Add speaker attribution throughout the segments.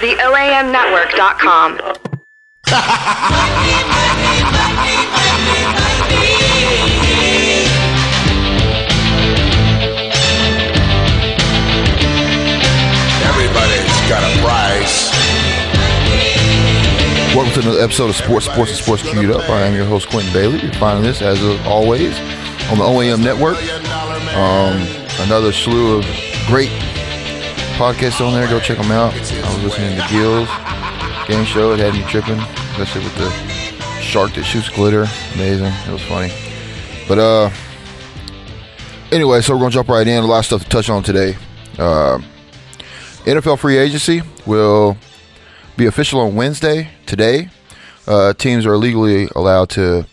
Speaker 1: The OAMnetwork.com.
Speaker 2: Everybody's got a price.
Speaker 3: Welcome to another episode of Sports, Sports, and Sports Queued Up. I am your host, Quentin Bailey. You're finding this, as of always, on the OAM Network. Um, another slew of great podcasts on there. Go check them out. I was listening to Gills game show. It had me tripping, especially with the shark that shoots glitter. Amazing. It was funny. But uh, anyway, so we're going to jump right in. A lot of stuff to touch on today. Uh, NFL free agency will be official on Wednesday today. Uh, teams are legally allowed to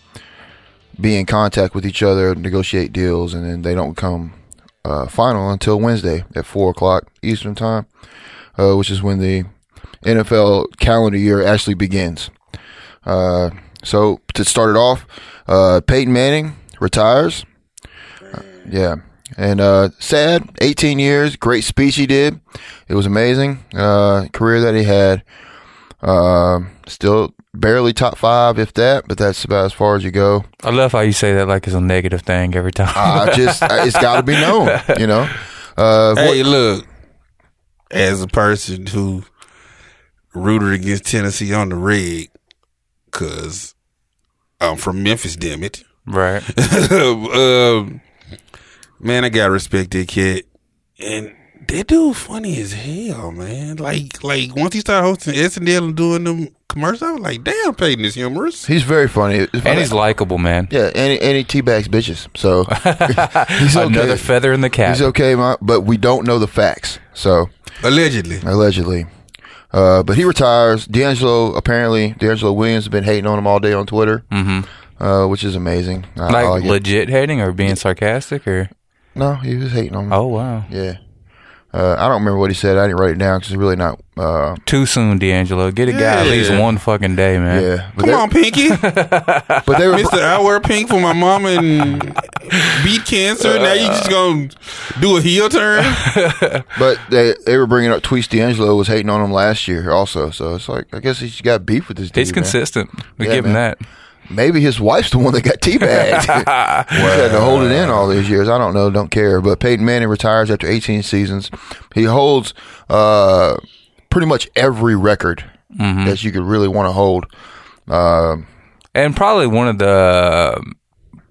Speaker 3: be in contact with each other, negotiate deals, and then they don't come uh, final until Wednesday at four o'clock Eastern time, uh, which is when the NFL calendar year actually begins. Uh, so to start it off, uh, Peyton Manning retires. Uh, yeah. And uh, sad, 18 years, great speech he did. It was amazing. Uh, career that he had. Um, still barely top five, if that, but that's about as far as you go.
Speaker 4: I love how you say that like it's a negative thing every time.
Speaker 3: I just, I- it's got to be known, you know. Uh,
Speaker 2: Hey, look. As a person who rooted against Tennessee on the rig, cause I'm from Memphis, damn it.
Speaker 4: right.
Speaker 2: um, man, I got respect that kid, and that dude funny as hell, man. Like, like once he started hosting SNL and doing them commercials, I was like, damn, Peyton is humorous.
Speaker 3: He's very funny. It's funny.
Speaker 4: And he's likable, man.
Speaker 3: yeah, and he, and he teabags bitches. So he's okay.
Speaker 4: Another feather in the cap.
Speaker 3: He's okay, ma- but we don't know the facts. So
Speaker 2: Allegedly,
Speaker 3: allegedly. Uh, but he retires. D'Angelo apparently D'Angelo Williams has been hating on him all day on Twitter, mm-hmm. uh, which is amazing. I, I
Speaker 4: like
Speaker 3: like it.
Speaker 4: legit hating or being sarcastic or
Speaker 3: No, he was hating on him.
Speaker 4: oh wow.
Speaker 3: Yeah. Uh, I don't remember what he said. I didn't write it down because it's really not. Uh,
Speaker 4: Too soon, D'Angelo. Get a guy at least
Speaker 2: Yeah.
Speaker 4: one fucking day, man.
Speaker 3: yeah. But
Speaker 2: come
Speaker 3: they,
Speaker 2: on, Pinky, Mister.
Speaker 3: But they were.
Speaker 2: I wear pink for my mama and beat cancer. Now you just gonna do a heel turn?
Speaker 3: But they they were bringing up tweets. D'Angelo was hating on him last year also. So it's like I guess he's got beef with this dude.
Speaker 4: He's
Speaker 3: man.
Speaker 4: consistent. We
Speaker 3: Yeah,
Speaker 4: give him
Speaker 3: man.
Speaker 4: that.
Speaker 3: Maybe his wife's the one that got teabagged. He's had to hold it in all these years. I don't know. Don't care. But Peyton Manning retires after 18 seasons. He holds uh, pretty much every record that you could really want to hold.
Speaker 4: And probably one of the um,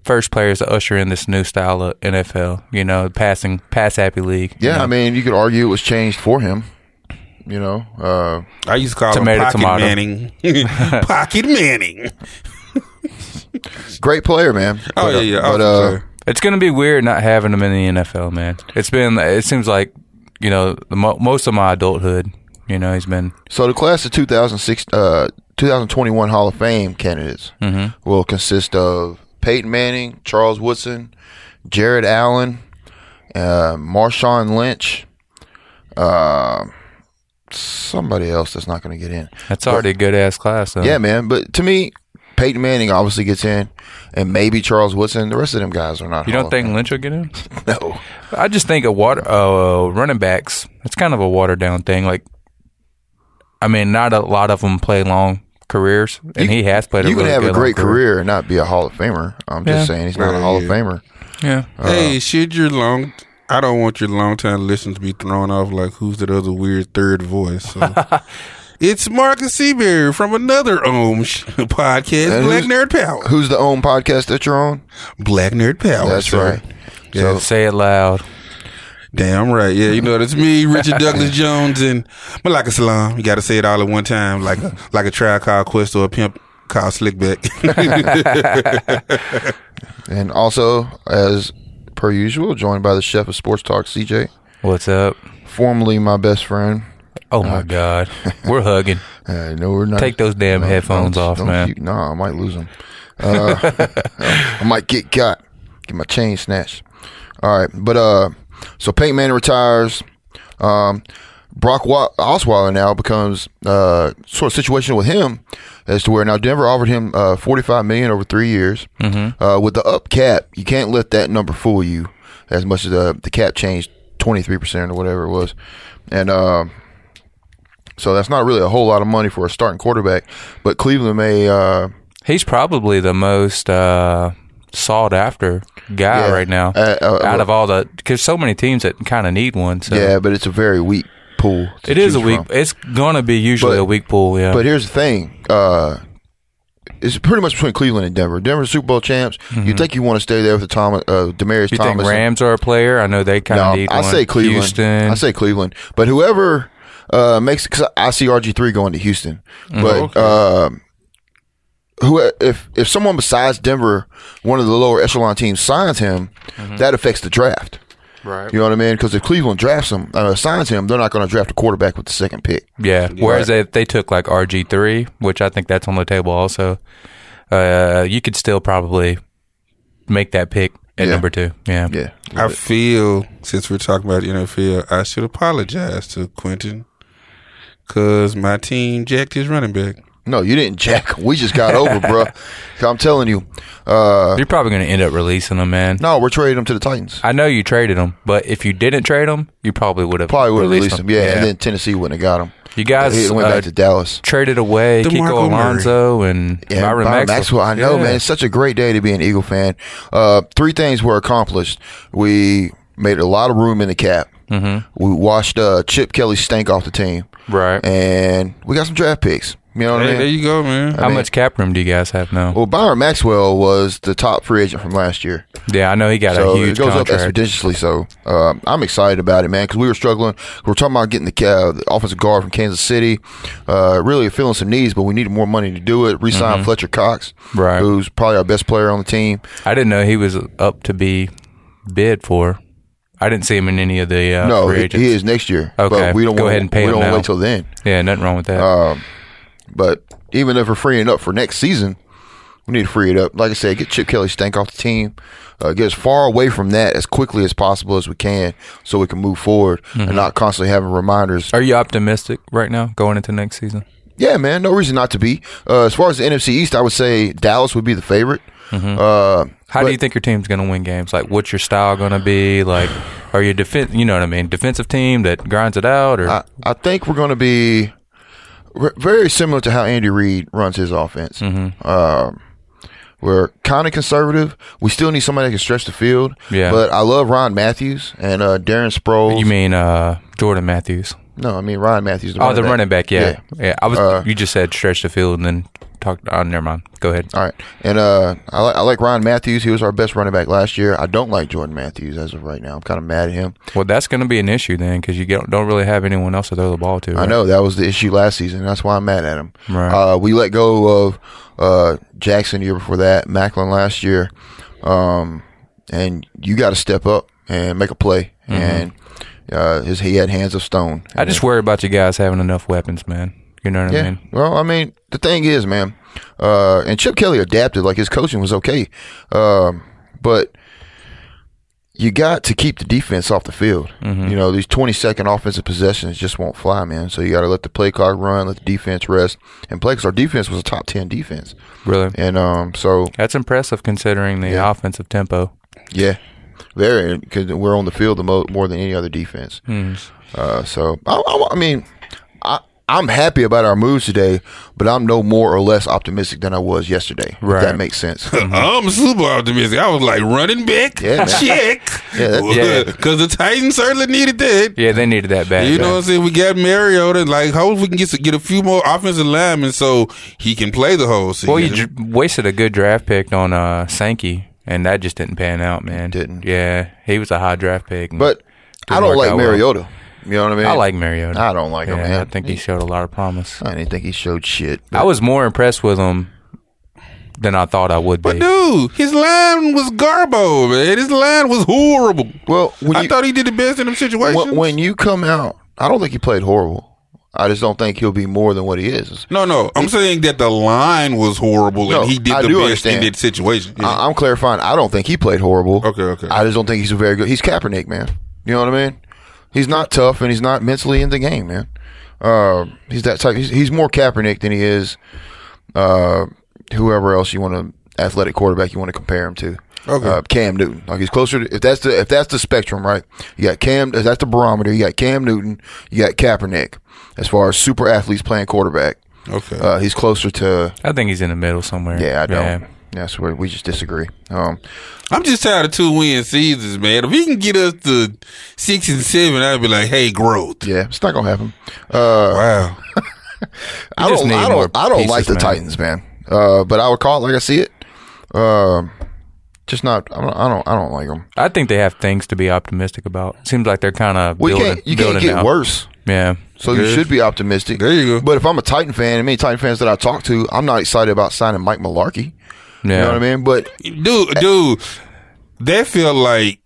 Speaker 4: first players to usher in this new style of NFL, you know, passing pass happy league.
Speaker 3: Yeah, I mean, you could argue it was changed for him. You know, uh,
Speaker 2: I used to call
Speaker 4: Tomato,
Speaker 2: him Pocket
Speaker 4: tomato.
Speaker 2: Manning. Pocket Manning.
Speaker 3: great player, man.
Speaker 2: Oh
Speaker 3: But, uh,
Speaker 2: yeah, yeah.
Speaker 3: But uh,
Speaker 4: It's going to be weird not having him in the NFL, man. It's been it seems like, you know, the mo- most of my adulthood, you know, he's been
Speaker 3: So the class of 2006, uh, 2021 Hall of Fame candidates
Speaker 4: Mm-hmm.
Speaker 3: will consist of Peyton Manning, Charles Woodson, Jared Allen, uh, Marshawn Lynch, uh, somebody else that's not going to get in.
Speaker 4: that's already a good ass class though.
Speaker 3: Yeah, man. But to me, Peyton Manning obviously gets in, and maybe Charles Woodson. The rest of them guys are not.
Speaker 4: You
Speaker 3: Hall
Speaker 4: don't
Speaker 3: of
Speaker 4: think Lynch will get in?
Speaker 3: Fame. No.
Speaker 4: I just think a water uh, running backs. It's kind of a watered down thing. Like, I mean, not a lot of them play long careers, and he has played.
Speaker 3: You
Speaker 4: a really
Speaker 3: can have
Speaker 4: good
Speaker 3: a great
Speaker 4: long
Speaker 3: career. and not be a Hall of Famer. I'm just
Speaker 4: Yeah.
Speaker 3: saying he's not a Hall of Famer.
Speaker 4: Yeah,
Speaker 2: hey, should your long? I don't want your long time listeners to be thrown off like who's that other weird third voice. So. it's Marcus Seabury from another OM sh- podcast,
Speaker 3: And
Speaker 2: Black
Speaker 3: who's-
Speaker 2: Nerd Power.
Speaker 3: Who's the own podcast that you're on?
Speaker 2: Black Nerd Power.
Speaker 3: That's
Speaker 2: sir.
Speaker 3: right.
Speaker 2: Yeah.
Speaker 4: say it loud.
Speaker 2: Damn right. Yeah, you know that's me, Richard Douglas Jones, and Malika Salam. You got to say it all at one time, like a, like a trial called Quest or a pimp called Slickback.
Speaker 3: And also, as per usual, joined by the chef of Sports Talk, CJ,
Speaker 4: What's up?
Speaker 3: formerly my best friend.
Speaker 4: Oh my God, we're hugging.
Speaker 3: Uh, no, we're not.
Speaker 4: Take those damn
Speaker 3: No,
Speaker 4: headphones
Speaker 3: don't-
Speaker 4: off,
Speaker 3: don't
Speaker 4: man.
Speaker 3: You, nah, I might lose them. Uh, I might get got. Get my chain snatched. All right, but uh, so Peyton Manning retires. Um, Brock Wa- Osweiler now becomes uh sort of situation with him as to where now Denver offered him uh forty five million over three years
Speaker 4: Mm-hmm.
Speaker 3: uh, with the up cap. You can't let that number fool you as uh, much as the the cap changed twenty three percent or whatever it was, and um So that's not really a whole lot of money for a starting quarterback. But Cleveland may. Uh,
Speaker 4: He's probably the most uh, sought after guy
Speaker 3: Yeah.
Speaker 4: right now
Speaker 3: Uh, uh,
Speaker 4: out
Speaker 3: uh,
Speaker 4: of all the because so many teams that kind of need one. So
Speaker 3: Yeah, but it's a very weak pool. to
Speaker 4: it is a
Speaker 3: choose
Speaker 4: weak.
Speaker 3: from.
Speaker 4: It's gonna be usually
Speaker 3: But-
Speaker 4: a weak pool. Yeah,
Speaker 3: But here's the thing: uh, it's pretty much between Cleveland and Denver. Denver Super Bowl champs. You think you want to stay there with the Thomas, uh, Demaryius
Speaker 4: Mm-hmm. you
Speaker 3: Thomas?
Speaker 4: think Rams are a player? I know they kind of
Speaker 3: No,
Speaker 4: need
Speaker 3: I
Speaker 4: one.
Speaker 3: say Cleveland.
Speaker 4: Houston.
Speaker 3: I say Cleveland. But whoever uh, makes, because I see RG three going to Houston,
Speaker 4: Mm-hmm.
Speaker 3: but. um, who if if someone besides Denver, one of the lower echelon teams signs him, that affects the draft.
Speaker 4: Mm-hmm. right.
Speaker 3: You know what I mean? Because if Cleveland drafts him, uh, signs him, they're not going to draft a quarterback with the second pick.
Speaker 4: Yeah. Whereas if they took like RG three, which I think that's on the table also, uh, you could still probably make that pick at
Speaker 3: Yeah.
Speaker 4: number two. Yeah.
Speaker 3: Yeah,
Speaker 2: I feel since we're talking about the NFL, I should apologize to Quentin because my team jacked his running back.
Speaker 3: No, you didn't jack. We just got over, bro. I'm telling you. Uh,
Speaker 4: You're probably going to end up releasing them, man.
Speaker 3: no, we're trading him to the Titans.
Speaker 4: I know you traded them, but if you didn't trade them, you probably would have
Speaker 3: Probably would have
Speaker 4: released
Speaker 3: released him.
Speaker 4: them.
Speaker 3: Yeah, and then Tennessee wouldn't have got him.
Speaker 4: you guys
Speaker 3: He went
Speaker 4: uh,
Speaker 3: back to Dallas.
Speaker 4: traded away
Speaker 2: DeMarco
Speaker 4: Kiko
Speaker 2: Murray.
Speaker 4: Alonso and
Speaker 3: Yeah,
Speaker 4: Byron,
Speaker 3: Byron
Speaker 4: Maxwell.
Speaker 3: Maxwell. I know,
Speaker 4: Yeah.
Speaker 3: man. It's such a great day to be an Eagle fan. Uh, three things were accomplished. We made a lot of room in the cap. Mm-hmm. We washed uh, Chip Kelly stank off the team.
Speaker 4: Right.
Speaker 3: And we got some draft picks. You know what
Speaker 2: Hey,
Speaker 3: I mean?
Speaker 2: there you go, man.
Speaker 4: How much cap room do you guys have now?
Speaker 3: well, Byron Maxwell was the top free agent from last year.
Speaker 4: yeah, I know he got
Speaker 3: So
Speaker 4: a
Speaker 3: it
Speaker 4: huge
Speaker 3: goes up
Speaker 4: contract.
Speaker 3: expeditiously. So um, I'm excited about it, man, because we were struggling. We are talking about getting the, uh, the offensive guard from Kansas City. Uh, really feeling some needs, but we needed more money to do it. Resign Fletcher Cox,
Speaker 4: Mm-hmm. Right.
Speaker 3: who's probably our best player on the team.
Speaker 4: I didn't know he was up to be bid for. I didn't see him in any of the uh,
Speaker 3: no,
Speaker 4: free
Speaker 3: he,
Speaker 4: agents.
Speaker 3: he is next year.
Speaker 4: Okay,
Speaker 3: but we don't
Speaker 4: go
Speaker 3: wanna-
Speaker 4: ahead and pay
Speaker 3: We
Speaker 4: him
Speaker 3: don't
Speaker 4: now.
Speaker 3: wait till then.
Speaker 4: Yeah, nothing wrong with that.
Speaker 3: Uh, But even if we're freeing up for next season, we need to free it up. Like I said, get Chip Kelly stank off the team. Uh, get as far away from that as quickly as possible as we can, so we can move forward
Speaker 4: Mm-hmm.
Speaker 3: and not constantly having reminders
Speaker 4: Are you optimistic right now going into next season?
Speaker 3: Yeah, man, no reason not to be. Uh, as far as the NFC East, I would say Dallas would be the favorite.
Speaker 4: Mm-hmm.
Speaker 3: Uh,
Speaker 4: How
Speaker 3: but-
Speaker 4: do you think your team's going to win games? Like, what's your style going to be? Like, are you defense? You know what I mean? Defensive team that grinds it out, or
Speaker 3: I, I think we're going to be re- very similar to how Andy Reid runs his offense.
Speaker 4: Mm-hmm.
Speaker 3: Um, we're kind of conservative. We still need somebody that can stretch the field.
Speaker 4: Yeah.
Speaker 3: But I love Ron Matthews and uh, Darren Sproles.
Speaker 4: you mean uh, Jordan Matthews?
Speaker 3: no, I mean Ron Matthews.
Speaker 4: Oh, the running back. Yeah, yeah. I was.
Speaker 3: Uh,
Speaker 4: you just said stretch the field and then talk. Oh, never mind. Go ahead.
Speaker 3: All right, and uh, I, li- I like Ron Matthews. He was our best running back last year. I don't like Jordan Matthews as of right now. I'm kind of mad at him.
Speaker 4: Well, that's going to be an issue then because you don't, don't really have anyone else to throw the ball to.
Speaker 3: I
Speaker 4: right?
Speaker 3: know that was the issue last season. That's why I'm mad at him.
Speaker 4: Right.
Speaker 3: Uh, we let go of uh, Jackson the year before that, Macklin last year, um, and you got to step up and make a play.
Speaker 4: Mm-hmm.
Speaker 3: And uh, his, he had hands of stone.
Speaker 4: I just worry about you guys having enough weapons, man. You know what
Speaker 3: yeah.
Speaker 4: I mean?
Speaker 3: Well, I mean, the thing is, man, uh, and Chip Kelly adapted. Like his coaching was okay, um, but you got to keep the defense off the field.
Speaker 4: Mm-hmm.
Speaker 3: You know, these 20 second offensive possessions just won't fly, man. So you got to let the play clock run, let the defense rest, and play because our defense was a top 10 defense.
Speaker 4: Really.
Speaker 3: And um, so,
Speaker 4: That's impressive considering the
Speaker 3: Yeah.
Speaker 4: offensive tempo.
Speaker 3: yeah, very, because we're on the field the mo- more than any other defense.
Speaker 4: Mm-hmm.
Speaker 3: Uh, so, I, I, I mean, I, I'm happy about our moves today, but I'm no more or less optimistic than I was yesterday.
Speaker 4: Right.
Speaker 3: If that makes sense.
Speaker 2: I'm super optimistic. I was like running back,
Speaker 3: Uh-huh. Yeah, man.
Speaker 2: check,
Speaker 3: Yeah, that-
Speaker 4: yeah.
Speaker 2: because the Titans certainly needed that.
Speaker 4: Yeah, they needed that bad.
Speaker 2: You know what I'm saying? We got Mariota. Like, hope we can get get a few more offensive linemen so he can play the whole season.
Speaker 4: Well, you dr- wasted a good draft pick on uh, Sankey, and that just didn't pan out, man.
Speaker 3: didn't.
Speaker 4: Yeah, he was a high draft pick. and
Speaker 3: but I
Speaker 4: work
Speaker 3: don't like
Speaker 4: out well.
Speaker 3: Mariota. You know what I mean?
Speaker 4: I like Mariota.
Speaker 3: I don't like him,
Speaker 4: Yeah,
Speaker 3: man. Uh,
Speaker 4: I think he showed a lot of promise.
Speaker 3: I didn't think he showed shit.
Speaker 4: I was more impressed with him than I thought I would be.
Speaker 2: dude, his line was garbo, man. His line was horrible.
Speaker 3: well, when
Speaker 2: I
Speaker 3: you,
Speaker 2: thought he did the best in them situations.
Speaker 3: when, when you come out, I don't think he played horrible. I just don't think he'll be more than what he is.
Speaker 2: no, no, I'm saying that the line was horrible
Speaker 3: No,
Speaker 2: and he did
Speaker 3: I
Speaker 2: the
Speaker 3: do
Speaker 2: best
Speaker 3: understand.
Speaker 2: in that situation. Yeah.
Speaker 3: I, Uh, I'm clarifying. I don't think he played horrible.
Speaker 2: Okay, okay.
Speaker 3: I just don't think he's a very good. He's Kaepernick, man. You know what I mean? He's not tough and he's not mentally in the game, man. Uh, he's that type. He's, he's more Kaepernick than he is uh, whoever else you want to athletic quarterback you want to compare him to.
Speaker 2: Okay.
Speaker 3: uh, Cam Newton. Like he's closer. To, if that's the if that's the spectrum, right? You got Cam. if That's the barometer. You got Cam Newton. You got Kaepernick. As far as super athletes playing quarterback,
Speaker 2: Okay.
Speaker 3: uh, he's closer to.
Speaker 4: I think he's in the middle somewhere.
Speaker 3: Yeah, I don't. That's where we just disagree. Um,
Speaker 2: I'm just tired of two win seasons, man. If he can get us to six and seven, I'd be like, hey, growth.
Speaker 3: yeah, it's not gonna happen. Uh,
Speaker 2: Wow.
Speaker 3: I
Speaker 4: just
Speaker 3: don't,
Speaker 4: need
Speaker 3: I
Speaker 4: more
Speaker 3: don't, I don't like
Speaker 4: pieces,
Speaker 3: the
Speaker 4: man.
Speaker 3: Titans, man. Uh, but I would call it like I see it. Um, just not. I don't. I don't. I don't like them.
Speaker 4: I think they have things to be optimistic about. Seems like they're kind of
Speaker 3: Well, you
Speaker 4: building.
Speaker 3: can't. You
Speaker 4: building
Speaker 3: can't get
Speaker 4: now.
Speaker 3: worse.
Speaker 4: Yeah.
Speaker 3: So you should be optimistic.
Speaker 2: There you go.
Speaker 3: But if I'm a Titan fan, and many Titan fans that I talk to, I'm not excited about signing Mike Malarkey.
Speaker 4: Yeah.
Speaker 3: You know what I mean? But
Speaker 2: dude, dude, they feel like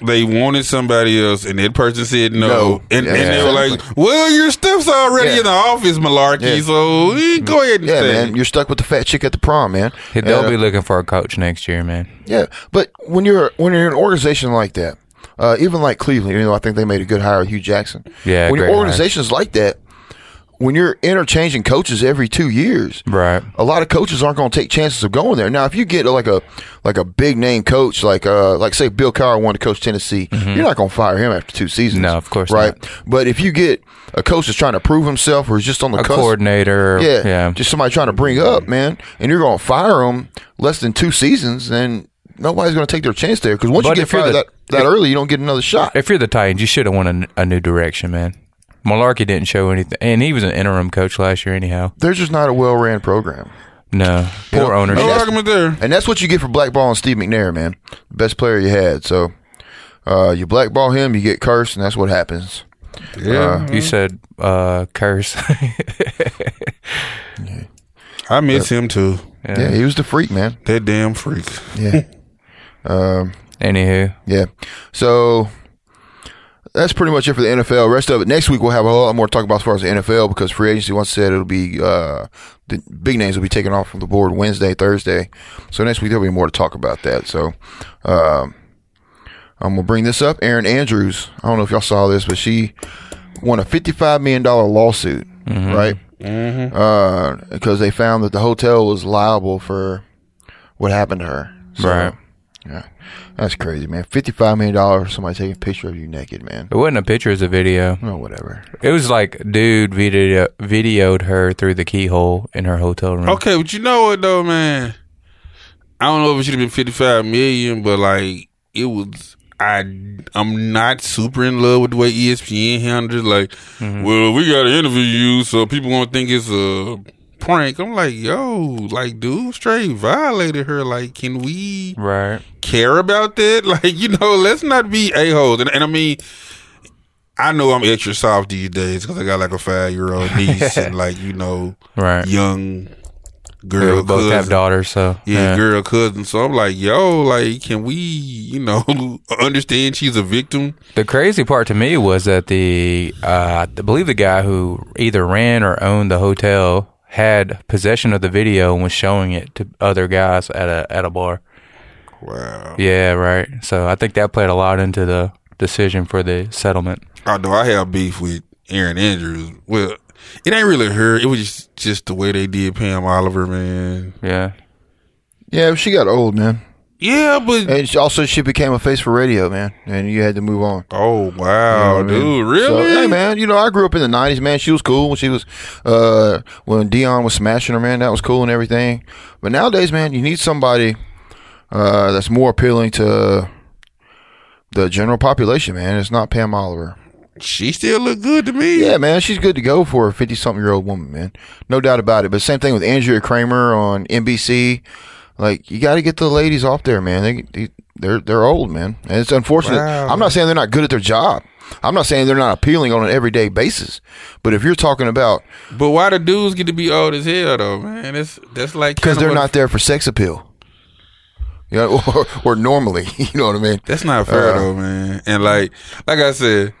Speaker 2: they wanted somebody else, and that person said no,
Speaker 3: No.
Speaker 2: and,
Speaker 3: Yeah,
Speaker 2: and they were
Speaker 3: exactly.
Speaker 2: like, "Well, your stuff's already
Speaker 3: Yeah.
Speaker 2: in the office, malarkey.
Speaker 3: Yeah.
Speaker 2: So eh, go ahead and
Speaker 3: yeah,
Speaker 2: say,
Speaker 3: man, you're stuck with the fat chick at the prom, man.
Speaker 4: Hey, They'll
Speaker 3: Uh,
Speaker 4: be looking for a coach next year, man.
Speaker 3: Yeah, but when you're when you're an organization like that, uh, even like Cleveland, you know, I think they made a good hire, with Hugh Jackson.
Speaker 4: Yeah,
Speaker 3: when your
Speaker 4: great hire.
Speaker 3: organizations like that, when you're interchanging coaches every two years,
Speaker 4: Right.
Speaker 3: a lot of coaches aren't going to take chances of going there. Now, if you get like a like a big name coach, like uh, like say Bill Cowher wanted to coach Tennessee, you're not going to fire him after two seasons.
Speaker 4: Mm-hmm. No, of course
Speaker 3: right.
Speaker 4: not.
Speaker 3: But if you get a coach that's trying to prove himself or is just on the
Speaker 4: A
Speaker 3: cusp,
Speaker 4: coordinator.
Speaker 3: yeah,
Speaker 4: Yeah.
Speaker 3: just somebody trying to bring up, man, and you're going to fire him less than two seasons, then nobody's going to take their chance there because once
Speaker 4: But
Speaker 3: you get
Speaker 4: if you're
Speaker 3: fired
Speaker 4: the-
Speaker 3: that, that
Speaker 4: if-
Speaker 3: early, you don't get another shot.
Speaker 4: if you're the Titans, you should have won a, n- a new direction, man. Malarkey didn't show anything, and he was an interim coach last year, anyhow.
Speaker 3: There's just not a well ran program.
Speaker 4: No, poor
Speaker 3: know,
Speaker 4: ownership.
Speaker 2: no
Speaker 3: that's-
Speaker 2: argument there."
Speaker 3: And that's what you get for blackballing Steve McNair, man. Best player you had. So uh, you blackball him, you get cursed, and that's what happens.
Speaker 2: Oh, Yeah,
Speaker 4: You said uh, curse.
Speaker 2: I miss him too.
Speaker 3: Yeah, he was the freak, man.
Speaker 2: That damn freak.
Speaker 3: Yeah.
Speaker 4: Anywho,
Speaker 3: yeah. So that's pretty much it for the NFL. Rest of it next week we'll have a whole lot more to talk about as far as the NFL because free agency once said it'll be uh the big names will be taken off from the board Wednesday, Thursday. So next week there'll be more to talk about that. So um I'm gonna bring this up. Aaron Andrews. I don't know if y'all saw this, but she won a fifty-five million dollar lawsuit, right? Mm-hmm. Uh, because they found that the hotel was liable for what happened to her. So,
Speaker 4: Right.
Speaker 3: Yeah, that's crazy, man. Fifty-five million dollars. Somebody taking a picture of you naked, man.
Speaker 4: it wasn't a picture; it was a video.
Speaker 3: No, whatever.
Speaker 4: It was like dude video videoed her through the keyhole in her hotel room.
Speaker 2: Okay, but you know what though, man? I don't know if it should have been fifty five million, but like it was. I I'm not super in love with the way E ESPN handled. it. Like, well, we got to interview you, so people won't think it's a prank. I'm like, yo, like, dude, straight violated her. Like, can we?
Speaker 4: Right.
Speaker 2: care about that. Like, you know, let's not be a-holes. And, and I mean, I know I'm extra soft these days because I got like a five year old niece and like, you know,
Speaker 4: Right.
Speaker 2: young
Speaker 4: Yeah,
Speaker 2: girl
Speaker 4: we both
Speaker 2: cousin.
Speaker 4: have daughters, so
Speaker 2: yeah, girl cousin. So I'm like, yo, like, can we, you know, understand she's a victim?
Speaker 4: The crazy part to me was that the uh, I believe the guy who either ran or owned the hotel had possession of the video and was showing it to other guys at a at a bar.
Speaker 2: Wow.
Speaker 4: Yeah, right. So I think that played a lot into the decision for the settlement.
Speaker 2: Although I have beef with Aaron Andrews. Well, it ain't really her. It was just, just the way they did Pam Oliver, man.
Speaker 4: Yeah.
Speaker 3: Yeah, she got old, man.
Speaker 2: Yeah, but
Speaker 3: And she, also, she became a face for radio, man. And you had to move on.
Speaker 2: oh wow,
Speaker 3: You know what I mean?
Speaker 2: dude, really?
Speaker 3: So, hey, man, you know, I grew up in the '90s, man. She was cool when she was, uh, when Dion was smashing her, man. That was cool and everything. But nowadays, man, you need somebody uh, that's more appealing to the general population, man. It's not Pam Oliver.
Speaker 2: She still look good to me.
Speaker 3: Yeah, man, she's good to go for a 50 something year old woman, man. No doubt about it. But same thing with Andrea Kramer on NBC. Like, you got to get the ladies off there, man. They, they, they're, they're old, man. And it's unfortunate.
Speaker 2: Wow.
Speaker 3: I'm not saying they're not good at their job. I'm not saying they're not appealing on an everyday basis. But if you're talking about
Speaker 2: But why the dudes get to be old as hell though, man? That's that's like
Speaker 3: because
Speaker 2: kinda
Speaker 3: they're
Speaker 2: what-
Speaker 3: not there for sex appeal, you know, or, or normally, you know what I mean?
Speaker 2: That's not fair
Speaker 3: Uh,
Speaker 2: though, man. And like like I said,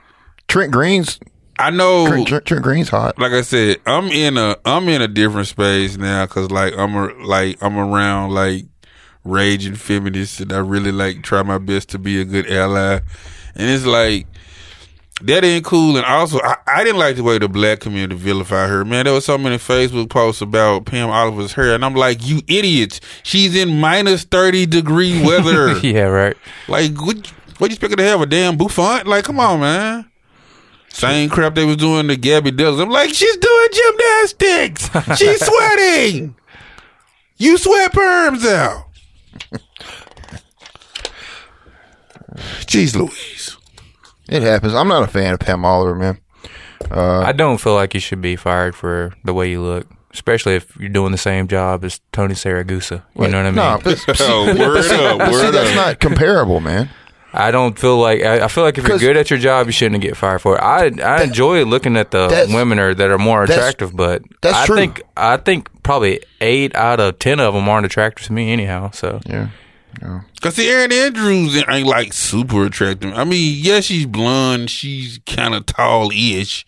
Speaker 3: Trent Green's
Speaker 2: I know.
Speaker 3: Trent, Trent, Trent Green's hot.
Speaker 2: Like I said, I'm in a I'm in a different space now because like I'm a, like I'm around like raging feminists and I really like try my best to be a good ally. And it's like That ain't cool. And also, I, I didn't like the way the black community vilified her. Man, there was so many Facebook posts about Pam Oliver's hair, and I'm like, you idiots! She's in minus thirty degree weather.
Speaker 4: yeah, right.
Speaker 2: Like, what? What you expecting to have a damn bouffant? Like, come on, man. Same crap they was doing to Gabby Douglas. I'm like, she's doing gymnastics. She's sweating. You sweat perms out. Jeez Louise.
Speaker 3: It happens. I'm not a fan of Pam Oliver, man.
Speaker 4: I don't feel like you should be fired for the way you look, especially if you're doing the same job as Tony Saragusa. You know what I mean?
Speaker 3: Nah, but, but see,
Speaker 2: Oh, word up,
Speaker 3: but see,
Speaker 2: word
Speaker 3: that's
Speaker 2: up.
Speaker 3: not comparable, man.
Speaker 4: I don't feel like I, I feel like if you're
Speaker 3: 'Cause-
Speaker 4: good at your job, you shouldn't get fired for it. I I enjoy looking at the
Speaker 3: that's-
Speaker 4: women are, that are more
Speaker 3: that's-
Speaker 4: attractive, but
Speaker 3: that's
Speaker 4: I
Speaker 3: true.
Speaker 4: think I think probably eight out of ten of them aren't attractive to me anyhow. So
Speaker 3: Yeah.
Speaker 2: Cause see, Erin Andrews ain't like super attractive. I mean, yeah, she's blonde, she's kind of tall ish,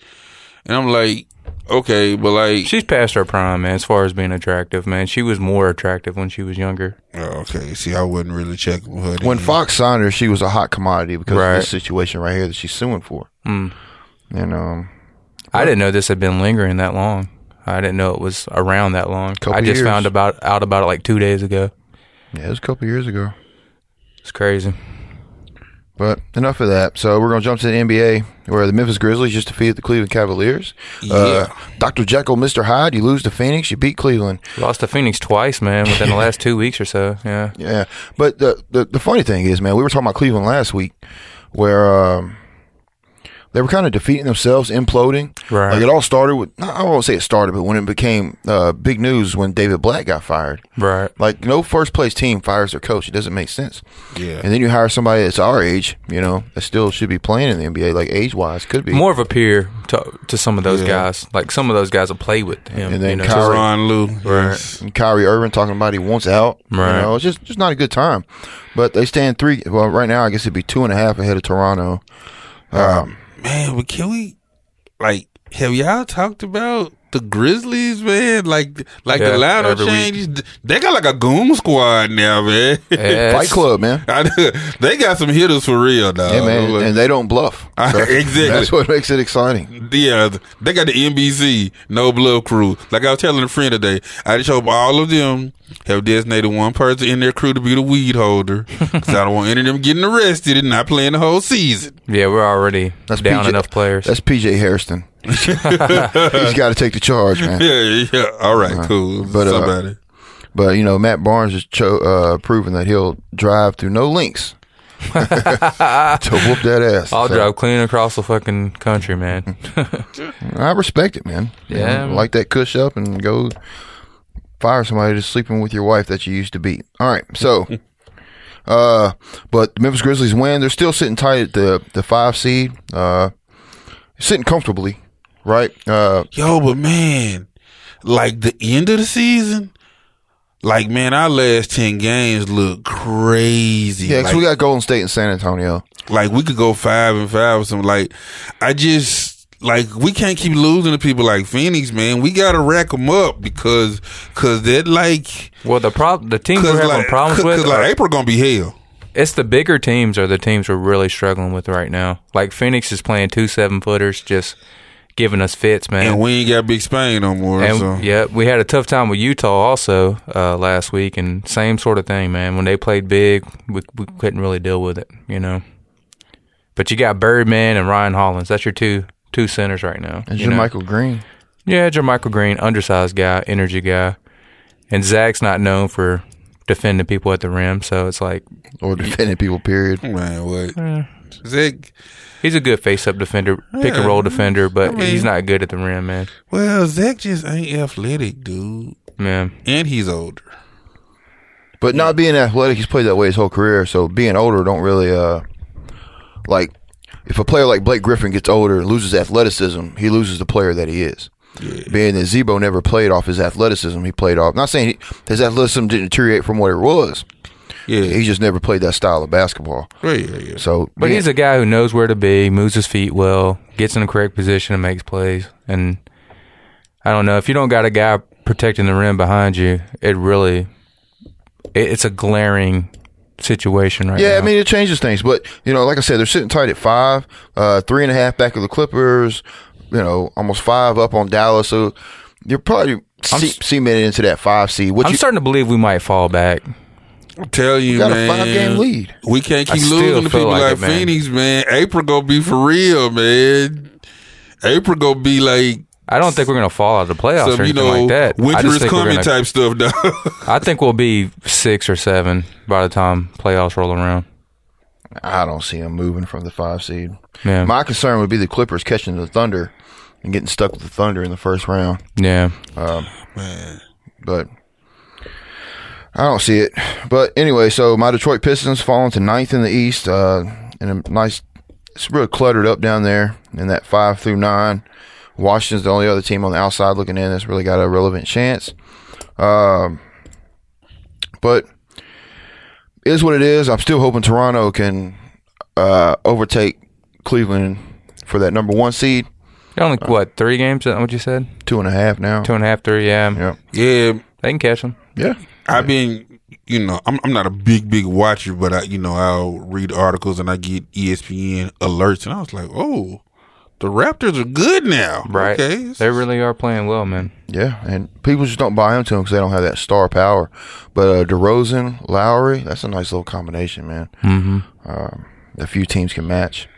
Speaker 2: and I'm like, okay, but like,
Speaker 4: she's past her prime, man. As far as being attractive, man, she was more attractive when she was younger.
Speaker 2: oh, okay, see, I wasn't really checking with her. then.
Speaker 3: When Fox signed her, she was a hot commodity because
Speaker 4: Right. Hmm.
Speaker 3: of this situation right here that she's suing for. And um,
Speaker 4: I didn't know this had been lingering that long. I didn't know it was around that long.
Speaker 3: Couple
Speaker 4: I just
Speaker 3: years.
Speaker 4: found about out about it like two days ago.
Speaker 3: yeah, it was a couple years ago.
Speaker 4: It's crazy.
Speaker 3: But enough of that. So we're going to jump to the NBA, where the Memphis Grizzlies just defeated the Cleveland Cavaliers. Uh, Dr. Jekyll, Mr. Hyde, you lose to Phoenix, you beat Cleveland.
Speaker 4: Lost to Phoenix twice, man, within the last two weeks or so. Yeah.
Speaker 3: Yeah, but the, the the funny thing is, man, we were talking about Cleveland last week, where um, they were kind of defeating themselves, imploding.
Speaker 4: Right.
Speaker 3: Like it all started with I won't say it started, but when it became uh, big news when David Black got fired.
Speaker 4: Right.
Speaker 3: Like no first place team fires their coach. It doesn't make sense.
Speaker 2: Yeah.
Speaker 3: And then you hire somebody that's our age, you know, that still should be playing in the NBA, like age wise, could be.
Speaker 4: More of a peer to, to some of those guys. Like some of those guys will play with him.
Speaker 3: And then
Speaker 4: you know,
Speaker 3: Kyrie-
Speaker 2: Tyronn Lue, yes.
Speaker 3: and Kyrie Irving talking about he wants out.
Speaker 4: Right.
Speaker 3: You know, it's just just not a good time. But they stand three. Well, right now I guess it'd be two and a half ahead of Toronto.
Speaker 2: man, but can we like have y'all talked about the Grizzlies, man? Like, like
Speaker 4: Yeah,
Speaker 2: the lineup
Speaker 4: every week.
Speaker 2: changes. They got like a goon squad now, man.
Speaker 4: Yeah,
Speaker 3: Fight
Speaker 4: it's-
Speaker 3: Club, man.
Speaker 2: I know. they got some hitters for real, dog.
Speaker 3: Yeah, man,
Speaker 2: Like,
Speaker 3: and they don't bluff.
Speaker 2: Exactly.
Speaker 3: That's what makes it exciting.
Speaker 2: Yeah, they got the NBC No Blood Crew. Like I was telling a friend today, I just hope all of them have designated one person in their crew to be the weed holder, because I don't want any of them getting arrested and not playing the whole season.
Speaker 4: yeah, we're already
Speaker 3: That's
Speaker 4: down
Speaker 3: PJ
Speaker 4: enough players.
Speaker 3: That's PJ Harrison. He's got to take the charge, man.
Speaker 2: Yeah, yeah. yeah. All right, cool.
Speaker 3: But, uh,
Speaker 2: Somebody.
Speaker 3: But you know, Matt Barnes is cho- uh, proving that he'll drive through no links to whoop that ass.
Speaker 4: I'll
Speaker 3: So,
Speaker 4: drive clean across the fucking country, man.
Speaker 3: I respect it, man. You
Speaker 4: Yeah,
Speaker 3: know,
Speaker 4: man.
Speaker 3: light that cush up and go fire somebody that's sleeping with your wife that you used to beat. All right, so. Uh, but the Memphis Grizzlies win. They're still sitting tight at the the five seed. Uh, sitting comfortably, right? Uh,
Speaker 2: Yo, but man, like the end of the season, like man, our last ten games look crazy.
Speaker 3: Yeah, 'cause
Speaker 2: like,
Speaker 3: we got Golden State and San Antonio.
Speaker 2: Like we could go five and five or something. Like I just like we can't keep losing to people like Phoenix, man. We gotta rack them up because cause that like
Speaker 4: Well, the prob- the teams
Speaker 2: cause
Speaker 4: we're having
Speaker 2: like,
Speaker 4: problems
Speaker 2: cause,
Speaker 4: with,
Speaker 2: 'cause,
Speaker 4: are-
Speaker 2: like April gonna be hell.
Speaker 4: it's the bigger teams are the teams we're really struggling with right now. Like Phoenix is playing two seven footers, just giving us fits, man.
Speaker 2: And we ain't got Big Spain no more.
Speaker 4: And
Speaker 2: so
Speaker 4: yeah, we had a tough time with Utah also uh, last week, and same sort of thing, man. When they played big, we, we couldn't really deal with it, you know. But you got Birdman and Ryan Hollins. That's your two two centers right now.
Speaker 3: And
Speaker 4: you know?
Speaker 3: Michael Green.
Speaker 4: yeah, Jermichael Green, undersized guy, energy guy, and Zach's not known for defending people at the rim, so it's like
Speaker 3: Or defending people, period.
Speaker 2: man, what Zach?
Speaker 4: he's a good face up defender, pick and roll defender, but he's not good at the rim, man.
Speaker 2: Well, Zach just ain't athletic, dude,
Speaker 4: Man,
Speaker 2: and he's older.
Speaker 3: But not being athletic, he's played that way his whole career. So being older don't really uh like if a player like Blake Griffin gets older and loses athleticism, he loses the player that he is. Being that Zebo never played off his athleticism, he played off. Not saying he, his athleticism didn't deteriorate from what it was.
Speaker 2: Yeah,
Speaker 3: He just never played that style of basketball.
Speaker 2: yeah, yeah. yeah.
Speaker 3: So,
Speaker 4: But he's a guy who knows where to be, moves his feet well, gets in the correct position and makes plays. And I don't know if you don't got a guy protecting the rim behind you, it really it, it's a glaring situation right now.
Speaker 3: Yeah, I mean it changes things, but you know, like I said, they're sitting tight at five, uh, three and a half back of the Clippers. You know, almost five up on Dallas. So you're probably
Speaker 4: I'm
Speaker 3: ce-
Speaker 4: s-
Speaker 3: cemented into that five seed. What
Speaker 4: I'm
Speaker 3: you
Speaker 4: starting to believe we might fall back.
Speaker 2: Tell you,
Speaker 3: got a
Speaker 2: man,
Speaker 3: five-game lead.
Speaker 2: We can't
Speaker 4: I
Speaker 2: keep
Speaker 4: still
Speaker 2: losing to
Speaker 4: feel
Speaker 2: people
Speaker 4: like
Speaker 2: like,
Speaker 4: it, man.
Speaker 2: Phoenix, man. April gonna be for real, man. April gonna be like
Speaker 4: I don't think we're going to fall out of the playoffs or
Speaker 2: some, you
Speaker 4: anything
Speaker 2: know,
Speaker 4: like that. I
Speaker 2: winter
Speaker 4: just
Speaker 2: is
Speaker 4: think we're
Speaker 2: coming
Speaker 4: gonna-
Speaker 2: type stuff. Though.
Speaker 4: I think we'll be six or seven by the time playoffs roll around.
Speaker 3: I don't see them moving from the five seed.
Speaker 4: Yeah.
Speaker 3: My concern would be the Clippers catching the Thunder and getting stuck with the Thunder in the first round.
Speaker 4: Yeah.
Speaker 3: but I don't see it. But anyway, so my Detroit Pistons falling to ninth in the East, uh, and a nice. It's really cluttered up down there in that five through nine. Washington's the only other team on the outside looking in that's really got a relevant chance. Um, but it is what it is. I'm still hoping Toronto can uh, overtake Cleveland for that number one seed.
Speaker 4: Only, what, three games? Is that what you said?
Speaker 3: Two and a half now.
Speaker 4: Two and a half, three, yeah.
Speaker 3: Yeah.
Speaker 2: yeah,
Speaker 4: They can catch them.
Speaker 3: Yeah.
Speaker 2: I've been, you know, I'm I'm not a big big watcher, but I, you know, I'll read articles and I get E ESPN alerts, and I was like, oh, the Raptors are good now,
Speaker 4: Right.
Speaker 2: Okay,
Speaker 4: They really are playing well, man.
Speaker 3: Yeah, and people just don't buy into him because they don't have that star power. But uh, DeRozan, Lowry, that's a nice little combination, man. Mm-hmm. Um, a few teams can match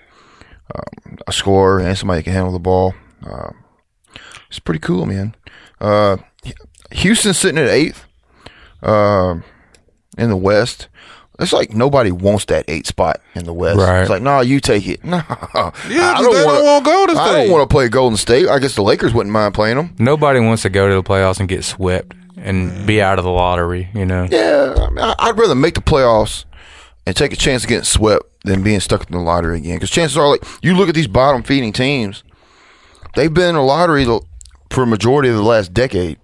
Speaker 3: um, a scorer and somebody that can handle the ball. Um, it's pretty cool, man. Uh, Houston's sitting at eighth um, in the West. It's like nobody wants that eight spot in the West.
Speaker 4: Right.
Speaker 3: It's like, nah, you take it. Nah,
Speaker 2: Yeah, 'cause they don't want Golden
Speaker 3: I don't
Speaker 2: State.
Speaker 3: want to play Golden State. I guess the Lakers wouldn't mind playing them.
Speaker 4: Nobody wants to go to the playoffs and get swept and be out of the lottery, you know?
Speaker 3: Yeah, I mean, I- I'd rather make the playoffs and take a chance of getting swept than being stuck in the lottery again. Because chances are, like you look at these bottom feeding teams, they've been in the lottery the- for a majority of the last decade.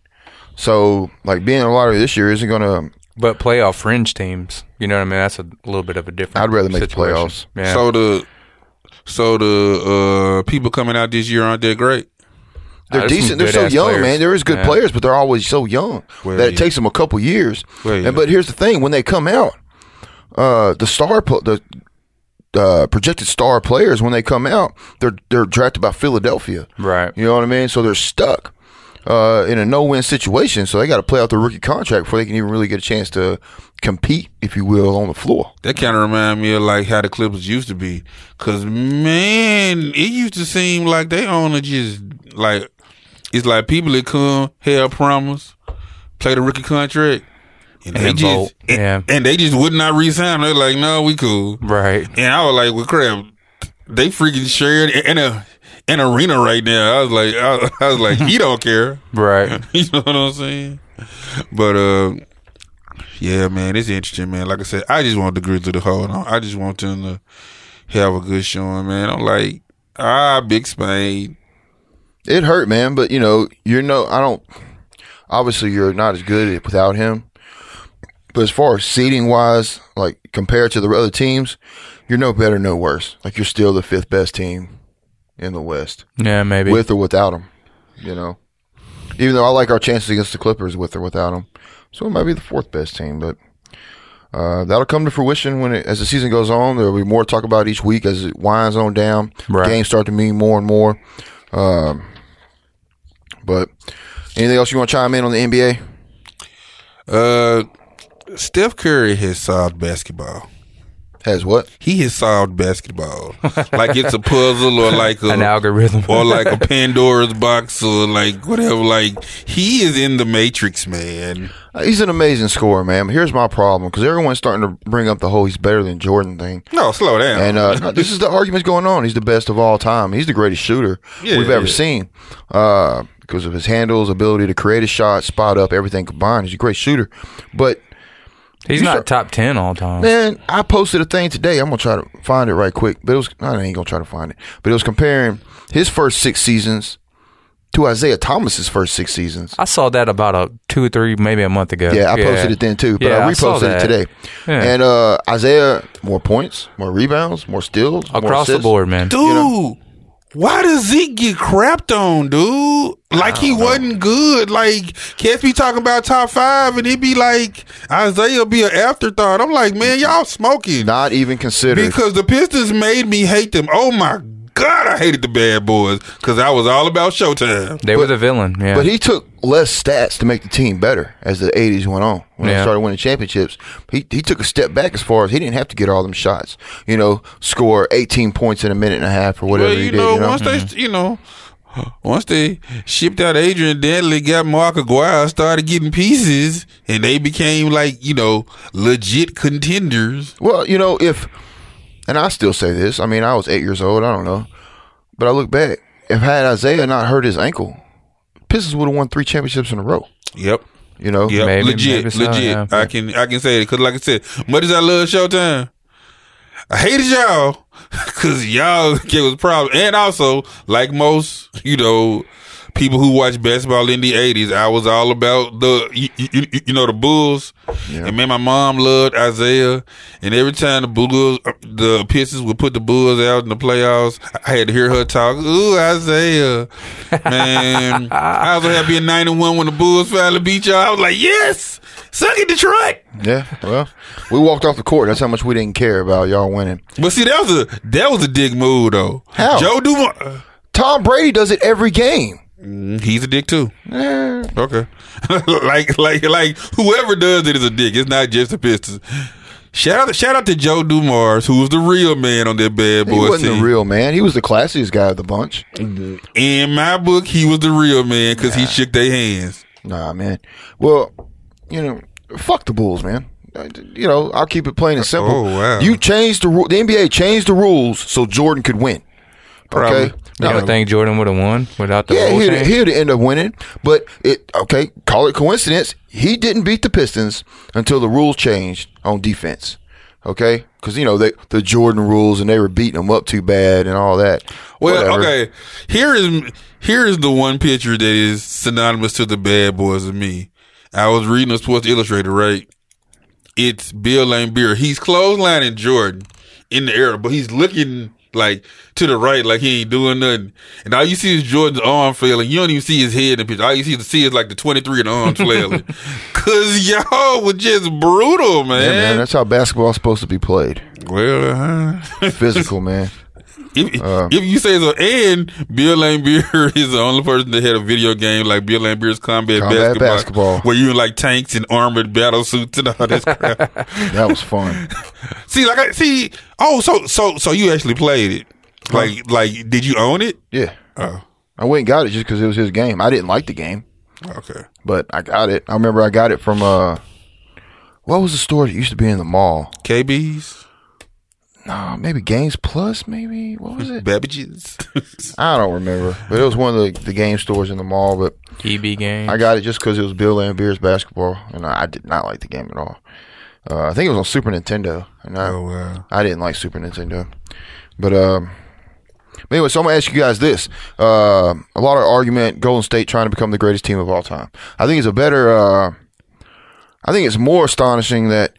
Speaker 3: So, like being in the lottery this year isn't going to.
Speaker 4: But playoff fringe teams, you know what I mean? That's a little bit of a different
Speaker 3: I'd rather make the
Speaker 4: situation.
Speaker 3: playoffs.
Speaker 4: Yeah.
Speaker 2: So the so the uh, people coming out this year aren't that great.
Speaker 3: They're
Speaker 4: There's some
Speaker 3: decent. They're so
Speaker 4: good-ass
Speaker 3: young,
Speaker 4: players.
Speaker 3: man. There is good
Speaker 4: Yeah.
Speaker 3: players, but they're always so young
Speaker 2: Well,
Speaker 3: that it
Speaker 2: yeah.
Speaker 3: takes them a couple years.
Speaker 2: Well, yeah.
Speaker 3: And but here's the thing: when they come out, uh, the star, pl- the uh, projected star players, when they come out, they're they're drafted by Philadelphia.
Speaker 4: Right.
Speaker 3: You know what I mean? So they're stuck uh, in a no win situation. So they got to play out their rookie contract before they can even really get a chance to compete, if you will, on the floor.
Speaker 2: That kind of remind me of like how the Clippers used to be, cause man, it used to seem like they only just like it's like people that come hell promise, play the rookie contract, and, they
Speaker 4: then
Speaker 2: just
Speaker 4: bolt.
Speaker 2: and,
Speaker 4: Yeah.
Speaker 2: and they just would not resign. They're like, no, we cool.
Speaker 4: Right.
Speaker 2: And I was like, well, crap, they freaking shared in a an arena right now. I was like, I, I was like, he don't care.
Speaker 4: Right.
Speaker 2: you know what I'm saying? But uh, yeah, man, it's interesting, man. Like I said, I just want the Grizzlies to hold on. I just want them to have a good showing, man. I'm like, ah, Big Spain.
Speaker 3: It hurt, man, but you know, you're no, I don't. Obviously, you're not as good at- without him. But as far as seeding wise, like compared to the other teams, you're no better, no worse. Like you're still the fifth best team in the West,
Speaker 4: Yeah, maybe.
Speaker 3: with or without him. You know, even though I like our chances against the Clippers with or without him, so it might be the fourth best team. But uh, that'll come to fruition when it, as the season goes on. There'll be more to talk about each week as it winds on down.
Speaker 4: Right.
Speaker 3: Games start to mean more and more. Um, but anything else you want to chime in on the NBA?
Speaker 2: Uh, Steph Curry has solved basketball.
Speaker 3: Has what?
Speaker 2: He has solved basketball like it's a puzzle or like a,
Speaker 4: An algorithm.
Speaker 2: or like a Pandora's box or like whatever. Like he is in the Matrix, man.
Speaker 3: Uh, He's an amazing scorer, man. Here's my problem because everyone's starting to bring up the whole he's better than Jordan thing.
Speaker 2: No, slow down.
Speaker 3: And uh, no, this is the arguments going on. He's the best of all time. He's the greatest shooter
Speaker 2: Yeah,
Speaker 3: we've ever
Speaker 2: yeah.
Speaker 3: seen uh, because of his handles, ability to create a shot, spot up, everything combined. He's a great shooter. But
Speaker 4: He's
Speaker 3: You start-
Speaker 4: not top 10 all time.
Speaker 3: man, I posted a thing today. I'm gonna try to find it right quick. But it was I ain't gonna try to find it. But it was comparing his first six seasons to Isaiah Thomas's first six seasons.
Speaker 4: I saw that about a two or three, maybe a month ago.
Speaker 3: Yeah, I posted it then too, but
Speaker 4: Yeah,
Speaker 3: I
Speaker 4: I saw
Speaker 3: reposted it
Speaker 4: that.
Speaker 3: today.
Speaker 4: Yeah.
Speaker 3: And uh, Isaiah more points, more rebounds, more steals, more
Speaker 4: Across the
Speaker 3: assists.
Speaker 4: board, man.
Speaker 2: Dude, Why does Zeke get crapped on, dude? Like he wasn't good. Like cats be talking about top five, and it be like Isaiah be an afterthought. I'm like, man, y'all smoking
Speaker 3: Not even considered.
Speaker 2: because the Pistons made me hate them. Oh my god, I hated the Bad Boys because I was all about Showtime.
Speaker 4: They were the villain. Yeah.
Speaker 3: But he took less stats to make the team better as the '80s went on. When they
Speaker 4: Yeah.
Speaker 3: started winning championships, he he took a step back as far as he didn't have to get all them shots. You know, score 18 points in a minute and a half or whatever
Speaker 2: Well,
Speaker 3: he
Speaker 2: you
Speaker 3: did.
Speaker 2: know,
Speaker 3: you know, Mm-hmm.
Speaker 2: once they, you know. Once they shipped out Adrian Dantley, got Mark Aguirre, started getting pieces, and they became like you know legit contenders.
Speaker 3: Well, you know, if and I still say this. I mean, I was eight years old. I don't know, but I look back. If had Isaiah not hurt his ankle, Pistons would have won three championships in a row.
Speaker 2: Yep.
Speaker 3: You know,
Speaker 2: Yep,
Speaker 4: Maybe-
Speaker 2: legit,
Speaker 4: maybe so,
Speaker 2: legit.
Speaker 4: yeah.
Speaker 2: I can I can say it because, like I said, much as I love Showtime, I hated y'all because y'all gave us problems. And also, like most, you know, people who watch basketball in the eighties, I was all about the you, you, you- you know the Bulls. And man, my mom loved Isaiah. And every time the Bulls, uh, the Pistons would put the Bulls out in the playoffs, I had to hear her talk. Ooh, Isaiah, man. I was so happy in '91 when the Bulls finally beat y'all. I was like, yes, suck it, Detroit.
Speaker 3: yeah. Well, we walked off the court. That's how much we didn't care about y'all winning.
Speaker 2: But see, that was a that was a dick move though.
Speaker 3: How?
Speaker 2: Joe Dumars,
Speaker 3: Tom Brady does it every game.
Speaker 2: mm, he's a dick too.
Speaker 3: Eh,
Speaker 2: Okay, like like like whoever does it is a dick. It's not just the Pistons. Shout out shout out to Joe Dumars, who was the real man on that bad
Speaker 3: He
Speaker 2: boy
Speaker 3: wasn't
Speaker 2: team.
Speaker 3: the real man. He was the classiest guy of the bunch.
Speaker 2: In my book, he was the real man because he shook their hands.
Speaker 3: Nah, man. Well, you know, fuck the Bulls, man. Uh, You know, I'll keep it plain and simple.
Speaker 2: Oh, wow.
Speaker 3: You changed the rule. The NBA changed the rules so Jordan could win.
Speaker 2: Probably.
Speaker 3: Okay.
Speaker 4: you
Speaker 3: No,
Speaker 4: don't think Jordan would have won without the
Speaker 3: yeah,
Speaker 4: rule
Speaker 3: he'd,
Speaker 4: change?
Speaker 3: he'd end up winning, but it okay. Call it coincidence. He didn't beat the Pistons until the rules changed on defense. Okay, because you know they, the Jordan rules and they were beating them up too bad and all that.
Speaker 2: Well,
Speaker 3: Whatever.
Speaker 2: okay. Here is here is the one picture that is synonymous to the bad boys of me. I was reading a Sports Illustrated, right? It's Bill Lambier. He's clotheslining Jordan in the air, but he's looking like to the right, like he ain't doing nothing. And all you see is Jordan's arm flailing. You don't even see his head in the picture. All you see to see is like the twenty three and the arm flailing. Cause y'all were just brutal,
Speaker 3: Yeah, man,
Speaker 2: man.
Speaker 3: that's how basketball's supposed to be played.
Speaker 2: well,
Speaker 3: uh-huh.
Speaker 2: huh?
Speaker 3: Physical, man.
Speaker 2: If, if you say so, and Bill Lambier is the only person that had a video game like Bill Lambier's Combat,
Speaker 3: Combat
Speaker 2: basketball,
Speaker 3: Basketball.
Speaker 2: where you in like tanks and armored battle suits and all this crap.
Speaker 3: That was fun.
Speaker 2: see, like, I see, oh, so so so you actually played it? Like, like, did you own it?
Speaker 3: Yeah.
Speaker 2: Oh,
Speaker 3: I went and got it just because it was his game. I didn't like the game,
Speaker 2: okay.
Speaker 3: but I got it. I remember I got it from uh, what was the store that used to be in the mall?
Speaker 2: KBs,
Speaker 3: Nah, maybe Games Plus, maybe what was it?
Speaker 2: Babbage's.
Speaker 3: I don't remember, but it was one of the, the game stores in the mall. But
Speaker 4: EB E game.
Speaker 3: I got it just because it was Bill Lambier's basketball, and I, I did not like the game at all. Uh, I think it was on Super Nintendo, and I
Speaker 2: oh wow.
Speaker 3: I didn't like Super Nintendo. But um, but anyway, so I'm gonna ask you guys this: uh, a lot of argument, Golden State trying to become the greatest team of all time. I think it's a better. Uh, I think it's more astonishing that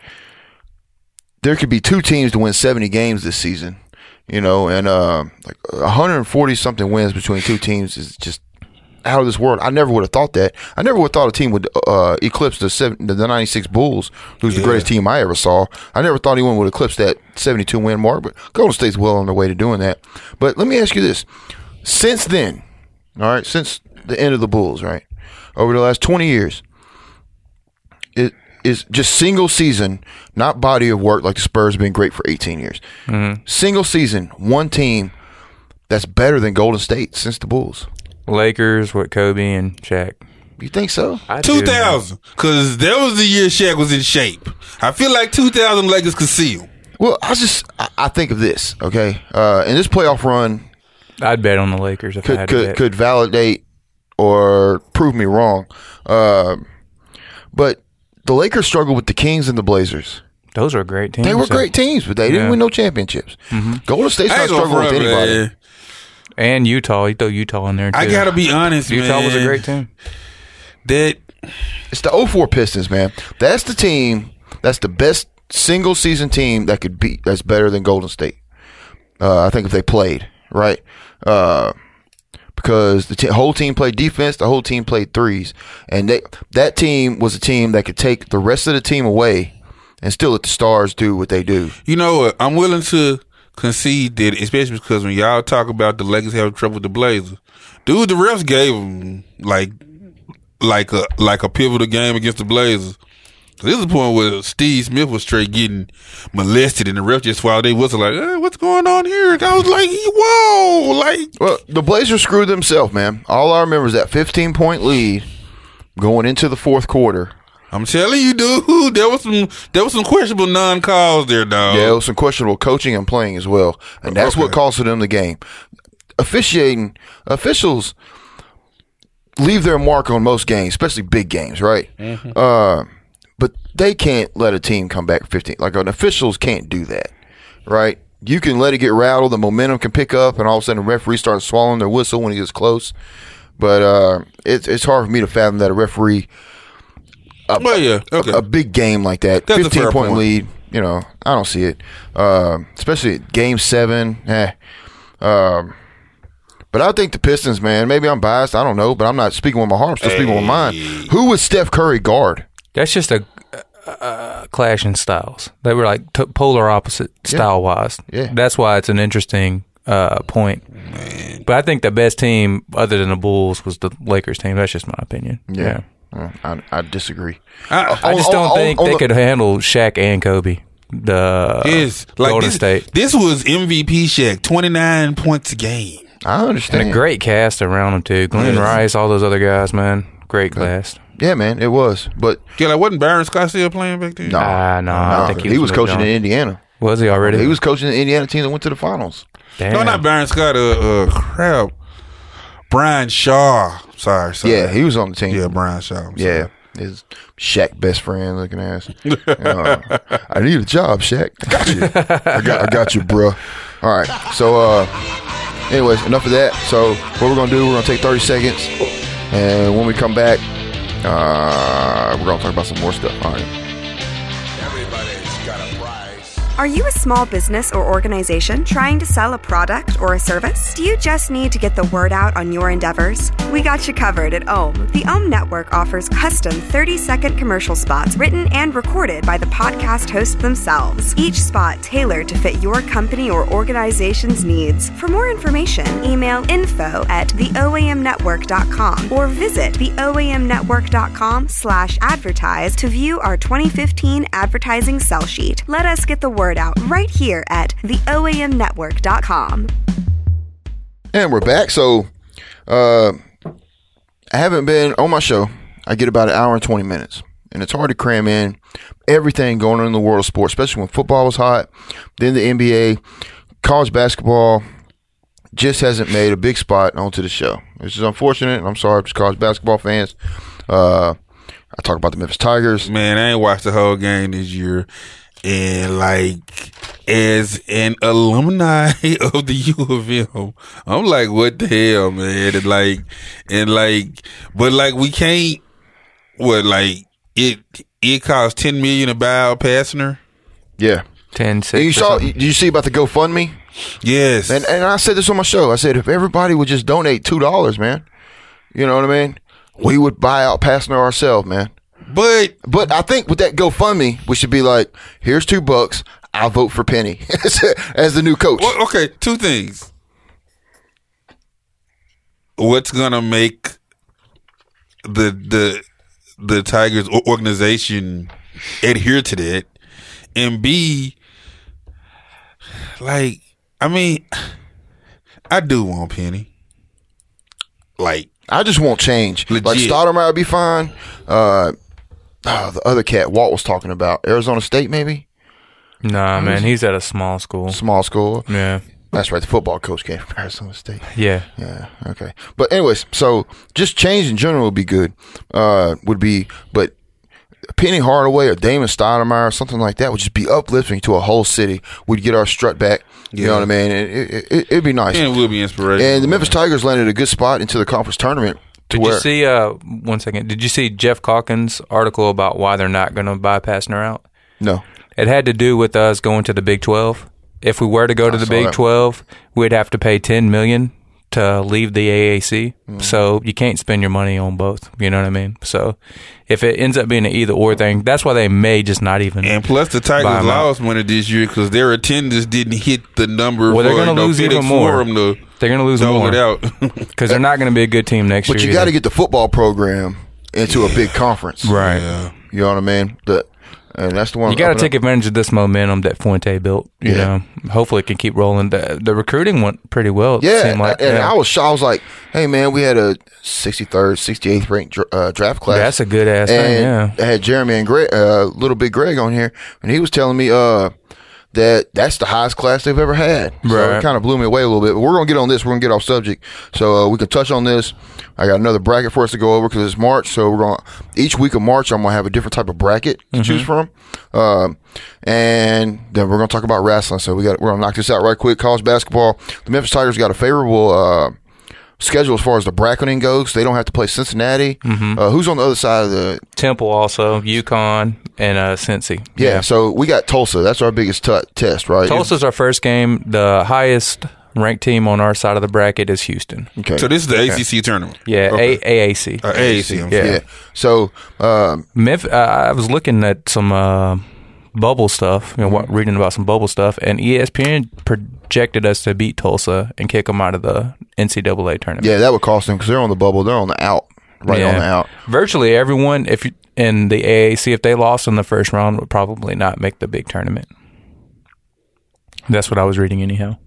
Speaker 3: there could be two teams to win 70 games this season. You know, and uh, like 140 something wins between two teams is just out of this world. I never would have thought that. I never would have thought a team would uh, eclipse the seven, the '96 Bulls, who's the greatest team I ever saw. I never thought anyone would eclipse that 72 win mark. But Golden State's well on their way to doing that. But let me ask you this: since then, all right, since the end of the Bulls, right, over the last 20 years, it is just single season, not body of work like the Spurs been great for 18 years. Single season, one team that's better than Golden State since the Bulls.
Speaker 4: Lakers with Kobe and Shaq.
Speaker 3: You think so?
Speaker 4: I do, man.
Speaker 2: Two thousand, because that was the year Shaq was in shape. I feel like two thousand Lakers could see him.
Speaker 3: Well, I just I, I think of this, okay? Uh, and this playoff run
Speaker 4: I'd bet on the Lakers if I
Speaker 3: could
Speaker 4: had
Speaker 3: could,
Speaker 4: to bet.
Speaker 3: could validate or prove me wrong. Uh, but the Lakers struggled with the Kings and the Blazers.
Speaker 4: Those are great teams.
Speaker 3: They were
Speaker 4: so-
Speaker 3: great teams, but they didn't
Speaker 4: Yeah.
Speaker 3: win no championships. Golden State's
Speaker 2: I
Speaker 3: not
Speaker 2: ain't gonna
Speaker 3: struggling with
Speaker 2: front,
Speaker 3: anybody.
Speaker 2: man.
Speaker 4: And Utah. You throw Utah in there too.
Speaker 2: I gotta be honest,
Speaker 4: Utah
Speaker 2: man.
Speaker 4: was a great team.
Speaker 2: That
Speaker 3: It's the 04 Pistons, man. That's the team. That's the best single season team that could beat. That's better than Golden State. Uh, I think if they played, right? Uh, because the t- whole team played defense, the whole team played threes, and they, that team was a team that could take the rest of the team away and still let the stars do what they do.
Speaker 2: You know what? I'm willing to concede that, especially because when y'all talk about the Lakers having trouble with the Blazers, dude, the refs gave them like, like a like a pivotal game against the Blazers. This is the point where Steve Smith was straight getting molested, and the ref just while they whistle like, eh, "What's going on here?" I was like, "Whoa!" Like,
Speaker 3: Well, the Blazers screwed themselves, man. All I remember is that 15 point lead going into the fourth quarter.
Speaker 2: I'm telling you, dude, there was some there was some questionable non calls there, dog.
Speaker 3: Yeah, it was some questionable coaching and playing as well, and that's what
Speaker 2: Okay.
Speaker 3: costed them the game. Officiating officials leave their mark on most games, especially big games, right? Uh, but they can't let a team come back 15. Like an officials can't do that, right? You can let it get rattled, the momentum can pick up, and all of a sudden the referee starts swallowing their whistle when he gets close. But uh, it's it's hard for me to fathom that a referee
Speaker 2: well, yeah, okay.
Speaker 3: a big game like that,
Speaker 2: That's a
Speaker 3: fifteen
Speaker 2: fair
Speaker 3: point
Speaker 2: point.
Speaker 3: lead. You know, I don't see it, Um especially game seven. Eh. Um, but I think the Pistons, man. Maybe I'm biased. I don't know, but I'm not speaking with my heart. I'm still speaking with mine. Who would Steph Curry guard?
Speaker 4: That's just a, a, a clash in styles. They were like t- polar opposite style wise.
Speaker 3: Yeah.
Speaker 4: That's why it's an interesting uh, point. But I think the best team, other than the Bulls, was the Lakers team. That's just my opinion. Yeah.
Speaker 3: Yeah, Mm, I, I disagree.
Speaker 2: I-
Speaker 4: I just
Speaker 3: On-
Speaker 4: don't
Speaker 3: on-
Speaker 4: think
Speaker 3: on
Speaker 4: they
Speaker 3: the-
Speaker 4: could handle Shaq and Kobe. The
Speaker 2: Yes, like
Speaker 4: Golden
Speaker 2: this,
Speaker 4: State.
Speaker 2: This was MVP Shaq, twenty nine points a game.
Speaker 3: I understand.
Speaker 4: And a great cast around them too. Glenn
Speaker 2: Yes.
Speaker 4: Rice, all those other guys, man. Great cast.
Speaker 3: Yeah, man, it was. But
Speaker 2: Yeah, like wasn't Baron Scott still playing back then?
Speaker 3: no,
Speaker 4: Ah, no, I think he
Speaker 3: Oh. he
Speaker 4: was
Speaker 3: was
Speaker 4: moved
Speaker 3: coaching in
Speaker 4: on.
Speaker 3: Indiana.
Speaker 4: Was he already?
Speaker 3: He was coaching the Indiana team that went to the finals.
Speaker 4: Damn.
Speaker 2: no, not Baron Scott. Uh, uh crap, Brian Shaw. Sorry, sorry.
Speaker 3: Yeah, he was on the team.
Speaker 2: yeah, Brian Shaw. I'm sorry.
Speaker 3: Yeah. His Shaq best friend looking ass. Uh, I need a job, Shaq. I got you. I got, I got you, bruh. All right. So, uh, anyways, enough of that. So, what we're going to do, we're going to take 30 seconds. And when we come back, uh, we're going to talk about some more stuff. All right.
Speaker 5: Everybody's got a price.
Speaker 6: Are you a small business or organization trying to sell a product or a service? Do you just need to get the word out on your endeavors? We got you covered at Ohm. The Ohm Network offers custom 30 second commercial spots written and recorded by the podcast host themselves, each spot tailored to fit your company or organization's needs. For more information, email info at theoamnetwork.com or visit theoamnetwork.com slash advertise to view our 2015 advertising sell sheet. Let us get the word out right here at theoamnetwork.com.
Speaker 3: And we're back. So, uh, I haven't been on my show. I get about an hour and 20 minutes. And it's hard to cram in everything going on in the world of sports, especially when football was hot, then the NBA, college basketball just hasn't made a big spot onto the show. This is unfortunate. and I'm sorry for college basketball fans. Uh, I talk about the Memphis Tigers.
Speaker 2: man, I ain't watched the whole game this year, and like as an alumni of the U of M, I'm like, what the hell, man? And like, and like, but like, we can't. What like it? It costs ten million to buy out Passner.
Speaker 3: Yeah.
Speaker 4: ten six.
Speaker 3: And you
Speaker 4: or
Speaker 3: saw,
Speaker 4: something.
Speaker 3: did you see about the GoFundMe?
Speaker 2: Yes,
Speaker 3: And and I said this on my show. I said if everybody would just donate two dollars, man, you know what I mean? We would buy out Passner ourselves, man.
Speaker 2: but
Speaker 3: But I think with that GoFundMe, we should be like, here's two bucks. I vote for Penny as the new coach.
Speaker 2: Well, okay, two things. What's gonna make the the the Tigers o- organization adhere to that, and B, like, I mean, I do want Penny. Like,
Speaker 3: I just want change.
Speaker 2: Legit.
Speaker 3: Like Stoudemire would be fine. Uh, ah, the other cat Walt was talking about Arizona State, maybe
Speaker 4: Nah, man, he's at a small school.
Speaker 3: small school.
Speaker 4: Yeah,
Speaker 3: That's right. The football coach came from Arizona State.
Speaker 4: yeah.
Speaker 3: Yeah. Okay. But anyways, so just change in general would be good. Uh, would be, but Penny Hardaway or Damon Stoudemire or something like that would just be uplifting to a whole city. We'd get our strut back. You know what I mean? It, it, it, it'd be nice.
Speaker 2: and it will be inspirational.
Speaker 3: And the Memphis Tigers landed a good spot into the conference tournament. To
Speaker 4: Did
Speaker 3: where,
Speaker 4: you see? Uh, one second. Did you see Jeff Calkins' article about why they're not going to bypass her out?
Speaker 3: No.
Speaker 4: It had to do with us going to the Big Twelve. if we were to go to the
Speaker 3: saw
Speaker 4: Big
Speaker 3: that.
Speaker 4: 12, we'd have to pay 10 million to leave the AAC.
Speaker 3: Mm-hmm.
Speaker 4: So you can't spend your money on both, you know what I mean? So if it ends up being an either or thing, that's why they may just not even
Speaker 2: And plus, the Tigers
Speaker 4: Buy 'em out.
Speaker 2: lost money this year because their attendance didn't hit the number.
Speaker 4: Well, they're
Speaker 2: for
Speaker 4: gonna
Speaker 2: the
Speaker 4: lose even
Speaker 2: FedEx
Speaker 4: more.
Speaker 2: Forum to
Speaker 4: They're going to lose
Speaker 2: dole
Speaker 4: more
Speaker 2: it out.
Speaker 4: because they're not going to be a good team next
Speaker 3: But
Speaker 4: year.
Speaker 3: you got to
Speaker 4: either.
Speaker 3: get the football program into a big conference,
Speaker 4: right.
Speaker 2: Yeah.
Speaker 3: You know what I mean? The, and that's the one.
Speaker 4: You got
Speaker 3: up
Speaker 4: to take
Speaker 3: and up.
Speaker 4: advantage of this momentum that Fuente built. You
Speaker 3: Yeah.
Speaker 4: know, hopefully it can keep rolling. The, the recruiting went pretty well. It
Speaker 3: Yeah,
Speaker 4: seemed like,
Speaker 3: and
Speaker 4: yeah.
Speaker 3: I was I was like, hey man, we had a 63rd, 68th ranked dr- uh, draft class.
Speaker 4: That's a good ass
Speaker 3: and
Speaker 4: thing. Yeah,
Speaker 3: I had Jeremy and Greg, uh, little big Greg on here, and he was telling me uh, that that's the highest class they've ever had. So it
Speaker 4: Right.
Speaker 3: kind of blew me away a little bit. But we're gonna get on this. We're gonna get off subject, so uh, we can touch on this. I got another bracket for us to go over because it's March. So we're gonna each week of March, I'm gonna have a different type of bracket to choose from, um, and then we're gonna talk about wrestling. So we got we're gonna knock this out right quick. College basketball. The Memphis Tigers got a favorable. Uh, Schedule as far as the bracketing goes, they don't have to play Cincinnati. Uh, who's on the other side of the
Speaker 4: Temple also, UConn, and uh, Cincy.
Speaker 3: yeah, so we got Tulsa. That's our biggest t- test, right?
Speaker 4: Tulsa's our first game. The highest ranked team on our side of the bracket is Houston.
Speaker 3: Okay.
Speaker 2: So this is the ACC tournament.
Speaker 4: Yeah,
Speaker 2: Okay.
Speaker 4: a- AAC.
Speaker 2: Uh, AAC. I'm
Speaker 4: Yeah.
Speaker 3: yeah. So um,
Speaker 4: Memphis, uh, I was looking at some uh, bubble stuff, you know,
Speaker 3: Mm-hmm.
Speaker 4: wa- reading about some bubble stuff, and E ESPN projected us to beat Tulsa and kick them out of the NCAA tournament.
Speaker 3: yeah, that would cost them because they're on the bubble. They're on the out, right on the out.
Speaker 4: Virtually everyone, if you, in the AAC, if they lost in the first round, would probably not make the big tournament. That's what I was reading, anyhow.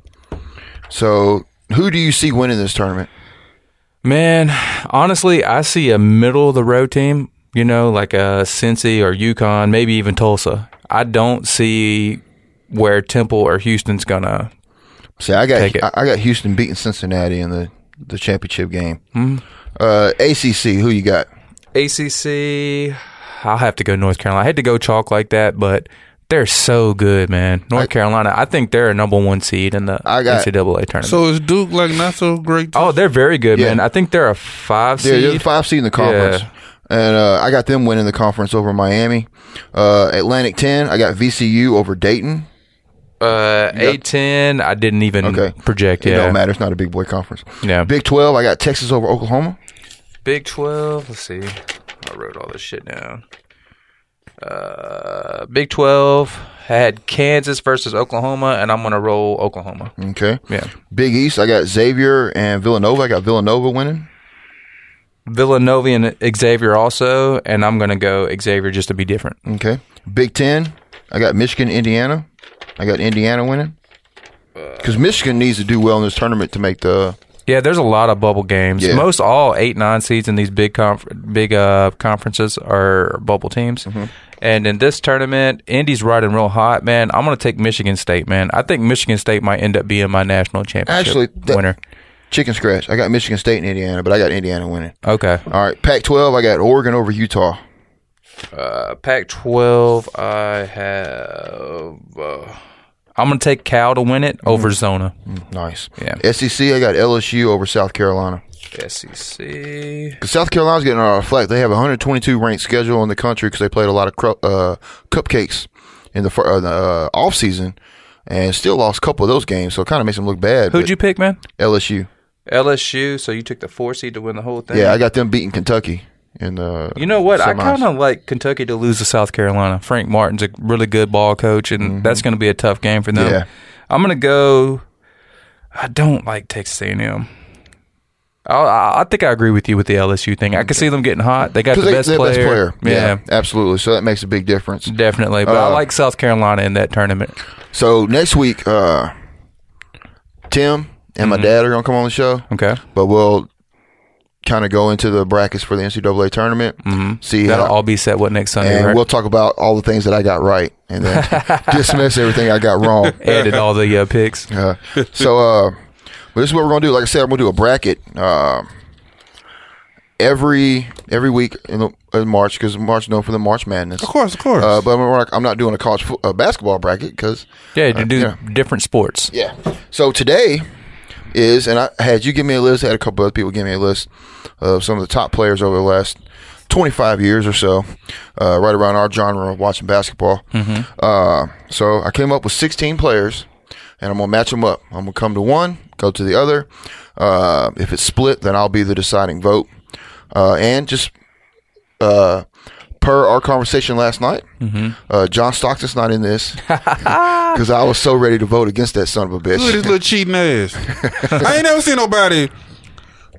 Speaker 3: So who do you see winning this tournament?
Speaker 4: Man, honestly, I see a middle of the road team. You know, like a Cincy or Yukon, maybe even Tulsa. I don't see where Temple or Houston's gonna
Speaker 3: See, I
Speaker 4: Take
Speaker 3: got
Speaker 4: it.
Speaker 3: I, I got Houston beating Cincinnati in the the championship game.
Speaker 4: Hmm.
Speaker 3: Uh, ACC, who you got?
Speaker 4: ACC. I'll have to go North Carolina. I had to go chalk like that, but they're so good, man. North Carolina. I think they're a number one seed in the
Speaker 3: I got-
Speaker 4: NCAA tournament.
Speaker 2: So is Duke like not so great?
Speaker 4: oh, they're very good,
Speaker 3: Yeah.
Speaker 4: man. I think they're a five
Speaker 3: They're,
Speaker 4: seed.
Speaker 3: they're the five seed in the conference.
Speaker 4: Yeah.
Speaker 3: And uh, I got them winning the conference over Miami. Uh, Atlantic 10, I got VCU over Dayton.
Speaker 4: Uh, A ten. I didn't even
Speaker 3: Okay.
Speaker 4: project.
Speaker 3: It
Speaker 4: Yeah.
Speaker 3: don't matter. It's not a big boy conference.
Speaker 4: Yeah.
Speaker 3: Big 12, I got Texas over Oklahoma.
Speaker 4: Big Twelve. Let's see. I wrote all this shit down. Uh, Big Twelve I had Kansas versus Oklahoma, and I'm gonna roll Oklahoma.
Speaker 3: Okay.
Speaker 4: Yeah.
Speaker 3: Big East, I got Xavier and Villanova. I got Villanova winning.
Speaker 4: Villanova and Xavier also, and I'm gonna go Xavier just to be different.
Speaker 3: Okay. Big Ten, I got Michigan, Indiana. I got Indiana winning.
Speaker 4: Uh,
Speaker 3: Because Michigan needs to do well in this tournament to make the.
Speaker 4: Yeah, there's a lot of bubble games.
Speaker 3: Yeah.
Speaker 4: Most all eight nine seeds in these big conf- big uh, conferences are bubble teams.
Speaker 3: Mm-hmm.
Speaker 4: And in this tournament, Indy's riding real hot, man. I'm gonna take Michigan State, man. I think Michigan State might end up being my national championship
Speaker 3: Actually, that-
Speaker 4: winner.
Speaker 3: Chicken scratch. I got Michigan State and Indiana, but I got Indiana winning.
Speaker 4: Okay.
Speaker 3: All right. Pac 12, I got Oregon over Utah.
Speaker 4: Uh, Pac 12, I have. Uh, I'm going to take Cal to win it over Zona.
Speaker 3: Nice.
Speaker 4: Yeah.
Speaker 3: SEC, I got LSU over South Carolina.
Speaker 4: E SEC.
Speaker 3: 'Cause South Carolina's getting a lot of flack. They have a 122 ranked schedule in the country because they played a lot of cru- uh, cupcakes in the, fir- uh, the uh, off season, and still lost a couple of those games. So it kind of makes them look bad.
Speaker 4: Who'd
Speaker 3: but
Speaker 4: you pick, man?
Speaker 3: LSU.
Speaker 4: LSU. So you took the four seed to win the whole thing.
Speaker 3: Yeah, I got them beating Kentucky. In uh, the
Speaker 4: You know what? I
Speaker 3: semis.
Speaker 4: kind of like Kentucky to lose to South Carolina. Frank Martin's a really good ball coach, and that's going to be a tough game for them.
Speaker 3: Mm-hmm. Yeah.
Speaker 4: I'm going to go. I don't like Texas A&M. I, I I think I agree with you with the LSU thing. I can see them getting hot. They got the
Speaker 3: Because they-
Speaker 4: best,
Speaker 3: they're
Speaker 4: player.
Speaker 3: Yeah,
Speaker 4: Yeah,
Speaker 3: absolutely. So that makes a big difference.
Speaker 4: definitely. But I
Speaker 3: Uh,
Speaker 4: like South Carolina in that tournament.
Speaker 3: So next week, uh, Tim and
Speaker 4: Mm-hmm.
Speaker 3: my dad are gonna come on the show.
Speaker 4: Okay.
Speaker 3: but we'll kind of go into the brackets for the NCAA tournament. Mm-hmm. See
Speaker 4: That'll
Speaker 3: how-
Speaker 4: all be set. What next Sunday?
Speaker 3: and
Speaker 4: right?
Speaker 3: we'll talk about all the things that I got right, and then dismiss everything I got wrong.
Speaker 4: Edit all the uh, picks.
Speaker 3: Uh, so, uh, but this is what we're gonna do. Like I said, I'm gonna do a bracket uh, every every week in, the, in March because March is known for the March Madness.
Speaker 2: Of course, of course.
Speaker 3: Uh, but I'm, not- I'm not doing a college fo- uh, basketball bracket because
Speaker 4: Yeah, to do
Speaker 3: Uh, yeah.
Speaker 4: different sports.
Speaker 3: yeah. So today is, and I had you give me a list. I had a couple other people give me a list of some of the top players over the last 25 years or so, uh, right around our genre of watching basketball. Uh, so I came up with 16 players and I'm gonna match them up. I'm gonna come to one, go to the other. Uh, if it's split, then I'll be the deciding vote. Uh, and just uh, per our conversation last night, uh, John Stockton's not in this because I was so ready to vote against that son of a
Speaker 2: Look at this
Speaker 3: bitch.
Speaker 2: little cheating ass. I ain't never seen nobody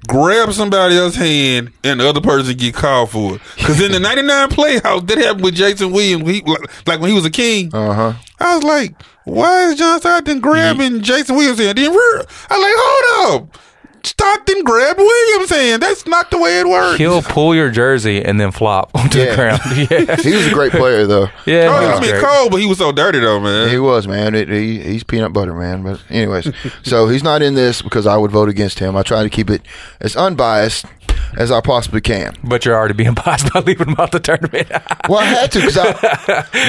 Speaker 2: grab somebody else's hand and the other person get called for it. Because in the 99 Playhouse, that happened with Jason Williams. He, like when he was a king,
Speaker 3: Uh huh.
Speaker 2: I was like, why is John Stockton grabbing Jason Williams' hand? Then rear- I was like, hold up. Stockton grabbed Williams' hand. That's not the way it works.
Speaker 4: He'll pull your jersey and then flop onto
Speaker 3: Yeah.
Speaker 4: the ground. Yeah.
Speaker 3: He was a great player though.
Speaker 4: Yeah. he
Speaker 2: Oh, he
Speaker 4: was
Speaker 2: was being
Speaker 4: great.
Speaker 2: cold, but he was so dirty though, man.
Speaker 3: He was man. It, he, he's peanut butter man. But anyways, so he's not in this because I would vote against him. I try to keep it as unbiased as I possibly can.
Speaker 4: But you're already being biased by leaving him out the tournament.
Speaker 3: Well, I had to because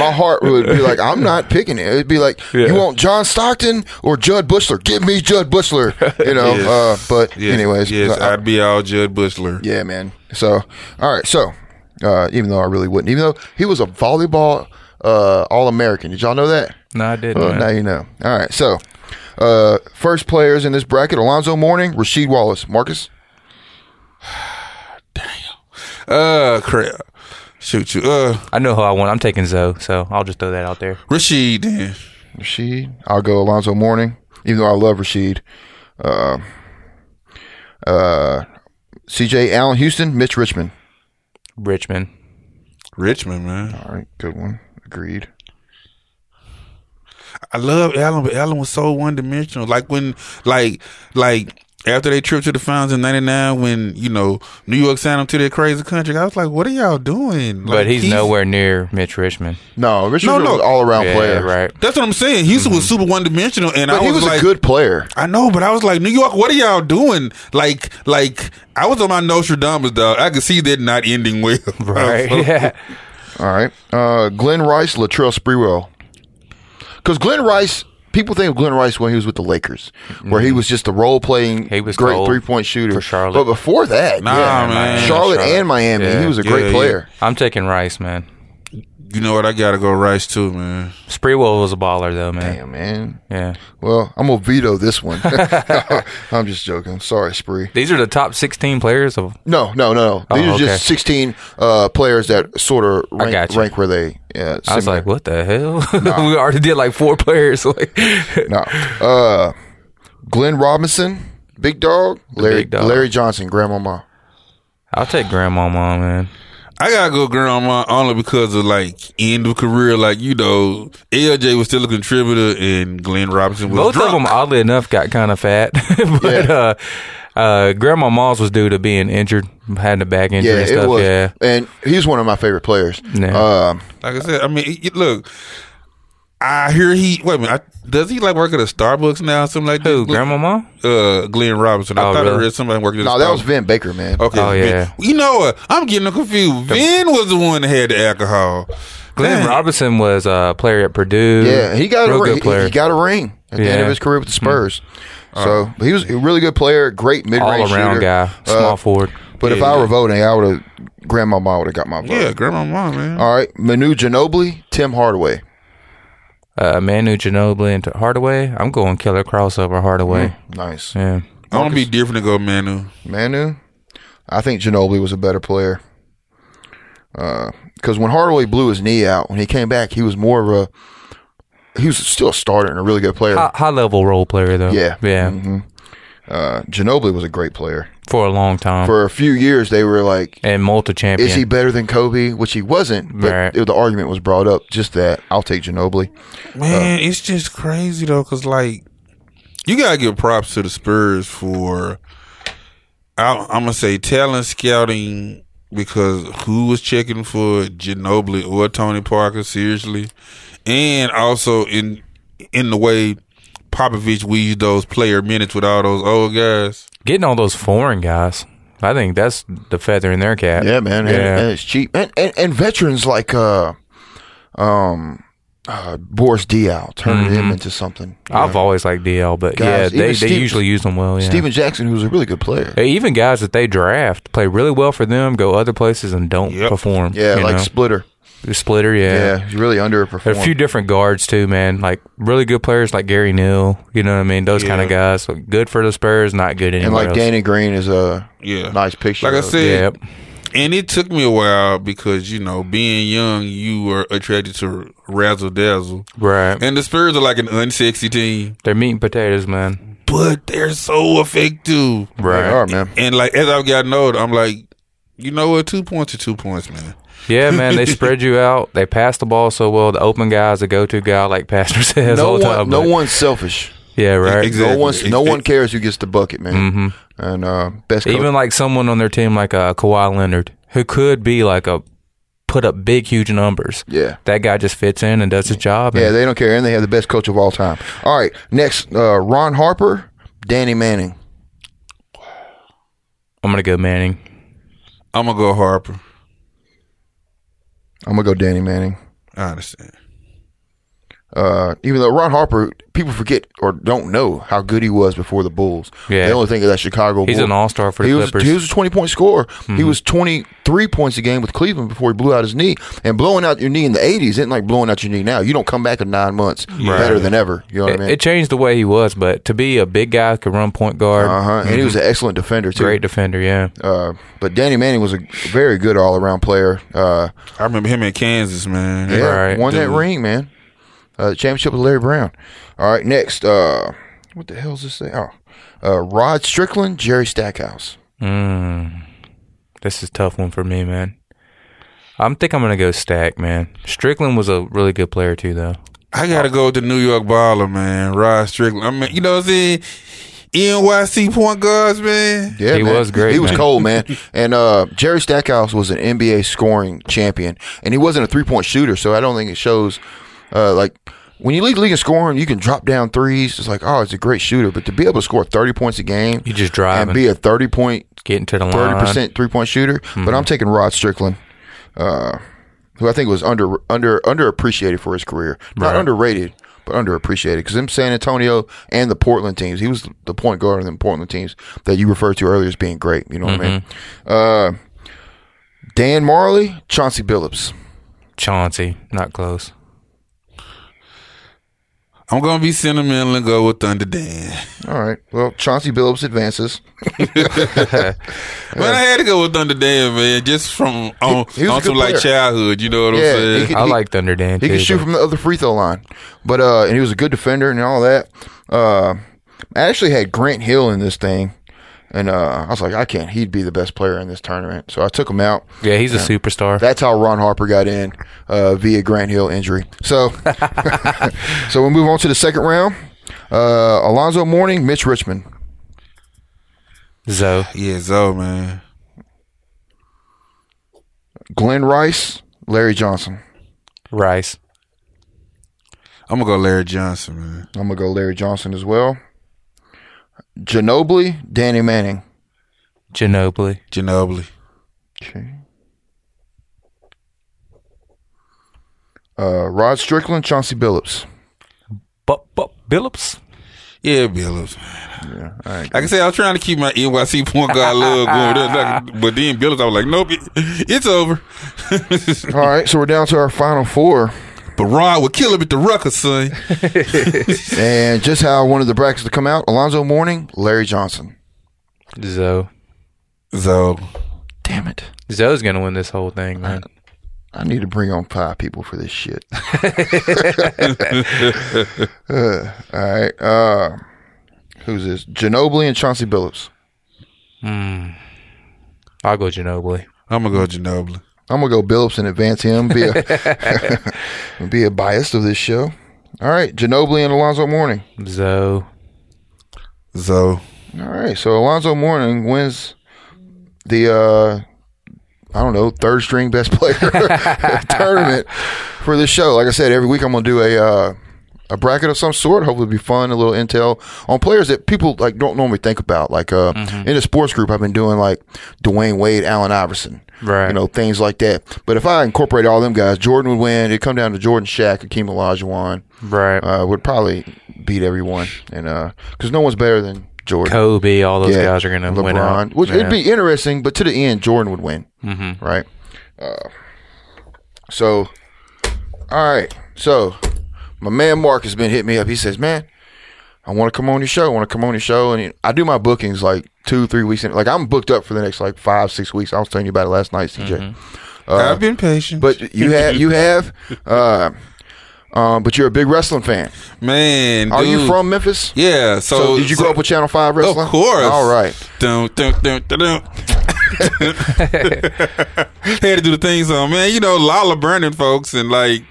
Speaker 3: my heart would be like, I'm not picking it. It'd be like,
Speaker 4: Yeah.
Speaker 3: you want John Stockton or Judd Bushler? Give me Judd Bushler. You know.
Speaker 2: Yes.
Speaker 3: Uh, but
Speaker 2: Yes,
Speaker 3: anyways, uh,
Speaker 2: yes,
Speaker 3: I-
Speaker 2: I'd be all Judd Bushler.
Speaker 3: yeah, man. So all right, so uh, even though I really wouldn't, even though he was a volleyball uh, All American, did y'all know that?
Speaker 4: no, I didn't.
Speaker 3: Well,
Speaker 4: man.
Speaker 3: Uh, now you know. All right. So, uh, first players in this bracket Alonzo Mourning, Rasheed Wallace, Marcus.
Speaker 2: Uh, crap. Shoot you. Uh,
Speaker 4: I know who I want. I'm taking Zoe, so I'll just throw that out there.
Speaker 2: Rashid. Then.
Speaker 3: Rasheed. I'll go Alonzo Mourning, even though I love Rasheed. Uh, uh, CJ Allen Houston, Mitch Richmond.
Speaker 4: Richmond.
Speaker 2: Richmond, man.
Speaker 3: All right. Good one. Agreed.
Speaker 2: I love Allen, but Allen was so one dimensional. Like when, like, like after they trip to the finals in '99, when you know New York signed him to their crazy country, I was like, "What are y'all doing?"
Speaker 4: But he's, nowhere near Mitch Richmond.
Speaker 3: No, Richmond
Speaker 2: No, no.
Speaker 3: was all around
Speaker 4: Yeah,
Speaker 3: player.
Speaker 4: right.
Speaker 2: That's what I'm saying. Houston was super one dimensional, and
Speaker 3: Mm-hmm. But
Speaker 2: I
Speaker 3: he was
Speaker 2: like,
Speaker 3: a good player.
Speaker 2: I know, but I was like, New York, what are y'all doing? Like, like I was on my Nostradamus, dog. I could see that not ending well.
Speaker 4: Right. yeah.
Speaker 3: All right. Uh, Glenn Rice, Latrell Sprewell. Because Glenn Rice, people think of Glenn Rice when he was with the Lakers, where he was just a role playing
Speaker 4: Mm. He was
Speaker 3: great
Speaker 4: cold
Speaker 3: three point shooter
Speaker 4: for Charlotte.
Speaker 3: But before that,
Speaker 2: Nah,
Speaker 3: yeah,
Speaker 2: man.
Speaker 3: Charlotte,
Speaker 4: Charlotte.
Speaker 3: and Miami,
Speaker 4: Yeah.
Speaker 3: he was a
Speaker 2: Yeah,
Speaker 3: great
Speaker 2: yeah.
Speaker 3: player.
Speaker 4: I'm taking Rice, man.
Speaker 2: You know what? I gotta go Rice too, man.
Speaker 4: Spreewell was a baller, though, man.
Speaker 3: Damn, man.
Speaker 4: Yeah.
Speaker 3: Well, I'm gonna veto this one. I'm just joking. Sorry, Spree.
Speaker 4: These are the top 16 players of.
Speaker 3: No, no, no. These
Speaker 4: Oh,
Speaker 3: are
Speaker 4: okay.
Speaker 3: just 16 uh, players that sort of rank,
Speaker 4: got you.
Speaker 3: rank where they. Yeah,
Speaker 4: I was
Speaker 3: similar.
Speaker 4: like, what the hell? we already did like four players. Like,
Speaker 3: No. Uh, Glenn Robinson, Big Dog, Larry,
Speaker 4: Big Dog.
Speaker 3: Larry Johnson, Grandmama.
Speaker 4: I'll take Grandma, Mom, man.
Speaker 2: I gotta go grandma only because of like end of career. Like you know, LJ was still a contributor, and Glenn Robinson was
Speaker 4: Both of
Speaker 2: drunk.
Speaker 4: them, oddly enough, got kind of fat. but
Speaker 3: Yeah.
Speaker 4: uh, uh, Grandma Moss was due to being injured, had a back injury
Speaker 3: Yeah,
Speaker 4: and
Speaker 3: it
Speaker 4: stuff.
Speaker 3: was.
Speaker 4: Yeah.
Speaker 3: And he's one of my favorite players.
Speaker 4: Yeah.
Speaker 3: Um,
Speaker 2: Like I said, I mean, it- it- look, I hear he. Wait a minute, I, does he like work at a Starbucks now, or something like that?
Speaker 4: Who,
Speaker 2: Glenn-
Speaker 4: Grandma Mom?
Speaker 2: Uh, Glenn Robinson. I
Speaker 4: Oh,
Speaker 2: thought I
Speaker 4: really?
Speaker 2: read somebody working. At a
Speaker 3: no, that was
Speaker 2: Starbucks.
Speaker 3: Vin Baker, man.
Speaker 2: Okay.
Speaker 4: Oh,
Speaker 2: Vin-
Speaker 4: yeah.
Speaker 2: You know what? I'm getting confused. Vin was the one that had the alcohol.
Speaker 4: Glenn
Speaker 2: Dang.
Speaker 4: Robinson was a player at Purdue.
Speaker 3: Yeah, he got
Speaker 4: Real
Speaker 3: a ring.
Speaker 4: good player.
Speaker 3: He, he got a ring at the end of
Speaker 4: Yeah. Mm-hmm.
Speaker 3: his career with the Spurs. So but he was a really good player, great mid
Speaker 4: all
Speaker 3: range
Speaker 4: around
Speaker 3: shooter.
Speaker 4: guy, small
Speaker 3: Uh,
Speaker 4: forward.
Speaker 3: But if I were voting, I would have Grandmama would have got my vote.
Speaker 2: Yeah, grandma, mom, man.
Speaker 3: All right, Manu Ginobili, Tim Hardaway.
Speaker 4: Uh, Manu Ginobili and Hardaway. I'm going killer crossover Hardaway.
Speaker 3: Nice,
Speaker 4: Yeah.
Speaker 2: I want to be different and go Manu.
Speaker 3: Manu. I think Ginobili was a better player. Because when Hardaway blew his knee out, when he came back, he was more of a he was still a starter and a really good player.
Speaker 4: High, high level role player though.
Speaker 3: Yeah. Mm-hmm.
Speaker 4: Yeah.
Speaker 3: Uh, Ginobili was a great player.
Speaker 4: For a long time.
Speaker 3: For a few years, they were like,
Speaker 4: and multi champion.
Speaker 3: "Is he better than Kobe?" Which he wasn't. But
Speaker 4: Right.
Speaker 3: it- the argument was brought up just that I'll take Ginobili.
Speaker 2: Man, it's just crazy though, cause like you gotta give props to the Spurs for I, I'm gonna say talent scouting because who was checking for Ginobili or Tony Parker seriously, and also in in the way Popovich weaved those player minutes with all those old guys.
Speaker 4: Getting all those foreign guys. I think that's the feather in their cap.
Speaker 3: Yeah, man. And,
Speaker 4: Yeah.
Speaker 3: and it's cheap. And, and and veterans like uh, um, uh, Boris Diaw turning him into something.
Speaker 4: I've always liked DL, but
Speaker 3: Guys,
Speaker 4: yeah, they,
Speaker 3: even
Speaker 4: they
Speaker 3: Steve-
Speaker 4: usually use them well. Yeah.
Speaker 3: Steven Jackson, who's a really good player.
Speaker 4: Hey, even guys that they draft play really well for them, go other places and don't
Speaker 2: Yep.
Speaker 4: perform.
Speaker 3: Yeah,
Speaker 4: you
Speaker 3: like
Speaker 4: know?
Speaker 3: Splitter.
Speaker 4: splitter,
Speaker 3: Yeah, he's really underperformed.
Speaker 4: There are a few different guards too, man. Like really good players, like Gary Neal. You know what I mean? Those kind of guys. So good for the Spurs, not good
Speaker 3: and
Speaker 4: anywhere
Speaker 3: like
Speaker 4: else.
Speaker 3: Danny Green is a
Speaker 2: Yeah.
Speaker 3: nice picture.
Speaker 2: Like I
Speaker 3: of-
Speaker 2: said,
Speaker 4: Yep.
Speaker 2: and it took me a while because you know being young you were attracted to razzle dazzle
Speaker 4: Right.
Speaker 2: and the spurs are like an unsexy team
Speaker 4: They're meat and potatoes, man.
Speaker 2: but they're so effective
Speaker 3: they
Speaker 4: Right.
Speaker 3: are man.
Speaker 2: and like as i've gotten older i'm like you know what two points are two points man
Speaker 4: Yeah, man. They spread you out. They pass the ball so well. The open guy's the go to guy, like Pastor says
Speaker 3: No
Speaker 4: all
Speaker 3: one,
Speaker 4: the time.
Speaker 3: no
Speaker 4: but-
Speaker 3: one's selfish.
Speaker 4: Yeah, right.
Speaker 2: Exactly.
Speaker 3: No one's, no
Speaker 2: Ex-
Speaker 3: one cares who gets the bucket, man. And uh, best coach-
Speaker 4: Mm-hmm. Even like someone on their team, like uh, Kawhi Leonard, who could be like a put up big, huge numbers.
Speaker 3: Yeah.
Speaker 4: That guy just fits in and does his job.
Speaker 3: Yeah,
Speaker 4: and-
Speaker 3: they don't care, and they have the best coach of all time. All right, next, uh, Ron Harper, Danny Manning.
Speaker 4: I'm gonna go Manning.
Speaker 2: i'm gonna go harper
Speaker 3: I'm gonna go Danny Manning.
Speaker 2: i understand
Speaker 3: Uh, even though Ron Harper, people forget or don't know how good he was before the Bulls.
Speaker 4: Yeah.
Speaker 3: they only think of that Chicago.
Speaker 4: He's
Speaker 3: Bull-
Speaker 4: an all-star for the
Speaker 3: he was,
Speaker 4: Clippers. Mm-hmm.
Speaker 3: He was a 20 point scorer. He was 23 points a game with Cleveland before he blew out his knee. And blowing out your knee in the 80s isn't like blowing out your knee now. You don't come back in nine months better than ever. You know what
Speaker 4: It,
Speaker 3: I mean?
Speaker 4: it changed the way he was, but to be a big guy who could run point guard,
Speaker 3: uh huh. And he was an excellent defender too.
Speaker 4: Mm-hmm. great defender. Yeah,
Speaker 3: Uh, but Danny Manning was a very good all around player. Uh,
Speaker 2: i remember him in kansas man
Speaker 3: Yeah,
Speaker 4: Right,
Speaker 3: won that
Speaker 2: dude.
Speaker 3: ring, man. Uh, the championship with Larry Brown. All right, next. Uh, what the hell is this thing? Oh, uh, Rod Strickland, Jerry Stackhouse.
Speaker 4: Mm. this is a tough one for me, man. I'm think I'm gonna go Stack, man. Strickland was a really good player too, though.
Speaker 2: I gotta go with the New York baller, man. Rod Strickland. I mean, you know what I'm saying? NYC point guards, man.
Speaker 3: Yeah,
Speaker 4: He
Speaker 3: man.
Speaker 4: was great,
Speaker 3: He was
Speaker 4: man.
Speaker 3: cold, man. and uh, Jerry Stackhouse was an NBA scoring champion, and he wasn't a three point shooter, so I don't think it shows. Uh, like when you lead the league in scoring, you can drop down threes. It's like, oh, it's a great shooter, but to be able to score thirty points a game,
Speaker 4: You just driving.
Speaker 3: and be a thirty point
Speaker 4: Getting to the line,
Speaker 3: thirty percent three point shooter. But I'm taking Rod Strickland, uh, who I think was under under underappreciated for his career, not underrated, but underappreciated because them San Antonio and the Portland teams, he was the point guard in the Portland teams that you referred to earlier as being great. You know what I mean? Uh, Dan Marley, Chauncey Billups.
Speaker 4: Chauncey, not close.
Speaker 2: I'm gonna be sentimental and go with Thunder Dan.
Speaker 3: All right, well, Chauncey Billups advances.
Speaker 2: But I had to go with Thunder Dan, man. Just from on,
Speaker 3: he was a
Speaker 2: on
Speaker 3: good
Speaker 2: some like
Speaker 3: player.
Speaker 2: childhood, you know what
Speaker 3: Yeah,
Speaker 2: I'm
Speaker 3: he
Speaker 2: saying?
Speaker 3: could-
Speaker 4: I like Thunder Dan.
Speaker 3: He
Speaker 4: too,
Speaker 3: could shoot
Speaker 4: but-
Speaker 3: from the other free throw line, but uh, and he was a good defender and all that. Uh, I actually had Grant Hill in this thing, and uh, I was like, I can't. He'd be the best player in this tournament, so I took him out.
Speaker 4: Yeah, he's a superstar.
Speaker 3: That's how Ron Harper got in uh, via Grant Hill injury. So, so we move on to the second round. Uh, Alonzo Mourning, Mitch Richmond.
Speaker 4: Zoe.
Speaker 2: Yeah, so man.
Speaker 3: Glenn Rice, Larry Johnson.
Speaker 4: Rice.
Speaker 2: I'm gonna go Larry Johnson, man.
Speaker 3: I'm gonna go Larry Johnson as well. Ginobili, Danny Manning.
Speaker 4: Ginobili.
Speaker 2: Ginobili.
Speaker 3: Okay. Uh, Rod Strickland, Chauncey Billups.
Speaker 4: But, but Billups.
Speaker 2: Yeah, Billups, man. Like I said, I was trying to keep my NYC point guard love going. That's like- But then Billups, I was like, nope, it, it's over.
Speaker 3: All right, so we're down to our final four,
Speaker 2: But Rod would kill him at the ruckus, son.
Speaker 3: and just how I wanted the brackets to come out: Alonzo Mourning, Larry Johnson.
Speaker 4: Zoe.
Speaker 2: So
Speaker 3: Damn it!
Speaker 4: Zoe's gonna win this whole thing, man.
Speaker 3: I need to bring on five people for this shit. Uh, all right, uh, who's this? Ginobili and Chauncey Billups.
Speaker 4: I'll go Ginobili.
Speaker 2: I'm gonna go Ginobili.
Speaker 3: I'm gonna go Billups and advance him. Be a, be a biased of this show. All right, Ginobili and Alonzo Mourning.
Speaker 4: Zoe.
Speaker 2: So
Speaker 3: All right, so Alonzo Mourning wins the uh I don't know third string best player tournament for this show. Like I said, every week I'm gonna do a uh, a bracket of some sort. Hopefully, it'll be fun, a little intel on players that people like don't normally think about. Like uh, in the sports group, I've been doing like Dwayne Wade, Allen Iverson,
Speaker 4: Right.
Speaker 3: You know things like that. But if I incorporate all them guys, Jordan would win. It'd come down to Jordan, Shaq, Hakeem Olajuwon.
Speaker 4: Right.
Speaker 3: Uh, would probably beat everyone, and because no one's better than Jordan.
Speaker 4: Kobe, all those
Speaker 3: Yeah,
Speaker 4: guys are going to win
Speaker 3: LeBron,
Speaker 4: out.
Speaker 3: Which
Speaker 4: Yeah.
Speaker 3: it'd be interesting, but to the end, Jordan would win, mm-hmm. right? Uh, So, all right. So, my man Mark has been hitting me up. He says, "Man, I want to come on your show. I want to come on your show." And he- I do my bookings like two, three weeks. In. Like I'm booked up for the next like five, six weeks. I was telling you about it last night, CJ.
Speaker 4: Mm-hmm.
Speaker 2: I've been patient,
Speaker 3: But you have, you have, uh, um, but you're a big wrestling fan.
Speaker 2: man,
Speaker 3: Are you
Speaker 2: dude.
Speaker 3: from Memphis?
Speaker 2: Yeah. So,
Speaker 3: So, did you grow up with Channel Five wrestling?
Speaker 2: Of course.
Speaker 3: All right.
Speaker 2: Dun, dun, dun, dun, dun. Had to do the things on man. You know, Lala Burning folks and like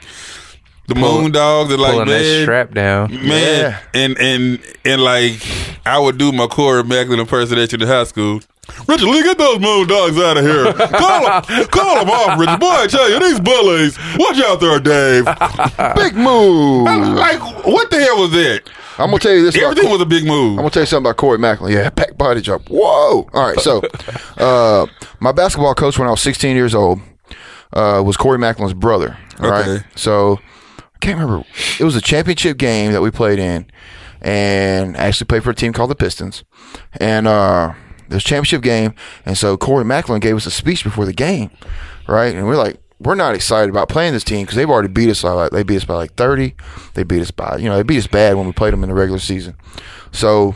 Speaker 2: the
Speaker 4: Pull-
Speaker 2: Moondogs and like
Speaker 4: Pulling that
Speaker 2: man,
Speaker 4: strap down.
Speaker 2: man,
Speaker 3: Yeah.
Speaker 2: and and and like I would do my Corey Macklin impersonation in high school. Richard Lee, get those moon dogs out of here. Call them, call them off, Richard. Boy, I tell you, these bullies. Watch out there, Dave.
Speaker 3: Big move.
Speaker 2: like, what the hell was that?
Speaker 3: I'm gonna tell you this. about
Speaker 2: Everything was a big move.
Speaker 3: I'm gonna tell you something about Corey Macklin. Yeah, back body drop. Whoa! All right, so uh, my basketball coach when I was 16 years old uh, was Corey Macklin's brother. All right,
Speaker 2: Okay.
Speaker 3: so I can't remember. It was a championship game that we played in, and I actually played for a team called the Pistons. And uh, there's a championship game, and so Corey Macklin gave us a speech before the game, right? And we're like. We're not excited about playing this team because they've already beat us. by, Like they beat us by like thirty. They beat us by you know they beat us bad when we played them in the regular season. So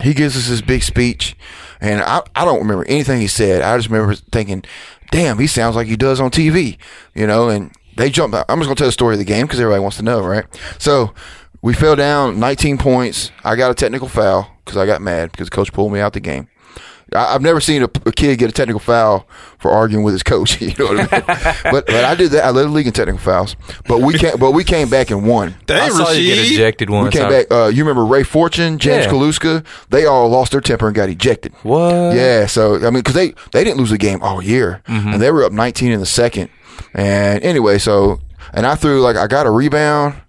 Speaker 3: he gives us this big speech, and I, I don't remember anything he said. I just remember thinking, damn, he sounds like he does on TV, you know, and they jumped. I'm just going to tell the story of the game because everybody wants to know, right? So we fell down 19 points. I got a technical foul because I got mad because the coach pulled me out the game. I, I've never seen a, a kid get a technical foul for arguing with his coach. You know what I mean? but, but I did that. I led the league in technical fouls. But we can't. But we came back and won.
Speaker 4: I
Speaker 2: Dang,
Speaker 4: saw you get
Speaker 2: Rasheed.
Speaker 4: ejected
Speaker 3: We
Speaker 4: once.
Speaker 3: came
Speaker 4: I-
Speaker 3: back. Uh, you remember Ray Fortune, James
Speaker 4: Yeah.
Speaker 3: Kaluska? They all lost their temper and got ejected.
Speaker 4: What?
Speaker 3: Yeah. So I mean, because they they didn't lose a game all year,
Speaker 4: Mm-hmm.
Speaker 3: and they were up 19 in the second. And anyway, so and I threw like I got a rebound.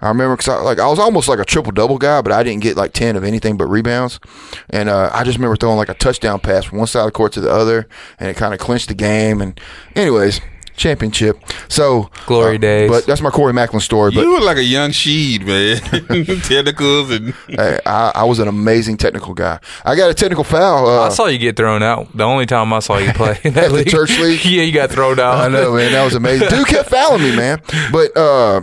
Speaker 3: I remember because I, like I was almost like a triple double guy, but I didn't get like ten of anything but rebounds. And uh, I just remember throwing like a touchdown pass from one side of the court to the other, and it kind of clinched the game. And anyways, championship. So uh,
Speaker 4: Glory days.
Speaker 3: But that's my Corey Macklin story. But
Speaker 2: you were like a young sheed, man. Tentacles and
Speaker 3: Hey, I, I was an amazing technical guy. I got a technical foul. Uh,
Speaker 4: I saw you get thrown out. The only time I saw you play in that
Speaker 3: At the
Speaker 4: league.
Speaker 3: church league?
Speaker 4: yeah, you got thrown out.
Speaker 3: I know, man. That was amazing. Dude kept fouling me, man. But uh,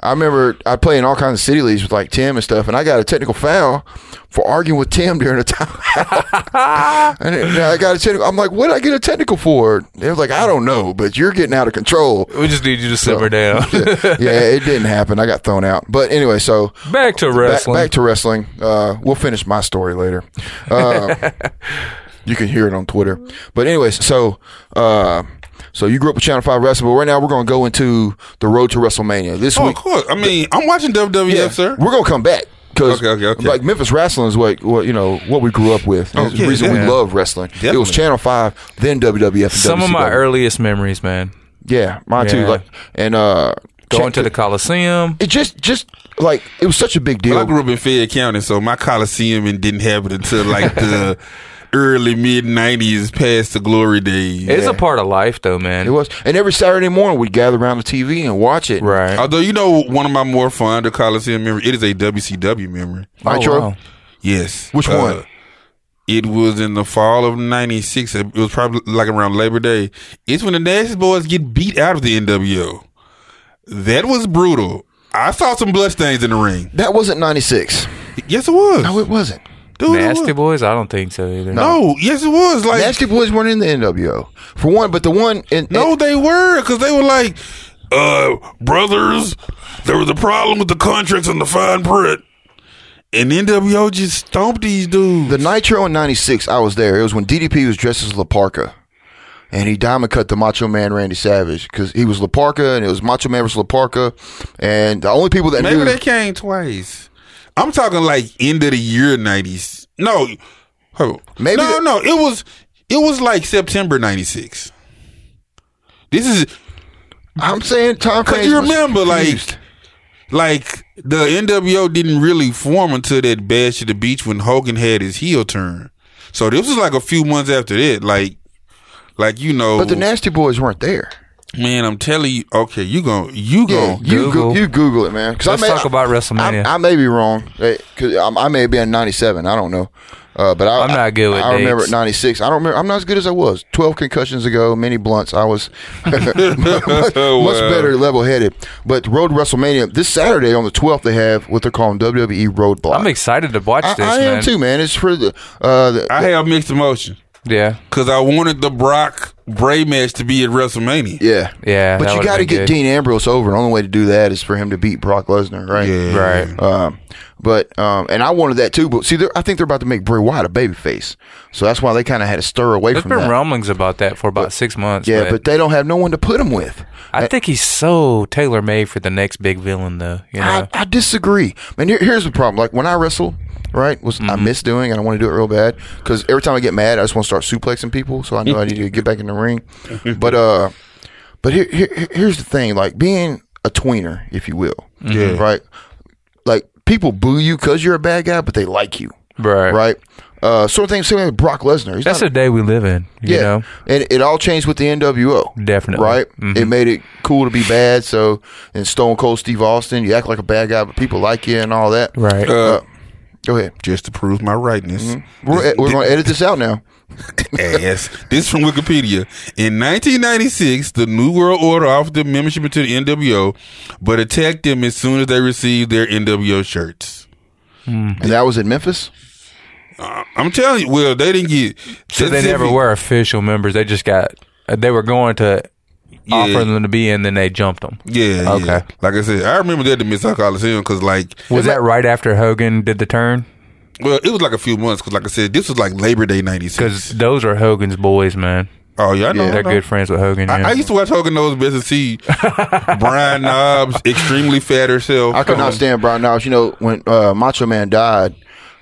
Speaker 3: I remember I played in all kinds of city leagues with like Tim and stuff, and I got a technical foul for arguing with Tim during a timeout. and it- and I got a technical. I'm like, what did I get a technical for? They was like, I don't know, but you're getting out of control.
Speaker 4: We just need you to simmer down.
Speaker 3: yeah, it didn't happen. I got thrown out. But anyway, so
Speaker 4: Back to wrestling.
Speaker 3: Back, back to wrestling. Uh, we'll finish my story later. Uh, you can hear it on Twitter. But anyways, so uh, so you grew up with Channel Five Wrestling, but right now we're going to go into the road to WrestleMania this
Speaker 2: Oh, of
Speaker 3: week.
Speaker 2: course. I mean, I'm watching WWF, sir.
Speaker 3: We're gonna come back because
Speaker 2: Okay, okay, okay.
Speaker 3: like Memphis wrestling is what, what you know what we grew up with. And it's the
Speaker 2: yeah,
Speaker 3: reason we
Speaker 2: yeah.
Speaker 3: love wrestling. It was
Speaker 2: Definitely.
Speaker 3: Channel Five, then WWF. And
Speaker 4: Some of my
Speaker 3: WCW.
Speaker 4: earliest memories, man.
Speaker 3: yeah, mine too.
Speaker 4: Yeah.
Speaker 3: Like and uh,
Speaker 4: Going to
Speaker 3: check-
Speaker 4: the Coliseum.
Speaker 3: it just just like it was such a big
Speaker 2: Well, I
Speaker 3: deal.
Speaker 2: grew up in Fayette County, so my Coliseum and didn't happen until like the early mid '90s, past the glory days.
Speaker 4: It's a part of life, though, man.
Speaker 3: It was, and every Saturday morning we'd gather around the TV and watch it.
Speaker 4: Right.
Speaker 2: Although you know, one of my more fond Coliseum memories, it is a WCW memory.
Speaker 3: Nitro.
Speaker 4: wow.
Speaker 2: Yes. Uh,
Speaker 3: Which one?
Speaker 2: It was in the fall of '96. It was probably like around Labor Day. It's when the Nasty Boys get beat out of the NWO. That was brutal. I saw some bloodstains in the ring.
Speaker 3: That wasn't '96.
Speaker 2: Yes, it was.
Speaker 3: No, it wasn't.
Speaker 2: Dude, it
Speaker 4: Nasty
Speaker 2: was.
Speaker 4: Boys? I don't think so either.
Speaker 2: No, yes, it was. Like
Speaker 3: Nasty Boys weren't in the NWO for one, but the one in
Speaker 2: No,
Speaker 3: in-
Speaker 2: they were because they were like, uh, brothers. There was a problem with the contracts and the fine print, and NWO just stomped these dudes.
Speaker 3: the Nitro in '96. I was there. It was when DDP was dressed as Laparca, and he diamond cut the Macho Man Randy Savage because he was Laparca, and it was Macho Man versus Laparca, and the only people that
Speaker 2: Maybe
Speaker 3: knew
Speaker 2: they came twice. I'm talking like end of the year '90s. No, hold on.
Speaker 3: Maybe
Speaker 2: no,
Speaker 3: the-
Speaker 2: no. It was it was like September '96. This is
Speaker 3: I'm saying time.
Speaker 2: Because
Speaker 3: frames
Speaker 2: you
Speaker 3: was
Speaker 2: remember,
Speaker 3: confused.
Speaker 2: like, like the NWO didn't really form until that Bash at the Beach when Hogan had his heel turn. So this was like a few months after that. Like, like you know,
Speaker 3: but the Nasty Boys weren't there.
Speaker 2: man, I'm telling you. Okay, you gon' you
Speaker 3: Yeah,
Speaker 2: gon'
Speaker 3: you Google.
Speaker 4: Google.
Speaker 3: you Google it, man. 'Cause
Speaker 4: Let's
Speaker 3: I may,
Speaker 4: talk about WrestleMania.
Speaker 3: I, I may be wrong. Hey, 'cause I, I may have been '97. I don't know, Uh, but I,
Speaker 4: I'm not good with
Speaker 3: I, I remember at
Speaker 4: dates.
Speaker 3: 96. I don't remember. I'm not as good as I was. 12 concussions ago, many blunts. I was much, much better level headed. But Road WrestleMania this Saturday on the 12th, they have what they're calling WWE Roadblock.
Speaker 4: I'm excited to watch
Speaker 3: I,
Speaker 4: this,
Speaker 3: I
Speaker 4: man.
Speaker 3: am too, man. It's for the. Uh, the
Speaker 2: I have mixed emotions
Speaker 4: Yeah,
Speaker 2: because I wanted the Brock Bray match to be at WrestleMania.
Speaker 3: yeah.
Speaker 4: Yeah,
Speaker 3: But
Speaker 4: that
Speaker 3: you
Speaker 4: would've
Speaker 3: got to
Speaker 4: been
Speaker 3: get
Speaker 4: good.
Speaker 3: Dean Ambrose over. And the only way to do that is for him to beat Brock Lesnar, right?
Speaker 2: Yeah.
Speaker 4: right.
Speaker 3: Um, but um, and I wanted that too. But see, they're- I think they're about to make Bray Wyatt a babyface, so that's why they kind of had to stir away
Speaker 4: There's
Speaker 3: from
Speaker 4: been
Speaker 3: that.
Speaker 4: rumblings about that for about six months.
Speaker 3: Yeah, but they don't have no one to put him with.
Speaker 4: I think he's so tailor made for the next big villain, though. You know,
Speaker 3: I, I disagree. Man, here, here's the problem. Like when I wrestle, right, was
Speaker 4: Mm-hmm.
Speaker 3: I miss doing and I want to do it real bad because every time I get mad, I just want to start suplexing people. So I know I need to get back in the ring. But uh, but here, here here's the thing. Like being a tweener, if you will.
Speaker 4: Mm-hmm.
Speaker 3: Yeah. Right. Like people boo you because you're a bad guy, but they like you.
Speaker 4: Right.
Speaker 3: Right. Uh, sort of thing. Same with Brock Lesnar. He's
Speaker 4: that's
Speaker 3: not-
Speaker 4: the day we live in. You
Speaker 3: yeah,
Speaker 4: know,
Speaker 3: and it all changed with the NWO.
Speaker 4: Definitely.
Speaker 3: right?
Speaker 4: Mhm.
Speaker 3: It made it cool to be bad. So, and Stone Cold Steve Austin, you act like a bad guy, but people like you and all that.
Speaker 4: Right.
Speaker 3: Uh, go ahead.
Speaker 2: Just to prove my rightness.
Speaker 3: We're we're gonna edit this out now.
Speaker 2: ass. This is from Wikipedia. In 1996, the New World Order offered them membership into the NWO, but attacked them as soon as they received their NWO shirts.
Speaker 3: And that was in Memphis.
Speaker 2: Uh, I'm telling you, well, they didn't get.
Speaker 4: so they never were official members. They just got. uh, They were going to offer them to be in, then they jumped them.
Speaker 2: Yeah.
Speaker 4: Okay.
Speaker 2: yeah. Like I said, I remember that at the Mid-South Coliseum because, like,
Speaker 4: Was that right after Hogan did the turn?
Speaker 2: well, it was like a fefew months because, like I said, this was like Labor Day
Speaker 4: Because
Speaker 2: '96.
Speaker 4: those are Hogan's boys, man.
Speaker 2: Oh yeah, I know. I
Speaker 4: They're
Speaker 2: know.
Speaker 4: good friends with Hogan.
Speaker 2: I,
Speaker 4: yeah.
Speaker 2: I used to watch Hogan Knows Best and see Brian Knobs, extremely fat herself.
Speaker 3: I could not stand Brian Knobs. You know, when uh, Macho Man died,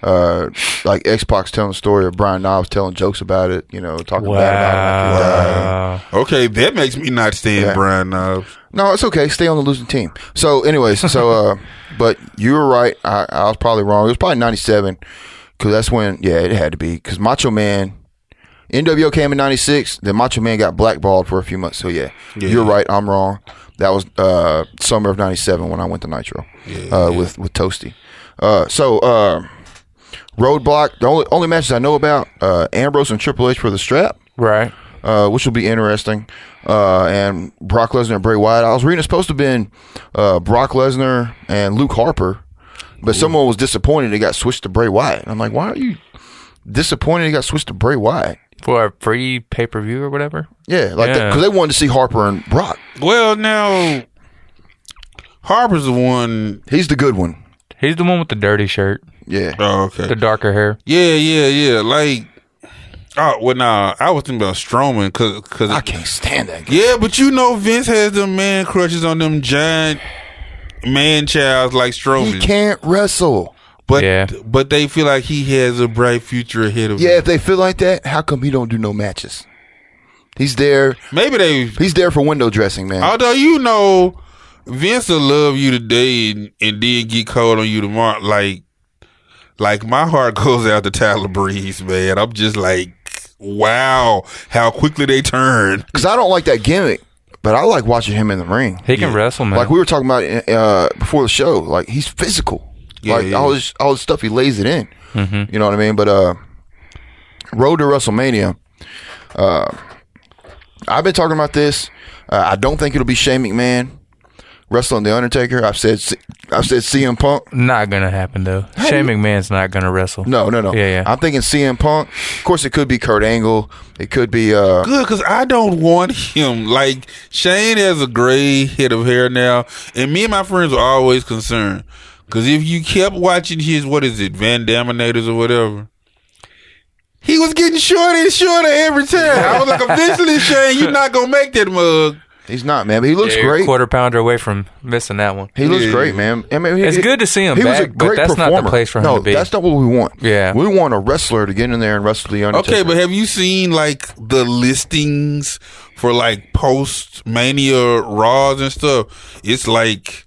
Speaker 3: uh, like X Pac telling the story of Brian Knobs telling jokes about it. You know, talking
Speaker 4: wow.
Speaker 3: bad about it. uh,
Speaker 2: Okay, that makes me not stand
Speaker 3: Yeah.
Speaker 2: Brian Knobs.
Speaker 3: No, it's okay. Stay on the losing team. So, anyways, so uh, but you were right. I, I was probably wrong. It was probably '97 because that's when. Yeah, it had to be because Macho Man, NWO came in '96. Then Macho Man got blackballed for a few months. So yeah, you're right. I'm wrong. That was uh, summer of '97 when I went to Nitro uh, with with Toasty. Uh, so. Uh, Roadblock. The only, only matches I know about uh, Ambrose and Triple H for the strap
Speaker 4: Right.
Speaker 3: uh, which will be interesting. Uh, and Brock Lesnar and Bray Wyatt. I was reading it's supposed to have been uh, Brock Lesnar and Luke Harper, but someone was disappointed it got switched to Bray Wyatt. I'm like, why are you disappointed it got switched to Bray Wyatt?
Speaker 4: For a free pay per view or whatever.
Speaker 3: Yeah, like
Speaker 4: Yeah.
Speaker 3: because they wanted to see Harper and Brock.
Speaker 2: Well, now Harper's the one.
Speaker 3: He's the good one.
Speaker 4: He's the one with the dirty shirt,
Speaker 3: Yeah,
Speaker 2: Oh,
Speaker 4: the
Speaker 2: okay.
Speaker 4: darker hair.
Speaker 2: Yeah, yeah, yeah. Like, oh, well, nah. I was thinking about Strowman because,
Speaker 3: I can't stand that. Guy.
Speaker 2: yeah, but you know, Vince has them man crushes on them giant man childs like
Speaker 3: He
Speaker 2: Strowman.
Speaker 3: can't wrestle.
Speaker 2: but
Speaker 4: Yeah.
Speaker 2: but they feel like he has a bright future ahead of
Speaker 3: Yeah,
Speaker 2: him.
Speaker 3: if they feel like that, how come he don't do no matches? He's there.
Speaker 2: Maybe they
Speaker 3: He's there for window dressing, man.
Speaker 2: Although you know, Vince will love you today and, and then get cold on you tomorrow. Like, like my heart goes out to Tyler Breeze, man. I'm just like, wow, how quickly they turn.
Speaker 3: Because I don't like that gimmick, but I like watching him in the ring.
Speaker 4: He can wrestle, man.
Speaker 3: Like we were talking about uh, before the show, like he's physical.
Speaker 2: Yeah,
Speaker 3: like
Speaker 2: yeah. Mm-hmm.
Speaker 3: all this all this stuff he lays it in. You know what I mean? But uh, road to WrestleMania. Uh, I've been talking about this. Uh, I don't think it'll be Shane McMahon wrestling the Undertaker. I've said C- I've said CM Punk.
Speaker 4: not gonna happen though. Shane McMahon's not gonna wrestle.
Speaker 3: No, no, no.
Speaker 4: Yeah, yeah.
Speaker 3: I'm thinking CM Punk. Of course, it could be Kurt Angle. It could be uh,
Speaker 2: Good, cause I don't want him. Like Shane has a gray head of hair now, and me and my friends were always concerned. Cause if you kept watching his, what is it, Van Daminators or whatever, he was getting shorter and shorter every time. I was like, eventually, Shane, you're not gonna make that mug.
Speaker 3: he's not man, but he looks
Speaker 4: You're a
Speaker 3: great.
Speaker 4: Quarter pounder away from missing that one.
Speaker 3: He looks
Speaker 2: Yeah.
Speaker 3: great, man. I mean, he-
Speaker 4: It's
Speaker 3: he-
Speaker 4: good to see him
Speaker 3: He was a
Speaker 4: back, but
Speaker 3: great
Speaker 4: that's not the
Speaker 3: performer.
Speaker 4: place for him
Speaker 3: no,
Speaker 4: to be.
Speaker 3: That's not what we want.
Speaker 4: Yeah.
Speaker 3: we want a wrestler to get in there and wrestle the Undertaker.
Speaker 2: Okay, but have you seen like the listings for like post mania raws and stuff? It's like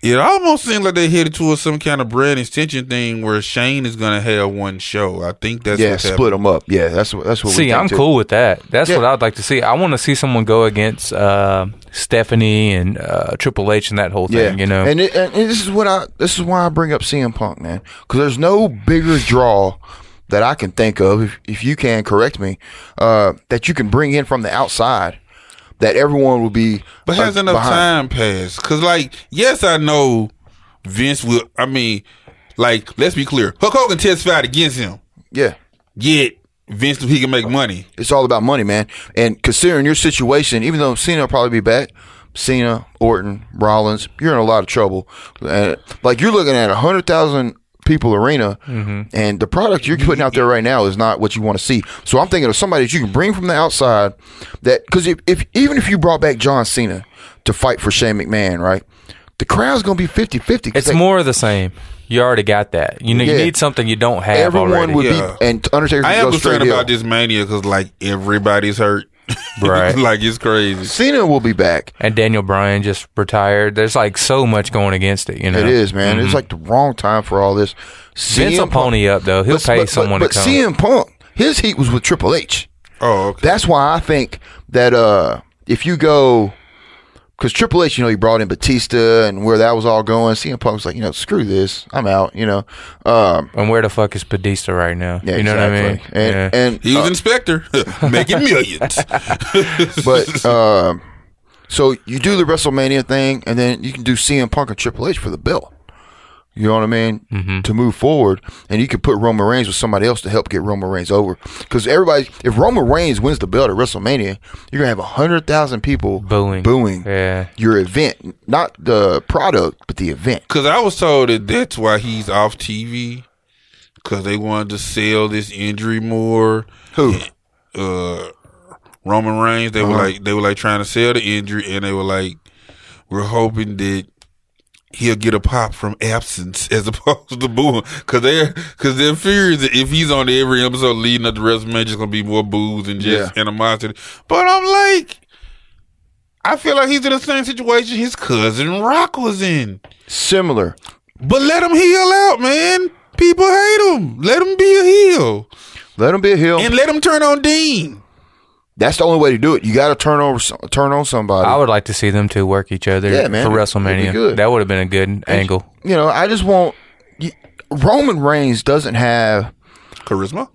Speaker 2: it almost seems like they're headed towards some kind of brand extension thing where Shane is gonna have one show. I think that's
Speaker 3: yeah,
Speaker 2: what's
Speaker 3: split
Speaker 2: happening.
Speaker 3: them up. Yeah, that's what that's what. we
Speaker 4: See,
Speaker 3: think
Speaker 4: I'm
Speaker 3: too.
Speaker 4: cool with that. That's
Speaker 3: Yeah.
Speaker 4: what I'd like to see. I want to see someone go against uh, Stephanie and uh, Triple H and that whole
Speaker 3: Yeah,
Speaker 4: thing. You know,
Speaker 3: and, it, and and this is what I this is why I bring up CM Punk, man, because there's no bigger draw that I can think of, if, if you can correct me, uh, that you can bring in from the outside that everyone will be.
Speaker 2: But has
Speaker 3: uh,
Speaker 2: enough
Speaker 3: behind.
Speaker 2: time passed? Cause like, yes, I know Vince will. I mean, like, let's be clear. Hulk Hogan testified against him.
Speaker 3: Yeah.
Speaker 2: Yet Vince, he can make money.
Speaker 3: It's all about money, man. And considering your situation, even though Cena will probably be back, Cena, Orton, Rollins, you're in a lot of trouble. Uh, like you're looking at a hundred thousand people arena,
Speaker 2: Mm-hmm.
Speaker 3: and the product you're putting out there right now is not what you want to see. So I'm thinking of somebody that you can bring from the outside. That because if, if even if you brought back John Cena to fight for Shane McMahon, right? The crowd's gonna be 50-50. 'cause
Speaker 4: It's
Speaker 3: they-
Speaker 4: more of the same. You already got that. You, know, you
Speaker 3: Yeah.
Speaker 4: need something you don't have
Speaker 3: Everyone
Speaker 4: already.
Speaker 3: would
Speaker 2: Yeah.
Speaker 3: be, and Undertaker.
Speaker 2: I
Speaker 3: could
Speaker 2: am
Speaker 3: go straight
Speaker 2: concerned about
Speaker 3: heel.
Speaker 2: this mania because like everybody's hurt.
Speaker 4: Right.
Speaker 2: like it's crazy.
Speaker 3: Cena will be back.
Speaker 4: and Daniel Bryan just retired. There's like so much going against it. You know,
Speaker 3: It is, man. It's like the wrong time for all this.
Speaker 4: Mm-hmm. Vince
Speaker 3: CM
Speaker 4: will pony up though. He'll
Speaker 3: but-
Speaker 4: pay
Speaker 3: but-
Speaker 4: someone
Speaker 3: But,
Speaker 4: to
Speaker 3: but
Speaker 4: come.
Speaker 3: CM Punk, his heat was with Triple H.
Speaker 2: Oh, okay.
Speaker 3: That's why I think that uh, if you go, because Triple H, you know, he brought in Batista and where that was all going. CM Punk was like, you know, screw this, I'm out. You know, um,
Speaker 4: and where the fuck is Podesta right now?
Speaker 3: yeah,
Speaker 4: you know what I mean?
Speaker 3: exactly. And,
Speaker 4: yeah.
Speaker 3: and
Speaker 2: he was inspector making millions.
Speaker 3: but um, so you do the WrestleMania thing, and then you can do CM Punk and Triple H for the belt. You know what I mean? Mm-hmm. To move forward, and you can put Roman Reigns with somebody else to help get Roman Reigns over. Because everybody, if Roman Reigns wins the belt at WrestleMania, you're gonna have hundred thousand people
Speaker 4: Booing.
Speaker 3: booing
Speaker 4: Yeah.
Speaker 3: your event, not the product, but the event.
Speaker 2: Because I was told that that's why he's off TV. Because they wanted to sell this injury more.
Speaker 3: Who?
Speaker 2: Uh, Roman Reigns. They were like they were like trying to sell the injury, and they were like, we're hoping that he'll get a pop from absence as opposed to booing. Because they're because their fear is that if he's on every episode leading up to WrestleMania, it's gonna be more booze and just
Speaker 3: Yeah.
Speaker 2: animosity. But I'm like. I feel like he's in the same situation his cousin Rock was in.
Speaker 3: Similar.
Speaker 2: But let him heal out, man. People hate him. Let him be a heel.
Speaker 3: Let him be a heel.
Speaker 2: And let him turn on Dean.
Speaker 3: That's the only way to do it. You got to turn over, some- turn on somebody.
Speaker 4: I would like to see them two work each other
Speaker 3: Yeah, man.
Speaker 4: for
Speaker 3: It'd be
Speaker 4: WrestleMania.
Speaker 3: good.
Speaker 4: That would have been a good angle.
Speaker 3: you know, I just want y- Roman Reigns doesn't have.
Speaker 2: Charisma?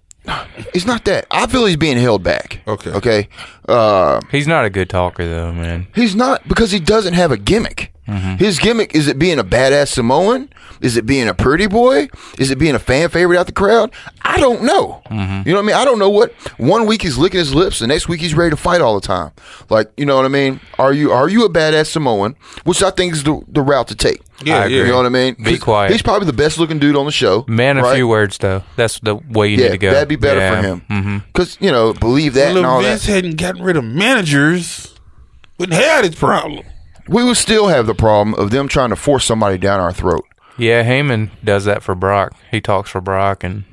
Speaker 3: It's not that. I feel he's being held back.
Speaker 2: Okay.
Speaker 3: Okay. Uh,
Speaker 4: He's not a good talker though, man.
Speaker 3: he's not because he doesn't have a gimmick.
Speaker 4: Mm-hmm.
Speaker 3: His gimmick is it being a badass Samoan? Is it being a pretty boy? Is it being a fan favorite out the crowd? I don't know.
Speaker 4: Mm-hmm.
Speaker 3: You know what I mean? I don't know what. One week he's licking his lips, the next week he's ready to fight all the time. Like you know what I mean? Are you are you a badass Samoan? Which I think is the, the route to take.
Speaker 2: Yeah, I yeah.
Speaker 3: You know what I mean?
Speaker 4: Be
Speaker 3: 'Cause
Speaker 4: quiet.
Speaker 3: He's probably the best looking dude on the show.
Speaker 4: Man, a
Speaker 3: right?
Speaker 4: few words though. That's the way you
Speaker 3: Yeah,
Speaker 4: need to go.
Speaker 3: that'd be better
Speaker 4: Yeah. Mm. Mm-hmm.
Speaker 3: for him. Because, you know, believe that and
Speaker 2: Little
Speaker 3: all
Speaker 2: Vince
Speaker 3: that.
Speaker 2: hadn't gotten rid of managers. Wouldn't have this problem.
Speaker 3: We would still have the problem of them trying to force somebody down our throat.
Speaker 4: Yeah, Heyman does that for Brock. He talks for Brock, and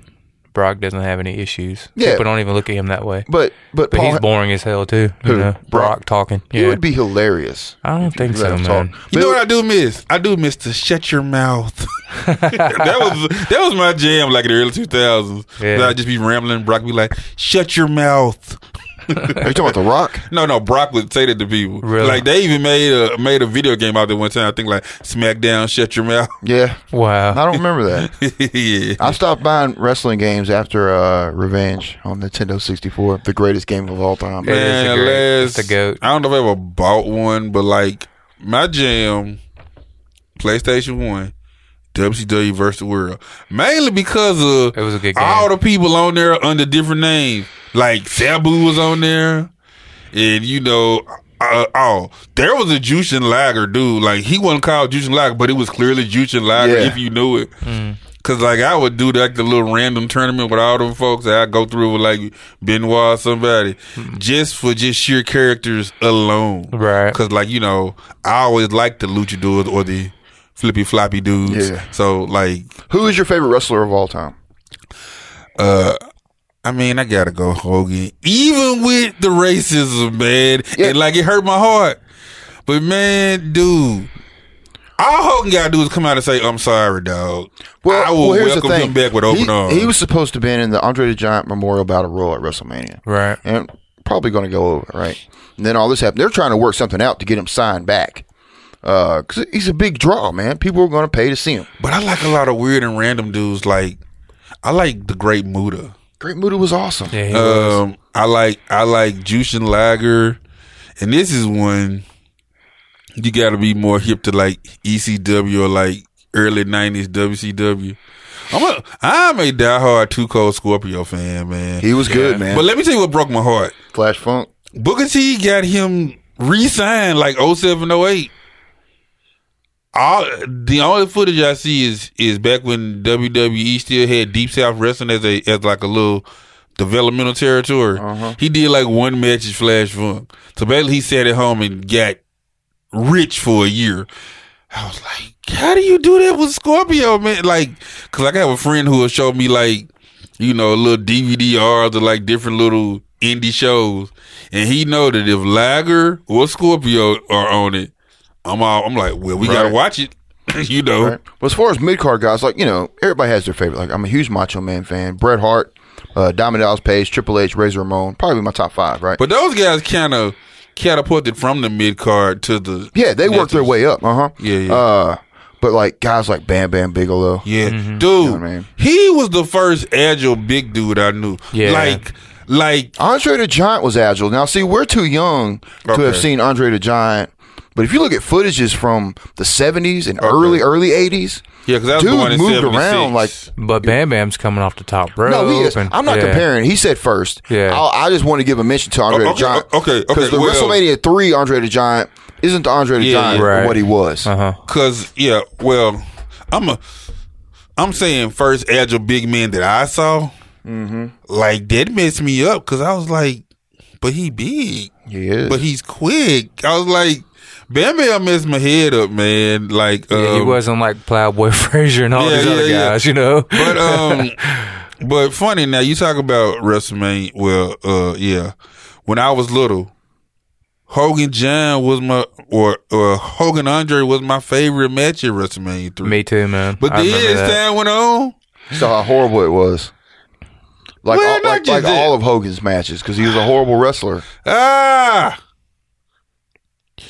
Speaker 4: Brock doesn't have any issues.
Speaker 3: Yeah.
Speaker 4: People don't even look at him that way.
Speaker 3: But, but,
Speaker 4: But
Speaker 3: Paul,
Speaker 4: he's boring as hell too.
Speaker 3: Who?
Speaker 4: You know, Brock,
Speaker 3: Brock?
Speaker 4: talking.
Speaker 3: he
Speaker 4: Yeah.
Speaker 3: would be hilarious.
Speaker 4: I don't think so,
Speaker 3: Let him
Speaker 4: man.
Speaker 3: talk.
Speaker 2: You know
Speaker 3: Bill-
Speaker 2: what I do miss? I do miss the shut your mouth. that was that was my jam like in the early 2000s.
Speaker 4: Yeah.
Speaker 2: I'd just be rambling. Brock be like, shut your mouth.
Speaker 3: Are you talking about The Rock?
Speaker 2: No, no, Brock would say that to people.
Speaker 4: Really?
Speaker 2: Like they even made a made a video game out there one time. I think like SmackDown, shut your mouth.
Speaker 3: Yeah.
Speaker 4: Wow.
Speaker 3: I don't remember that.
Speaker 2: yeah.
Speaker 3: I stopped buying wrestling games after uh, Revenge on Nintendo 64, the greatest game of all time.
Speaker 4: Yeah. is
Speaker 2: Man,
Speaker 4: a great-
Speaker 2: last-
Speaker 4: it's a goat.
Speaker 2: I don't know if I ever bought one, but like my jam, PlayStation One, WCW versus the World, mainly because of
Speaker 4: It was a good game.
Speaker 2: all the people on there under different names. Like Sabu was on there, and you know. Uh, oh, there was a Jushin Lager dude. Like he wasn't called Jushin Lager, but it was clearly Jushin Lager
Speaker 3: Yeah.
Speaker 2: if you knew it. Cause like I would do like the little random tournament with all them folks that I go through with like Benoit or somebody just for just sheer characters alone.
Speaker 4: Right.
Speaker 2: Cause like, you know, I always liked the luchadors or the flippy floppy dudes.
Speaker 3: Yeah.
Speaker 2: So like
Speaker 3: Who is your favorite wrestler of all time?
Speaker 2: I mean, I gotta go Hogan. Even with the racism, man.
Speaker 3: Yeah.
Speaker 2: And like it hurt my heart. But man, dude. All Hogan gotta do is come out and say, I'm sorry, dog. Well, I will welcome him back with open
Speaker 3: he,
Speaker 2: arms.
Speaker 3: He was supposed to have been in the Andre the Giant Memorial Battle Royal at WrestleMania.
Speaker 4: Right.
Speaker 3: And probably going to go over, right? And then all this happened. They're trying to work something out to get him signed back. Uh, Because he's a big draw, man. People are going to pay to see him.
Speaker 2: But I like a lot of weird and random dudes. Like, I like the Great Muda.
Speaker 3: Great Muda was awesome.
Speaker 4: Yeah, he was.
Speaker 2: Um, I like I like Jushin Lager, and this is one you got to be more hip to like ECW or like early '90s WCW. I'm a I'm a diehard Two Cold Scorpio fan, man.
Speaker 3: He was good, man.
Speaker 2: but let me tell you what broke my heart.
Speaker 3: Flash Funk.
Speaker 2: Booker T got him re-signed like 07, 08. All the only footage I see is is back when WWE still had Deep South Wrestling as a as like a little developmental territory.
Speaker 3: Uh-huh.
Speaker 2: He did like one match at Flash Funk. So basically, he sat at home and got rich for a year. I was like, how do you do that with Scorpio, man? Like, cause like I have a friend who will show me like, you know, little DVDRs or like different little indie shows, and he know that if Lager or Scorpio are on it, I'm all, I'm like, well, we gotta
Speaker 3: Right.
Speaker 2: watch it, you know.
Speaker 3: Right. But as far as mid card guys, like you know, everybody has their favorite. Like I'm a huge Macho Man fan. Bret Hart, uh, Diamond Dallas Page, Triple H, Razor Ramon, probably my top five. Right.
Speaker 2: But those guys kind of catapulted from the mid card to the
Speaker 3: yeah, they worked their way up. Uh huh.
Speaker 2: Yeah, yeah.
Speaker 3: Uh, but like guys like Bam Bam Bigelow.
Speaker 2: Yeah,
Speaker 4: Mm-hmm.
Speaker 2: dude,
Speaker 3: what I mean?
Speaker 2: he was the first agile big dude I knew.
Speaker 4: Yeah.
Speaker 2: like, like
Speaker 3: Andre the Giant was agile. Now, see, we're too young
Speaker 2: Okay.
Speaker 3: to have seen Andre the Giant. But if you look at footages from the 70s and early, early 80s,
Speaker 2: Yeah, 'cause I was
Speaker 3: dude
Speaker 2: born in
Speaker 3: moved
Speaker 2: 76.
Speaker 3: around like
Speaker 4: But Bam Bam's coming off the top rope.
Speaker 3: No, he is.
Speaker 4: and-
Speaker 3: I'm not
Speaker 4: yeah.
Speaker 3: comparing. He said first.
Speaker 4: Yeah.
Speaker 3: I'll, I just want to give a mention to Andre
Speaker 2: Oh,
Speaker 3: the
Speaker 2: okay,
Speaker 3: Giant.
Speaker 2: o- okay, okay,
Speaker 3: Because the
Speaker 2: well-
Speaker 3: WrestleMania three Andre the Giant isn't the Andre the
Speaker 2: Yeah,
Speaker 3: Giant
Speaker 2: yeah.
Speaker 4: Right.
Speaker 3: of what he was.
Speaker 4: Uh-huh.
Speaker 2: Cause yeah, well, I'm a, I'm saying first agile big man that I saw, Mm-hmm. like that messed me up. Cause I was like, but he big,
Speaker 3: He is.
Speaker 2: but he's quick. I was like, Bam Bam messed my head up, man. Like
Speaker 4: Yeah, he
Speaker 2: um,
Speaker 4: wasn't like Plowboy Frazier and all
Speaker 2: yeah,
Speaker 4: these
Speaker 2: yeah,
Speaker 4: other
Speaker 2: yeah.
Speaker 4: guys, you know.
Speaker 2: But um, but funny now you talk about WrestleMania. Well, uh, yeah, when I was little, Hogan John was my or or Hogan Andre was my favorite match at WrestleMania three.
Speaker 4: Me too, man.
Speaker 2: But
Speaker 4: I
Speaker 2: then
Speaker 4: remember
Speaker 2: as
Speaker 4: that.
Speaker 2: time went on,
Speaker 3: so how horrible it was. Like
Speaker 2: Well,
Speaker 3: all,
Speaker 2: not
Speaker 3: like,
Speaker 2: just
Speaker 3: like
Speaker 2: that.
Speaker 3: all of Hogan's matches because he was a horrible wrestler.
Speaker 2: ah,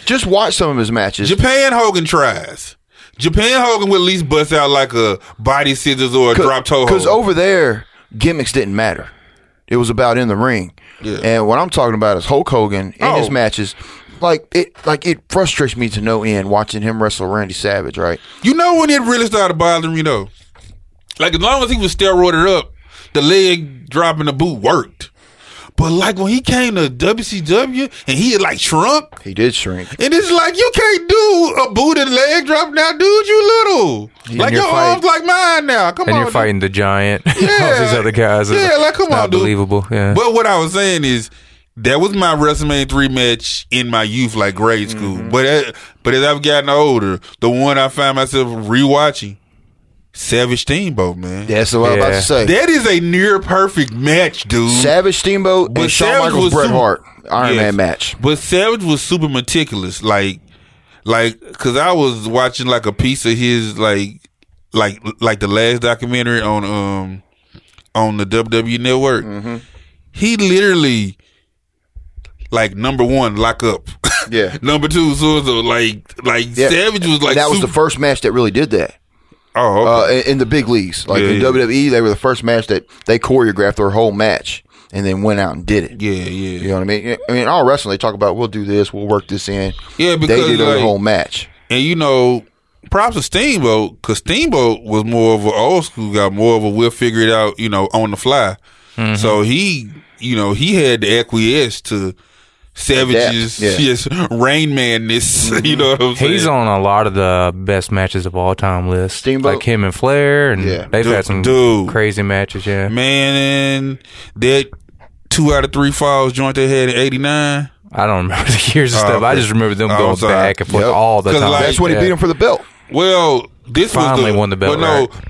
Speaker 3: Just watch some of his matches.
Speaker 2: Japan Hogan tries. Japan Hogan would at least bust out like a body scissors or a drop toe
Speaker 3: Because
Speaker 2: hold.
Speaker 3: over there, gimmicks didn't matter. It was about in the ring.
Speaker 2: Yeah.
Speaker 3: And what I'm talking about is Hulk Hogan in
Speaker 2: Oh.
Speaker 3: his matches. Like it, like it frustrates me to no end watching him wrestle Randy Savage. Right.
Speaker 2: You know when it really started bothering me though? Like as long as he was steroided up, the leg dropping the boot worked. But like when he came to WCW and he had like shrunk,
Speaker 3: He did shrink.
Speaker 2: and it's like you can't do a boot and leg drop now, dude. You little, like
Speaker 3: you're
Speaker 2: your
Speaker 3: fighting-
Speaker 2: arms like mine now. Come
Speaker 4: and
Speaker 2: on,
Speaker 4: you're
Speaker 2: dude.
Speaker 4: fighting the giant, all these other guys. It's
Speaker 2: Yeah, like come
Speaker 4: not
Speaker 2: on, dude.
Speaker 4: believable. Yeah,
Speaker 2: But what I was saying is that was my WrestleMania three match in my youth, like grade
Speaker 4: Mm-hmm.
Speaker 2: school. But as, but as I've gotten older, the one I find myself rewatching, Savage Steamboat, man.
Speaker 3: That's what I was about
Speaker 4: Yeah.
Speaker 3: to say.
Speaker 2: That is a near perfect match, dude.
Speaker 3: Savage Steamboat
Speaker 2: But
Speaker 3: and Shawn
Speaker 2: Savage was
Speaker 3: Michaels Bret
Speaker 2: super-
Speaker 3: Hart Iron
Speaker 2: Yes.
Speaker 3: Man match.
Speaker 2: But Savage was super meticulous, like, like, cause I was watching like a piece of his, like, like, like the last documentary on um on the WWE Network.
Speaker 3: Mm-hmm.
Speaker 2: He literally, like, number one, lock up.
Speaker 3: Yeah.
Speaker 2: number two, Suicide. Like, like
Speaker 3: Yeah.
Speaker 2: Savage was like
Speaker 3: that was
Speaker 2: super-
Speaker 3: the first match that really did that
Speaker 2: Oh, okay.
Speaker 3: uh, in, in the big leagues. Like
Speaker 2: Yeah,
Speaker 3: in
Speaker 2: yeah.
Speaker 3: WWE, they were the first match that they choreographed their whole match and then went out and did it.
Speaker 2: yeah, yeah,
Speaker 3: You know what I mean? I mean, all wrestling they talk about we'll do this, we'll work this in.
Speaker 2: Yeah,
Speaker 3: they
Speaker 2: because,
Speaker 3: did their
Speaker 2: like-
Speaker 3: whole match.
Speaker 2: And you know, props to Steamboat because Steamboat was more of an old school guy, more of a we'll figure it out, you know, on the fly.
Speaker 4: Mm-hmm.
Speaker 2: So he, you know, he had to acquiesce to Savage's
Speaker 3: Adapt, yeah.
Speaker 2: yes, Rain Madness. you know what I'm saying?
Speaker 4: Mm-hmm. he's on a lot of the best matches of all time lists.
Speaker 3: Steamboat?
Speaker 4: like him and Flair, and
Speaker 3: Yeah.
Speaker 4: they've
Speaker 2: Dude-
Speaker 4: had some
Speaker 2: dude.
Speaker 4: crazy matches. Yeah,
Speaker 2: man, and that two out of three falls joint they had in '89.
Speaker 4: I don't remember the years and
Speaker 2: Oh,
Speaker 4: stuff. I
Speaker 2: okay.
Speaker 4: just remember them
Speaker 2: Oh,
Speaker 4: going
Speaker 2: sorry.
Speaker 4: back and forth
Speaker 3: Yep.
Speaker 4: all the
Speaker 2: 'Cause,
Speaker 4: time.
Speaker 2: like-
Speaker 3: That's when
Speaker 4: yeah.
Speaker 3: he beat him for the belt.
Speaker 2: Well, this
Speaker 4: Finally
Speaker 2: was the,
Speaker 4: won the belt,
Speaker 2: But no,
Speaker 4: right?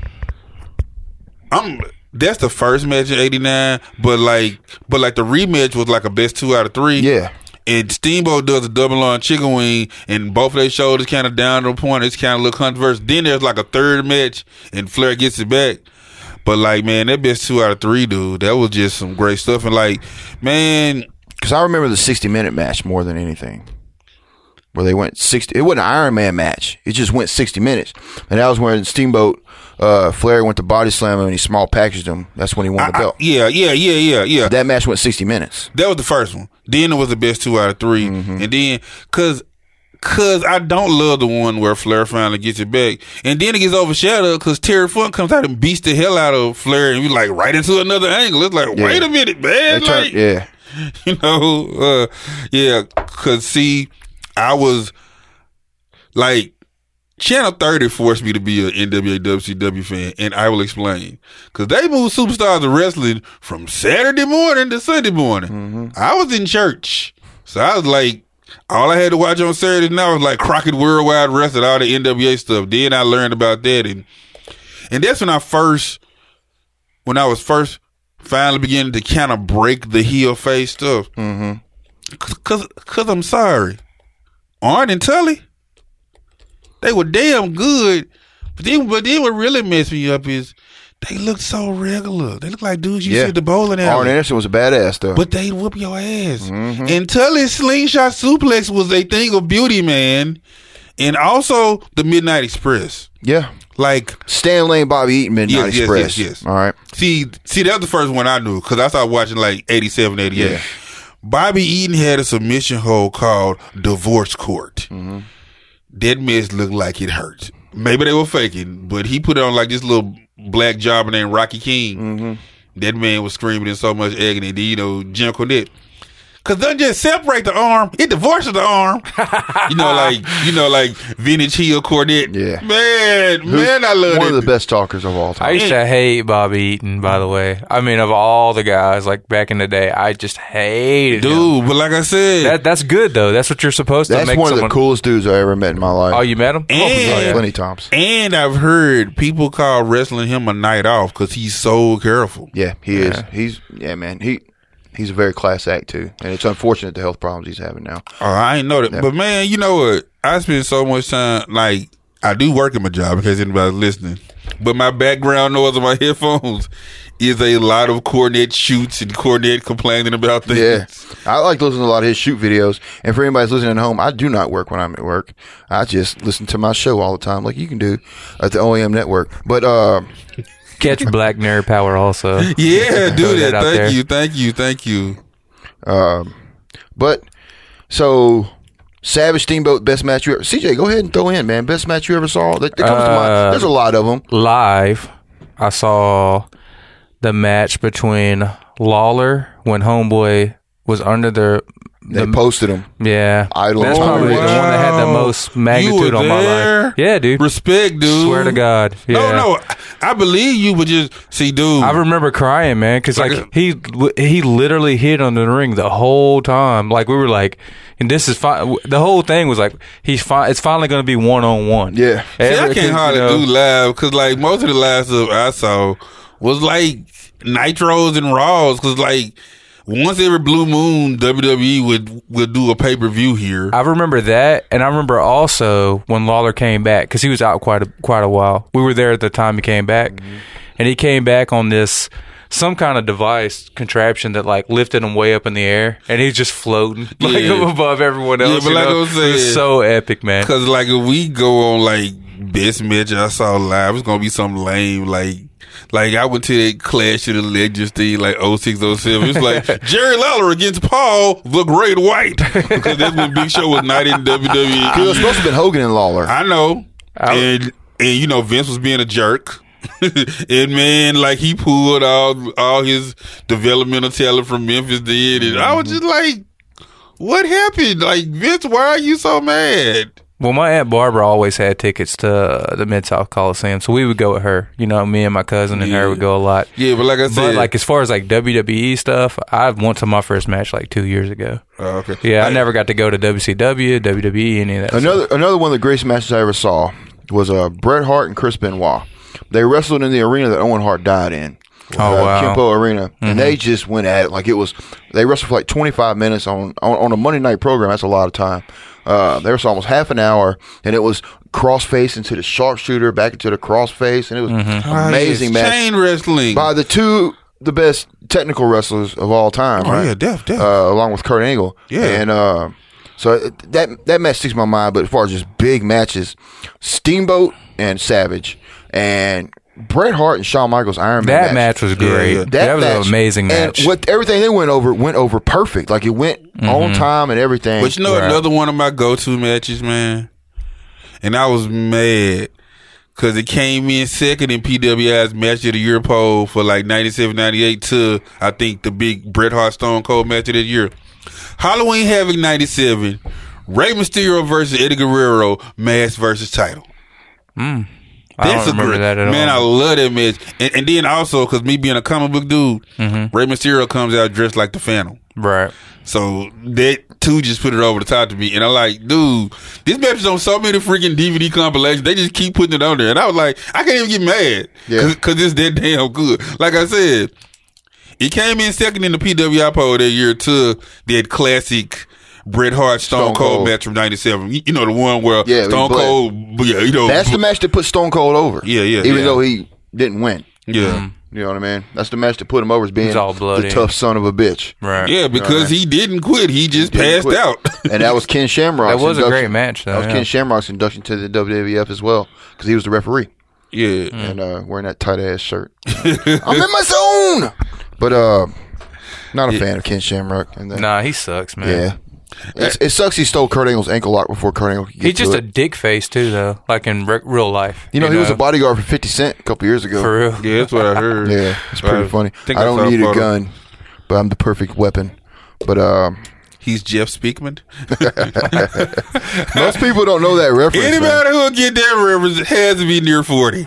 Speaker 2: I'm that's the first match in '89. But like, but like the rematch was like a best two out of three.
Speaker 3: Yeah.
Speaker 2: And Steamboat does a double on chicken wing, and both of their shoulders kind of down to a point. It's kind of look controversial. Then there's like a third match, and Flair gets it back. But like, man, that best two out of three, dude. That was just some great stuff. And like, man,
Speaker 3: Because I remember the 60 minute match more than anything. where they went 60. It wasn't an Iron Man match. It just went 60 minutes. And that was when Steamboat uh, Flair went to body slam him and he small packaged him. That's when he won the
Speaker 2: I-
Speaker 3: belt.
Speaker 2: yeah, yeah, yeah, yeah, yeah.
Speaker 3: That match went 60 minutes.
Speaker 2: That was the first one. Then it was the best two out of 3
Speaker 3: Mm-hmm.
Speaker 2: And then, cause, cause I don't love the one where Flair finally gets it back. And then it gets overshadowed cause Terry Funk comes out and beats the hell out of Flair and we like right into another angle. It's like,
Speaker 3: Yeah.
Speaker 2: wait a minute,
Speaker 3: They
Speaker 2: man.
Speaker 3: turned-
Speaker 2: like,
Speaker 3: yeah.
Speaker 2: you know, uh, yeah. Cause see, I was like, Channel 30 forced me to be an NWA WCW fan, and I will explain. Because they moved superstars of wrestling from Saturday morning to Sunday morning. I was in church. So I was like, all I had to watch on Saturday night was like Crockett Worldwide Wrestling, all the NWA stuff. Then I learned about that. And, and that's when I first, when I was first finally beginning to kind of break the heel face stuff.
Speaker 3: Mm-hmm.
Speaker 2: Because cause I'm sorry. Arn and Tully, they were damn good. But then, but then what really messed me up is they looked so regular. They look like dudes you
Speaker 3: yeah.
Speaker 2: see at the bowling alley.
Speaker 3: Arn Anderson was a badass, though.
Speaker 2: But they whoop your ass. And Tully's slingshot suplex was a thing of beauty, man. And also the Midnight Express.
Speaker 3: yeah.
Speaker 2: Like,
Speaker 3: Stan Lane, Bobby Eaton, Midnight
Speaker 2: Yes, yes,
Speaker 3: Express.
Speaker 2: yes, yes.
Speaker 3: All right.
Speaker 2: see, see, that was the first one I knew because I started watching like 87, 88.
Speaker 3: Yeah.
Speaker 2: Bobby Eaton had a submission hold called Divorce Court.
Speaker 3: Mm-hmm.
Speaker 2: That mess looked like it hurt. Maybe they were faking, but he put on like this little black jobber named Rocky King.
Speaker 3: Mm-hmm.
Speaker 2: That man was screaming in so much agony. Then, you know, Jim Cornette. Cause doesn't just separate the arm; it divorces the arm. you know, like you know, like vintage heel Cornette.
Speaker 3: Yeah.
Speaker 2: man, man, I love
Speaker 3: One of
Speaker 2: that
Speaker 3: the best talkers of all
Speaker 4: I
Speaker 3: time.
Speaker 4: used to hate Bobby Eaton, by the way. I mean, of all the guys, like back in the day, I just hated him.
Speaker 2: dude. But like I said,
Speaker 4: That that's good though. That's what you're supposed to
Speaker 3: That's
Speaker 4: make.
Speaker 3: one of the
Speaker 4: someone-
Speaker 3: coolest dudes I ever met in my life.
Speaker 4: Oh, you met him?
Speaker 2: And-
Speaker 4: oh, yeah.
Speaker 3: Plenty times.
Speaker 2: And I've heard people call wrestling him a night off because he's so careful.
Speaker 3: Yeah, he is. He's yeah, man. He he's a very class act too, and it's unfortunate the health problems he's having now.
Speaker 2: Oh, I ain't know that. But man, you know what? I spend so much time like I do work in my job in case anybody's listening. But my background noise on my headphones is a lot of cornet shoots and cornet complaining about things.
Speaker 3: Yeah, I like listening to a lot of his shoot videos. And for anybody's listening at home, I do not work when I'm at work. I just listen to my show all the time, like you can do at the OEM network. But uh,
Speaker 4: Catch Black Nerd Power also.
Speaker 2: Yeah,
Speaker 4: Throw
Speaker 2: do that.
Speaker 4: that out
Speaker 2: Thank
Speaker 4: there.
Speaker 2: you, thank you, thank you.
Speaker 3: but so Savage Steamboat best match you ever. CJ, go ahead and throw in, man. Best match you ever saw that, that comes to
Speaker 4: Uh,
Speaker 3: mind. There's a lot of them.
Speaker 4: Live, I saw the match between Lawler when Homeboy was under the
Speaker 3: They posted them.
Speaker 4: yeah.
Speaker 3: Idol
Speaker 4: That's
Speaker 3: on top of
Speaker 4: probably
Speaker 3: it.
Speaker 4: the one that had the most magnitude
Speaker 2: You were
Speaker 4: on my
Speaker 2: there?
Speaker 4: life. Yeah, dude.
Speaker 2: Respect, dude.
Speaker 4: Swear to God. Yeah.
Speaker 2: No, no, I I believe you, but just see, dude.
Speaker 4: I remember crying, man, because like,
Speaker 2: Hmm. Like
Speaker 4: he he literally hid on the ring the whole time. Like we were like, and this is fine. The whole thing was like he's fine. It's finally going to be one on one.
Speaker 3: Yeah. See,
Speaker 2: See, I
Speaker 4: Every-
Speaker 2: can't
Speaker 4: you
Speaker 2: hardly
Speaker 4: know,
Speaker 2: do live because like most of the live stuff I saw was like nitros and raws because like once every blue moon WWE would would do a pay per view here.
Speaker 4: I remember that, and I remember also when Lawler came back because he was out quite a, quite a while. We were there at the time he came back,
Speaker 2: Mm-hmm.
Speaker 4: and he came back on this some kind of device contraption that like lifted him way up in the air, and he's just floating like
Speaker 2: Yeah.
Speaker 4: above everyone else.
Speaker 2: but
Speaker 4: you
Speaker 2: like
Speaker 4: know?
Speaker 2: I was saying-
Speaker 4: it was so epic, man.
Speaker 2: Because like if we go on like best match I saw live, it's gonna be some lame like. Like I went to that Clash of the Legends thing, like 0607. It's like Jerry Lawler against Paul the Great White because that's when Big Show was not in E. WWE.
Speaker 3: It was supposed to have been Hogan and Lawler.
Speaker 2: I know.
Speaker 4: I-
Speaker 2: and and you know Vince was being a jerk. and man, like he pulled all all his developmental talent from Memphis did and I was just like, What happened? Like Vince, why are you so mad?
Speaker 4: Well, my aunt Barbara always had tickets to uh, the Mid South Coliseum, so we would go with her. You know, me and my cousin and
Speaker 2: Yeah.
Speaker 4: her would go a lot.
Speaker 2: Yeah, but like I
Speaker 4: But
Speaker 2: said,
Speaker 4: like as far as like WWE stuff, I went to my first match like two years ago.
Speaker 2: Oh, okay.
Speaker 4: Yeah, I,
Speaker 2: Like,
Speaker 4: never got to go to WCW, WWE, E, any of that. stuff.
Speaker 3: Another another one of the greatest matches I ever saw was uh, Bret Hart and Chris Benoit. They wrestled in the arena that Owen Hart died in.
Speaker 4: Oh,
Speaker 3: uh,
Speaker 4: wow. Mm-hmm.
Speaker 3: Kempo Arena, and they just went at it like it was. They wrestled for like 25 minutes on on, on a Monday night program. That's a lot of time. Uh, there was almost half an hour, and it was crossface into the sharpshooter, back into the crossface, and it was
Speaker 4: Mm-hmm.
Speaker 3: amazing
Speaker 2: it's
Speaker 3: match
Speaker 2: Ah, Chain wrestling.
Speaker 3: by the two the best technical wrestlers of all time.
Speaker 2: Oh,
Speaker 3: right?
Speaker 2: yeah, def, def.
Speaker 3: Uh, along with Kurt Angle.
Speaker 2: Yeah.
Speaker 3: and uh, So it- that that match sticks in my mind. But as far as just big matches, Steamboat and Savage and Bret Hart and Shawn Michaels Iron Man
Speaker 4: That match was great.
Speaker 2: yeah.
Speaker 4: That, was an amazing match. Mm-hmm.
Speaker 3: And what everything they went over went over perfect. Like it went on time and everything.
Speaker 2: But you know,
Speaker 4: Right.
Speaker 2: another one of my go to matches, man. And I was mad because it came in second in PWI's match of the year poll for like 97, 98 to, I think, the big Bret Hart Stone Cold match of the year. Halloween Havoc 97, Rey Mysterio versus Eddie Guerrero, mask versus title.
Speaker 4: I don't
Speaker 2: a
Speaker 4: remember
Speaker 2: great-
Speaker 4: that at
Speaker 2: man,
Speaker 4: all.
Speaker 2: I love that match. And, and then also, because me being a comic book dude,
Speaker 4: Mm-hmm.
Speaker 2: Rey Mysterio comes out dressed like the Phantom.
Speaker 4: right.
Speaker 2: So that too just put it over the top to me, and I'm like, dude, this match is on so many freaking DVD compilations. They just keep putting it on there, and I was like, I can't even get mad
Speaker 3: Yeah.
Speaker 2: because it's that damn good. Like I said, it came in second in the PWI poll that year to that classic. Bret Hart
Speaker 3: Stone
Speaker 2: Stone, Cold,
Speaker 3: Cold.
Speaker 2: match from '97. You you know the one where
Speaker 3: Yeah,
Speaker 2: Stone
Speaker 3: but-
Speaker 2: Cold, yeah, you know,
Speaker 3: That's the match that put Stone Cold over.
Speaker 2: Yeah, yeah,
Speaker 3: Even
Speaker 2: yeah.
Speaker 3: though he didn't win.
Speaker 2: yeah,
Speaker 3: You know what I mean? That's the match that put him over as being
Speaker 4: He's all
Speaker 3: the
Speaker 4: bloody.
Speaker 3: tough son of a bitch.
Speaker 4: Right.
Speaker 2: yeah, because he didn't quit. He just
Speaker 3: Didn't
Speaker 2: passed
Speaker 3: quit.
Speaker 2: out.
Speaker 3: and that was Ken Shamrock's.
Speaker 4: That was a
Speaker 3: induction-
Speaker 4: great match, though,
Speaker 3: That was
Speaker 4: yeah.
Speaker 3: Ken Shamrock's induction to the WWF as well because he was the referee
Speaker 2: yeah,
Speaker 3: and uh, wearing that tight ass shirt. I'm in my zone, but uh, not a fan of Ken Shamrock. And then,
Speaker 4: Nah, he sucks, man.
Speaker 3: yeah, it's, it sucks he stole Kurt Angle's ankle lock before Kurt Angle. Could get
Speaker 4: He's
Speaker 3: to
Speaker 4: just a
Speaker 3: it.
Speaker 4: dick face too, though. Like in re- real life.
Speaker 3: you know he was a bodyguard for Fifty Cent a couple years ago.
Speaker 4: for real.
Speaker 2: yeah, that's what I heard.
Speaker 3: Yeah, it's pretty
Speaker 2: I
Speaker 3: funny.
Speaker 2: think
Speaker 3: I
Speaker 2: I saw
Speaker 3: don't
Speaker 2: a
Speaker 3: need a
Speaker 2: photo.
Speaker 3: gun, but I'm the perfect weapon. But um,
Speaker 2: He's Jeff Speakman.
Speaker 3: most people don't know that reference. man.
Speaker 2: Anybody who'll get that reference has to be near 40.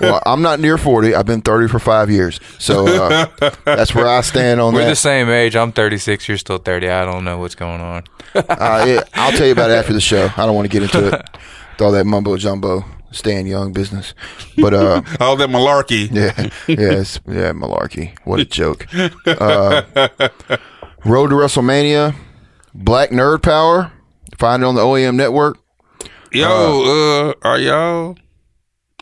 Speaker 3: Well, I'm not near 40. I've been 30 for five years. So uh, that's where I stand on
Speaker 4: We're the
Speaker 3: that.
Speaker 4: same age. I'm 36. You're still 30. I don't know what's going on.
Speaker 3: Uh, yeah, I'll tell you about it after the show. I don't want to get into it. With all that mumbo jumbo, staying young business. But uh,
Speaker 2: All that malarkey.
Speaker 3: yeah, yes, yeah, malarkey. What a joke. Uh, Road to WrestleMania, Black Nerd Power. Find it on the OEM network.
Speaker 2: Yo, uh, are y'all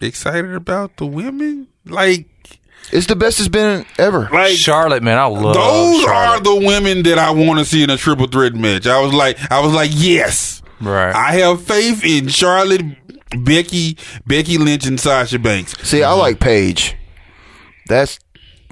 Speaker 2: excited about the women? Like,
Speaker 3: It's the best it's been ever.
Speaker 2: like
Speaker 4: Charlotte, man, I love.
Speaker 2: those are
Speaker 4: Charlotte.
Speaker 2: the women that I want to see in a triple threat match. I was like, I was like, yes.
Speaker 4: Right.
Speaker 2: I have faith in Charlotte, Becky, Becky Lynch, and Sasha Banks.
Speaker 3: See, I like Paige. That's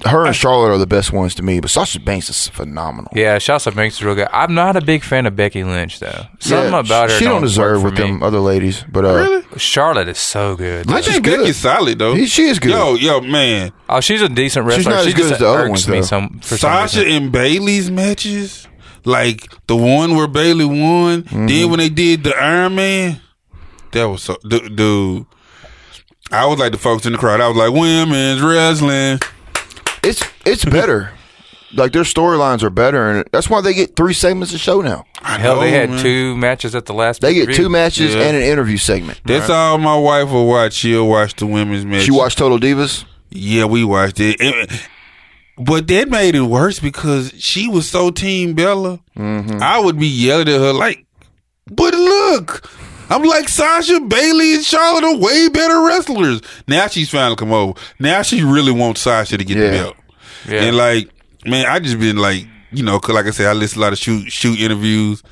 Speaker 3: her and Charlotte are the best ones to me. But Sasha Banks is phenomenal.
Speaker 4: Yeah, Shasta Banks is real good. I'm not a big fan of Becky Lynch though. Something
Speaker 3: Yeah,
Speaker 4: about her.
Speaker 3: She don't
Speaker 4: work
Speaker 3: deserve
Speaker 4: for
Speaker 3: with
Speaker 4: me.
Speaker 3: them other ladies, but uh,
Speaker 4: Charlotte is so good.
Speaker 2: I
Speaker 3: Lynch is
Speaker 2: think
Speaker 3: good.
Speaker 2: Becky's solid though.
Speaker 3: He- she is good.
Speaker 2: Yo, yo, man,
Speaker 4: Oh, she's a decent wrestler.
Speaker 3: She's not
Speaker 4: she
Speaker 3: as good
Speaker 4: just
Speaker 3: as the other
Speaker 4: irks
Speaker 3: ones,
Speaker 4: me
Speaker 3: though.
Speaker 4: some for some
Speaker 2: Sasha
Speaker 4: reason.
Speaker 2: and Bailey's matches, like the one where Bailey won.
Speaker 4: Mm-hmm.
Speaker 2: Then when they did the Iron Man, that was so du- dude. I was like the folks in the crowd. I was like, women's wrestling.
Speaker 3: it's it's better. like their storylines are better, and that's why they get three segments of show now.
Speaker 2: I
Speaker 4: Hell, they
Speaker 2: know,
Speaker 4: had
Speaker 2: man.
Speaker 4: two matches at the last.
Speaker 3: They get
Speaker 4: pay-per-view.
Speaker 3: two matches
Speaker 2: Yeah.
Speaker 3: and an interview segment.
Speaker 2: That's all my wife will watch. She'll watch the women's match.
Speaker 3: She watched Total Divas.
Speaker 2: Yeah, we watched it. And- but that made it worse because she was so Team Bella. I would be yelling at her like, "But look, I'm like Sasha Bailey and Charlotte are way better wrestlers." Now she's finally come over. Now she really wants Sasha to get
Speaker 3: Yeah.
Speaker 2: the belt.
Speaker 4: Yeah.
Speaker 2: And like, man, I just been like, you know, 'cause like I said, I listen to a lot of shoot shoot interviews,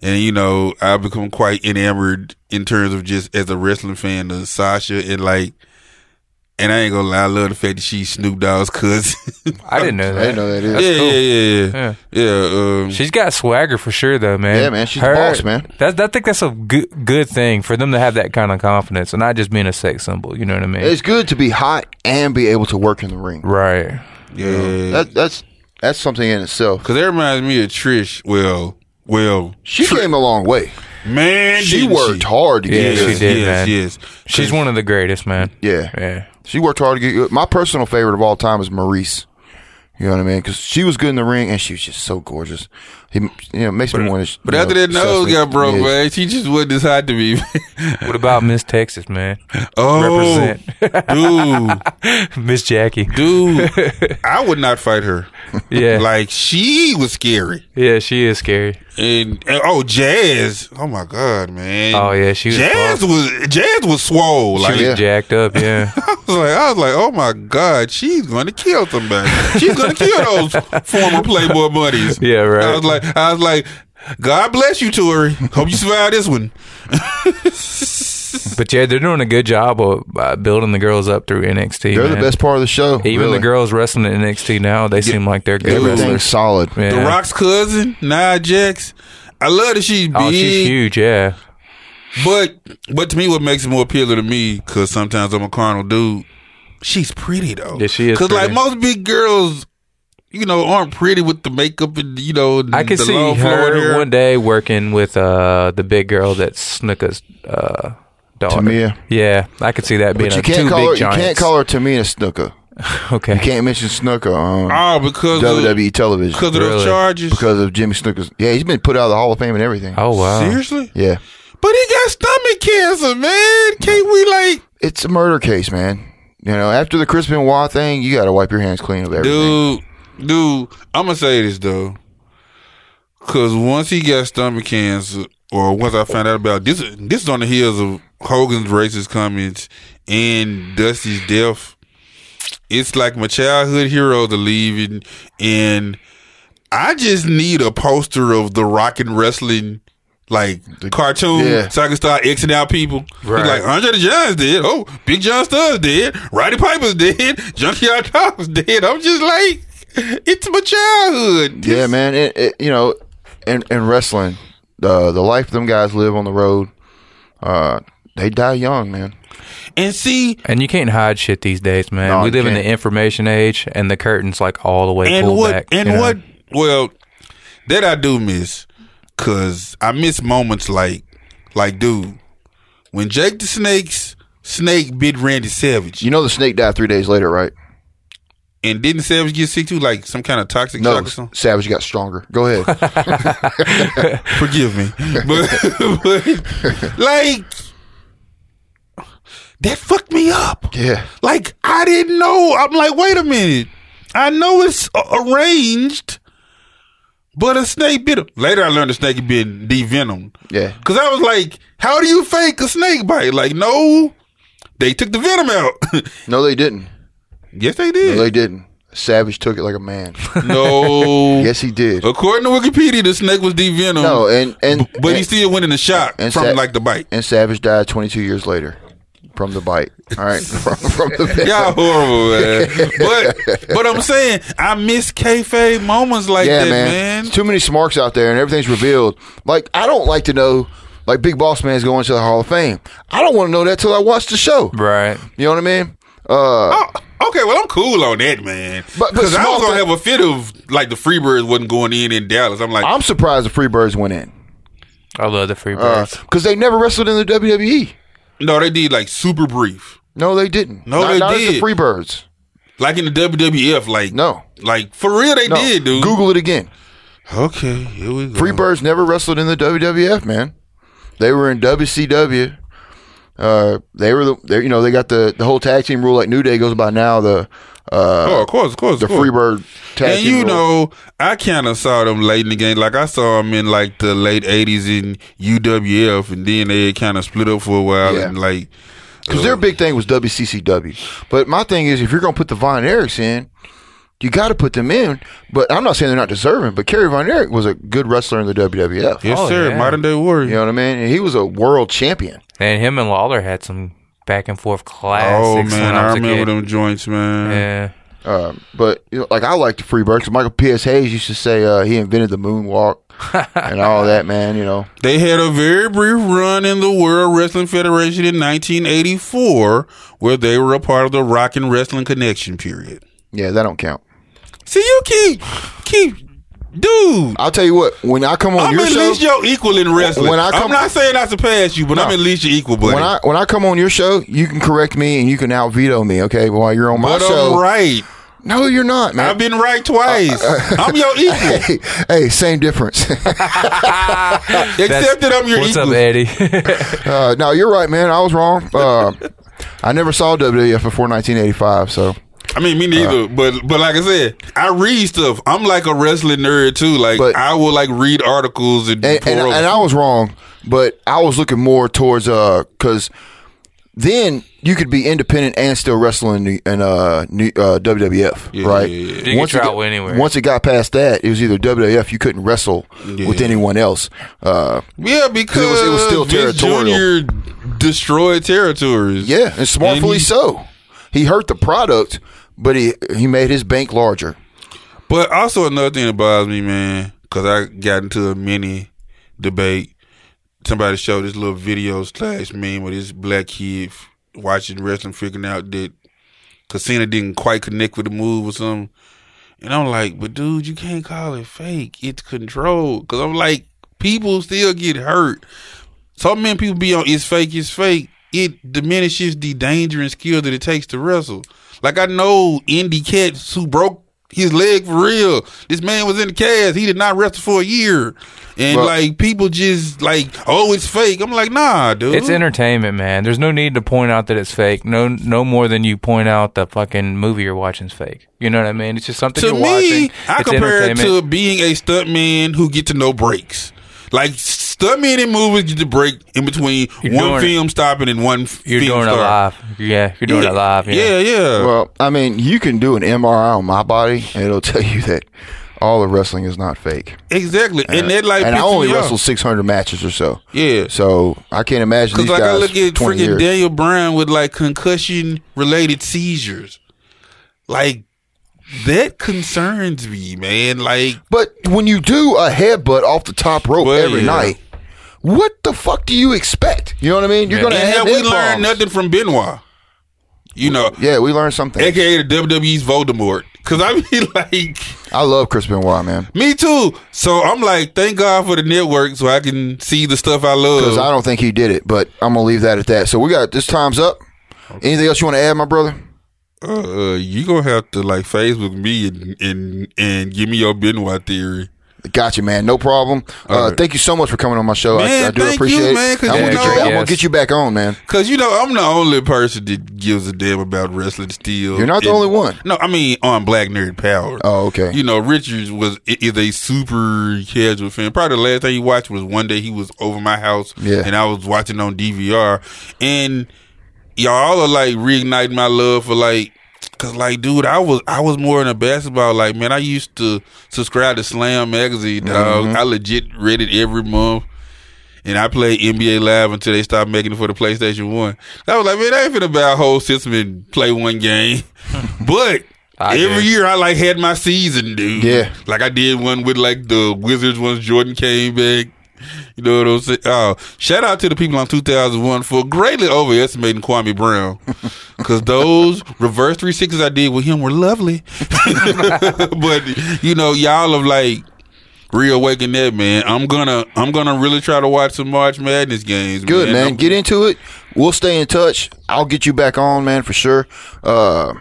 Speaker 2: and you know, I've become quite enamored in terms of just as a wrestling fan of Sasha and like. And I ain't gonna lie, I love the fact that she's Snoop Dogg's cousin.
Speaker 4: I didn't know that.
Speaker 3: I didn't know that
Speaker 2: yeah,
Speaker 3: either.
Speaker 2: yeah, yeah, yeah,
Speaker 4: Yeah.
Speaker 2: yeah. Um,
Speaker 4: She's got swagger for sure, though, man.
Speaker 3: Yeah, man, she's the boss, man.
Speaker 4: That, I think that's a good, good thing for them to have that kind of confidence and not just being a sex symbol. You know what I mean?
Speaker 3: It's good to be hot and be able to work in the ring.
Speaker 4: right.
Speaker 2: yeah,
Speaker 3: That, that's that's something in itself.
Speaker 2: because that reminds me of Trish. Well, well,
Speaker 3: She came a long way.
Speaker 2: man,
Speaker 3: She
Speaker 2: didn't
Speaker 3: worked hard to get
Speaker 4: Yeah,
Speaker 3: good.
Speaker 4: she did,
Speaker 2: yes,
Speaker 4: man.
Speaker 2: yes.
Speaker 4: She's one of the greatest, man.
Speaker 3: Yeah.
Speaker 4: Yeah.
Speaker 3: She worked hard to get good. My personal favorite of all time is Maurice. You know what I mean? Because she was good in the ring and she was just so gorgeous. He, you know, makes me want to.
Speaker 2: But after that nose got broke,
Speaker 3: yeah.
Speaker 2: man, she just wasn't as hot to me. man.
Speaker 4: What about Miss Texas, man?
Speaker 2: oh, dude,
Speaker 4: Miss Jackie.
Speaker 2: dude, I would not fight her.
Speaker 4: Yeah.
Speaker 2: Like she was scary.
Speaker 4: yeah, she is scary.
Speaker 2: And, and- oh, Jazz! Oh my God, man!
Speaker 4: Oh, yeah, she was
Speaker 2: Jazz
Speaker 4: buff.
Speaker 2: was Jazz was swole. Like
Speaker 3: Yeah.
Speaker 4: Jacked up, yeah.
Speaker 2: I was like, I was like, oh my God, she's going to kill somebody. She's going to kill those former Playboy buddies.
Speaker 4: Yeah, right.
Speaker 2: I was like, I was like, God bless you, Tori. Hope you survive this one.
Speaker 4: But yeah, they're doing a good job of uh, building the girls up through NXT.
Speaker 3: They're the
Speaker 4: man.
Speaker 3: best part of the show.
Speaker 4: Even
Speaker 3: really.
Speaker 4: the girls wrestling at NXT now, they seem like they're good
Speaker 3: Everything's
Speaker 4: wrestlers.
Speaker 3: solid.
Speaker 4: Yeah.
Speaker 2: The Rock's cousin, Nia Jax. I love that she's big,
Speaker 4: Oh, she's huge. Yeah,
Speaker 2: but but to me, what makes it more appealing to me, because sometimes I'm a carnal dude. She's pretty though.
Speaker 4: Yeah, she is
Speaker 2: Because like
Speaker 4: pretty.
Speaker 2: most big girls, you know, aren't pretty with the makeup and you know.
Speaker 4: I could
Speaker 2: the
Speaker 4: see
Speaker 2: long flowing
Speaker 4: her
Speaker 2: hair.
Speaker 4: one day working with uh, the big girl that's Snuka's uh, daughter.
Speaker 3: Tamia.
Speaker 4: Yeah, I could see that being
Speaker 3: But you
Speaker 4: a two
Speaker 3: can't call
Speaker 4: big
Speaker 3: her.
Speaker 4: giants.
Speaker 3: You can't call her Tamina Snuka.
Speaker 4: Okay.
Speaker 3: You can't mention Snuka on
Speaker 2: Oh, because of,
Speaker 3: WWE television
Speaker 2: because of
Speaker 4: Really?
Speaker 2: those charges.
Speaker 3: because of Jimmy Snuka's. Yeah, he's been put out of the Hall of Fame and everything.
Speaker 4: Oh wow.
Speaker 2: seriously,
Speaker 3: Yeah,
Speaker 2: but he got stomach cancer, man. Can't we like,
Speaker 3: it's a murder case, man. You know, after the Chris Benoit thing, you got to wipe your hands clean of everything.
Speaker 2: dude? Dude, I'm gonna say this though, because once he got stomach cancer, or once I found out about this, this is on the heels of Hogan's racist comments and Dusty's death. It's like my childhood heroes are leaving, and I just need a poster of the rock and wrestling. Like cartoon,
Speaker 3: yeah.
Speaker 2: so I can start Xing out people.
Speaker 4: Right.
Speaker 2: He's like Andre the Giant's dead. Oh, Big John Stubbs dead. Roddy Piper's dead. Junkyard Dog's dead. I'm just like, it's my childhood.
Speaker 3: Yeah, man. It, it, you know, in, in wrestling, the the life them guys live on the road, uh, they die young, man.
Speaker 2: And see,
Speaker 4: And you can't hide shit these days, man.
Speaker 3: No,
Speaker 4: we
Speaker 3: you
Speaker 4: live in the
Speaker 3: can't.
Speaker 4: information age, and the curtain's like all the way
Speaker 2: and
Speaker 4: pulled
Speaker 2: what,
Speaker 4: back.
Speaker 2: and
Speaker 4: you know?
Speaker 2: what, well, that I do miss, cause I miss moments like, like, dude, when Jake the Snake's snake bit Randy Savage,
Speaker 3: You know, the snake died three days later, right?
Speaker 2: and didn't Savage get sick too, like some kind of toxic
Speaker 3: No,
Speaker 2: shock or something?
Speaker 3: Savage got stronger. Go ahead.
Speaker 2: Forgive me, but, but like, that fucked me up.
Speaker 3: yeah,
Speaker 2: Like I didn't know. I'm like, wait a minute. I know it's a- arranged, but a snake bit him. Later, I learned the snake had been devenomed.
Speaker 3: yeah.
Speaker 2: Cause I was like, how do you fake a snake bite? Like, no, they took the venom out.
Speaker 3: No, they didn't.
Speaker 2: yes, they
Speaker 3: No,
Speaker 2: did.
Speaker 3: they didn't. Savage took it like a man.
Speaker 2: No.
Speaker 3: yes, he did.
Speaker 2: According to Wikipedia, the snake was devenomed.
Speaker 3: No, and and
Speaker 2: but
Speaker 3: and,
Speaker 2: he still went in the shock from
Speaker 3: and Sa-
Speaker 2: like the bite.
Speaker 3: and Savage died 22 years later from the bite. All right, from, from the
Speaker 2: Y'all horrible, man. but but I'm saying I miss kayfabe moments like
Speaker 3: yeah,
Speaker 2: that,
Speaker 3: man.
Speaker 2: man.
Speaker 3: There's Too many smarks out there, and everything's revealed. Like I don't like to know. Like Big Boss Man's going to the Hall of Fame. I don't want to know that till I watch the show.
Speaker 4: Right.
Speaker 3: You know what I mean? Uh,
Speaker 2: Oh, okay, well I'm cool on that, man.
Speaker 3: But- but
Speaker 2: Because I
Speaker 3: small
Speaker 2: was gonna
Speaker 3: thing-
Speaker 2: have a fit of like the Freebirds wasn't going in in Dallas. I'm like,
Speaker 3: I'm surprised the Freebirds went in
Speaker 4: I love the free birds.
Speaker 3: because they never wrestled in the WWE.
Speaker 2: no, they did like super brief,
Speaker 3: No, they didn't.
Speaker 2: No,
Speaker 3: not,
Speaker 2: they
Speaker 3: not as
Speaker 2: did.
Speaker 3: the Freebirds.
Speaker 2: like in the WWF, like
Speaker 3: No,
Speaker 2: like for real they
Speaker 3: no.
Speaker 2: did, dude.
Speaker 3: Google it again.
Speaker 2: Okay, here we go.
Speaker 3: Freebirds never wrestled in the WWF, man. They were in WCW. Uh, they were the, they, you know, they got the, the whole tag team rule like New Day goes by now. The uh,
Speaker 2: Oh, of course, of course,
Speaker 3: the
Speaker 2: of course.
Speaker 3: Freebird tag
Speaker 2: And
Speaker 3: team
Speaker 2: you
Speaker 3: rule.
Speaker 2: know, I kind of saw them late in the game. Like I saw them in like the late '80s in UWF, and then they kind of split up for a while.
Speaker 3: Yeah.
Speaker 2: And like,
Speaker 3: Because their big thing was WCCW. But my thing is, if you're going to put the Von Erichs in, you got to put them in. But I'm not saying they're not deserving. But Kerry Von Erich was a good wrestler in the WWF.
Speaker 2: yes,
Speaker 4: Oh,
Speaker 2: sir,
Speaker 4: yeah.
Speaker 2: modern day warrior.
Speaker 3: You know what I mean? And he was a world champion.
Speaker 4: And him and Lawler had some back and forth
Speaker 2: Oh
Speaker 4: classics.
Speaker 2: man,
Speaker 4: when I,
Speaker 2: I
Speaker 4: was a
Speaker 2: remember
Speaker 4: kid.
Speaker 2: them joints, man.
Speaker 4: Yeah.
Speaker 3: Um, but you know, like I like the Freebirds. 'cause Michael P.S. Hayes used to say uh, he invented the moonwalk and all that. Man, you know,
Speaker 2: They had a very brief run in the World Wrestling Federation in 1984, where they were a part of the Rock and Wrestling Connection period.
Speaker 3: yeah, that don't count.
Speaker 2: See, you keep, keep, dude.
Speaker 3: I'll tell you what. When I come on
Speaker 2: I'm
Speaker 3: Oh, your
Speaker 2: at
Speaker 3: show,
Speaker 2: least your equal in wrestling.
Speaker 3: When I
Speaker 2: I'm
Speaker 3: come-
Speaker 2: not saying I surpass you, but I'm
Speaker 3: No.
Speaker 2: at least your equal, buddy.
Speaker 3: when I when I come on your show, you can correct me and you can out veto me. Okay, while you're on my
Speaker 2: but
Speaker 3: show,
Speaker 2: I'm right.
Speaker 3: no, you're not, man.
Speaker 2: I've been right twice. I'm your equal,
Speaker 3: hey, hey, same difference.
Speaker 2: except that I'm your
Speaker 4: What's
Speaker 2: equal.
Speaker 4: up, Eddie?
Speaker 3: uh, no, you're right, man. I was wrong. Uh, I never saw WWF before 1985, so
Speaker 2: I mean, me neither.
Speaker 3: Uh-huh.
Speaker 2: but but like I said, I read stuff. I'm like a wrestling nerd too. Like
Speaker 3: But-
Speaker 2: I will like read articles and
Speaker 3: and,
Speaker 2: pour
Speaker 3: and,
Speaker 2: over.
Speaker 3: and I was wrong, but I was looking more towards because uh, then you could be independent and still wrestling in, the- in uh, new, uh, WWF,
Speaker 2: Yeah,
Speaker 3: right?
Speaker 2: yeah, yeah. You
Speaker 4: could
Speaker 3: it
Speaker 4: travel
Speaker 3: got-
Speaker 4: anywhere.
Speaker 3: Once it got past that, it was either WWF. You couldn't wrestle with anyone else. Uh,
Speaker 2: Yeah, because
Speaker 3: it was- it was still
Speaker 2: Vince
Speaker 3: territorial.
Speaker 2: Jr. destroyed territories.
Speaker 3: yeah, and smartfully
Speaker 2: he-
Speaker 3: so. He hurt the product, but he he made his bank larger.
Speaker 2: But also another thing that bothers me, man, because I got into a mini debate. Somebody showed this little video slash meme with this black kid f- watching wrestling, figuring out that Casino didn't quite connect with the move or something. And I'm like, but dude, you can't call it fake. It's controlled. Because I'm like, people still get hurt. So many people be on it's fake, it's fake. It diminishes the danger and skill that it takes to wrestle. Like I know Indy Katz who broke his leg for real. This man was in the cast. He did not wrestle for a year. And
Speaker 3: Well-
Speaker 2: like people just like, oh, it's fake. I'm like, nah, dude.
Speaker 4: It's entertainment, man. There's no need to point out that it's fake. No, no more than you point out the fucking movie you're watching is fake. You know what I mean? It's just something
Speaker 2: to
Speaker 4: you're
Speaker 2: me,
Speaker 4: watching.
Speaker 2: I
Speaker 4: it's
Speaker 2: compare it to
Speaker 4: entertainment.
Speaker 2: being a stuntman who get to know breaks. Like stuntmen in movies get to break in between
Speaker 4: You're
Speaker 2: one
Speaker 4: doing it.
Speaker 2: film stopping and one f-
Speaker 4: you're
Speaker 2: film
Speaker 4: doing it
Speaker 2: start.
Speaker 4: live. Yeah, you're doing it live. Yeah.
Speaker 2: yeah, yeah.
Speaker 3: Well, I mean, you can do an MRI on my body, and it'll tell you that all the wrestling is not fake.
Speaker 2: Exactly, and that like
Speaker 3: and I
Speaker 2: pisses
Speaker 3: only
Speaker 2: me off.
Speaker 3: wrestled 600 matches or so.
Speaker 2: Yeah.
Speaker 3: So I can't imagine
Speaker 2: Because
Speaker 3: these
Speaker 2: like
Speaker 3: guys.
Speaker 2: I look
Speaker 3: 20
Speaker 2: at freaking
Speaker 3: years.
Speaker 2: Daniel Bryan with like concussion related seizures, like that concerns me, man. Like
Speaker 3: But when you do a headbutt off the top rope
Speaker 2: Well,
Speaker 3: every
Speaker 2: yeah.
Speaker 3: night, what the fuck do you expect? You know what I mean? You're
Speaker 4: Yeah.
Speaker 3: gonna
Speaker 2: and
Speaker 3: have
Speaker 2: have we
Speaker 3: head bombs.
Speaker 2: learned nothing from Benoit? You know,
Speaker 3: Yeah, we learned something.
Speaker 2: aka the WWE's Voldemort. Because I mean, like
Speaker 3: I love Chris Benoit, man,
Speaker 2: me too. So I'm like, thank God for the network, so I can see the stuff I love.
Speaker 3: because I don't think he did it. But I'm gonna leave that at that. So we got this time's up. Anything else you want to add, my brother?
Speaker 2: uh, uh, you gonna have to like Facebook me and and and give me your Benoit theory.
Speaker 3: Gotcha, man. No problem. Uh, Thank you so much for coming on my show.
Speaker 2: Man,
Speaker 3: I, I do
Speaker 2: thank you,
Speaker 3: appreciate it.
Speaker 2: man, 'cause
Speaker 3: I'm
Speaker 2: you
Speaker 3: gonna, get
Speaker 2: know-
Speaker 3: you, I'm gonna
Speaker 4: Yes.
Speaker 3: get you back on, man.
Speaker 2: Cause you know I'm the only person that gives a damn about wrestling. Still,
Speaker 3: You're not the
Speaker 2: And-
Speaker 3: only one.
Speaker 2: No, I mean on Black Nerd Power.
Speaker 3: Oh, okay.
Speaker 2: You know Richards was i- is a super casual fan. Probably the last thing he watched was one day he was over my house,
Speaker 3: Yeah.
Speaker 2: and I was watching on DVR, and y'all are like reigniting my love for like. Cause like, dude, I was I was more in a basketball. Like, man, I used to subscribe to Slam magazine. Dog.
Speaker 3: Mm-hmm.
Speaker 2: I legit read it every month and I played NBA Live until they stopped making it for the PlayStation One. I was like, man, I ain't finna buy a whole system and play one game. but
Speaker 4: I
Speaker 2: every
Speaker 4: did.
Speaker 2: year I like had my season, dude.
Speaker 3: Yeah.
Speaker 2: like I did one with like the Wizards once Jordan came back. You know what I'm saying? Oh, shout out to the people on 2001 for greatly overestimating Kwame Brown. Because those reverse 360s I did with him were lovely. but, you know, y'all have like reawakened that, man. I'm going to I'm gonna really try to watch some March Madness games.
Speaker 3: Good, man.
Speaker 2: I'm-
Speaker 3: Get into it. We'll stay in touch. I'll get you back on, man, for sure. Uh,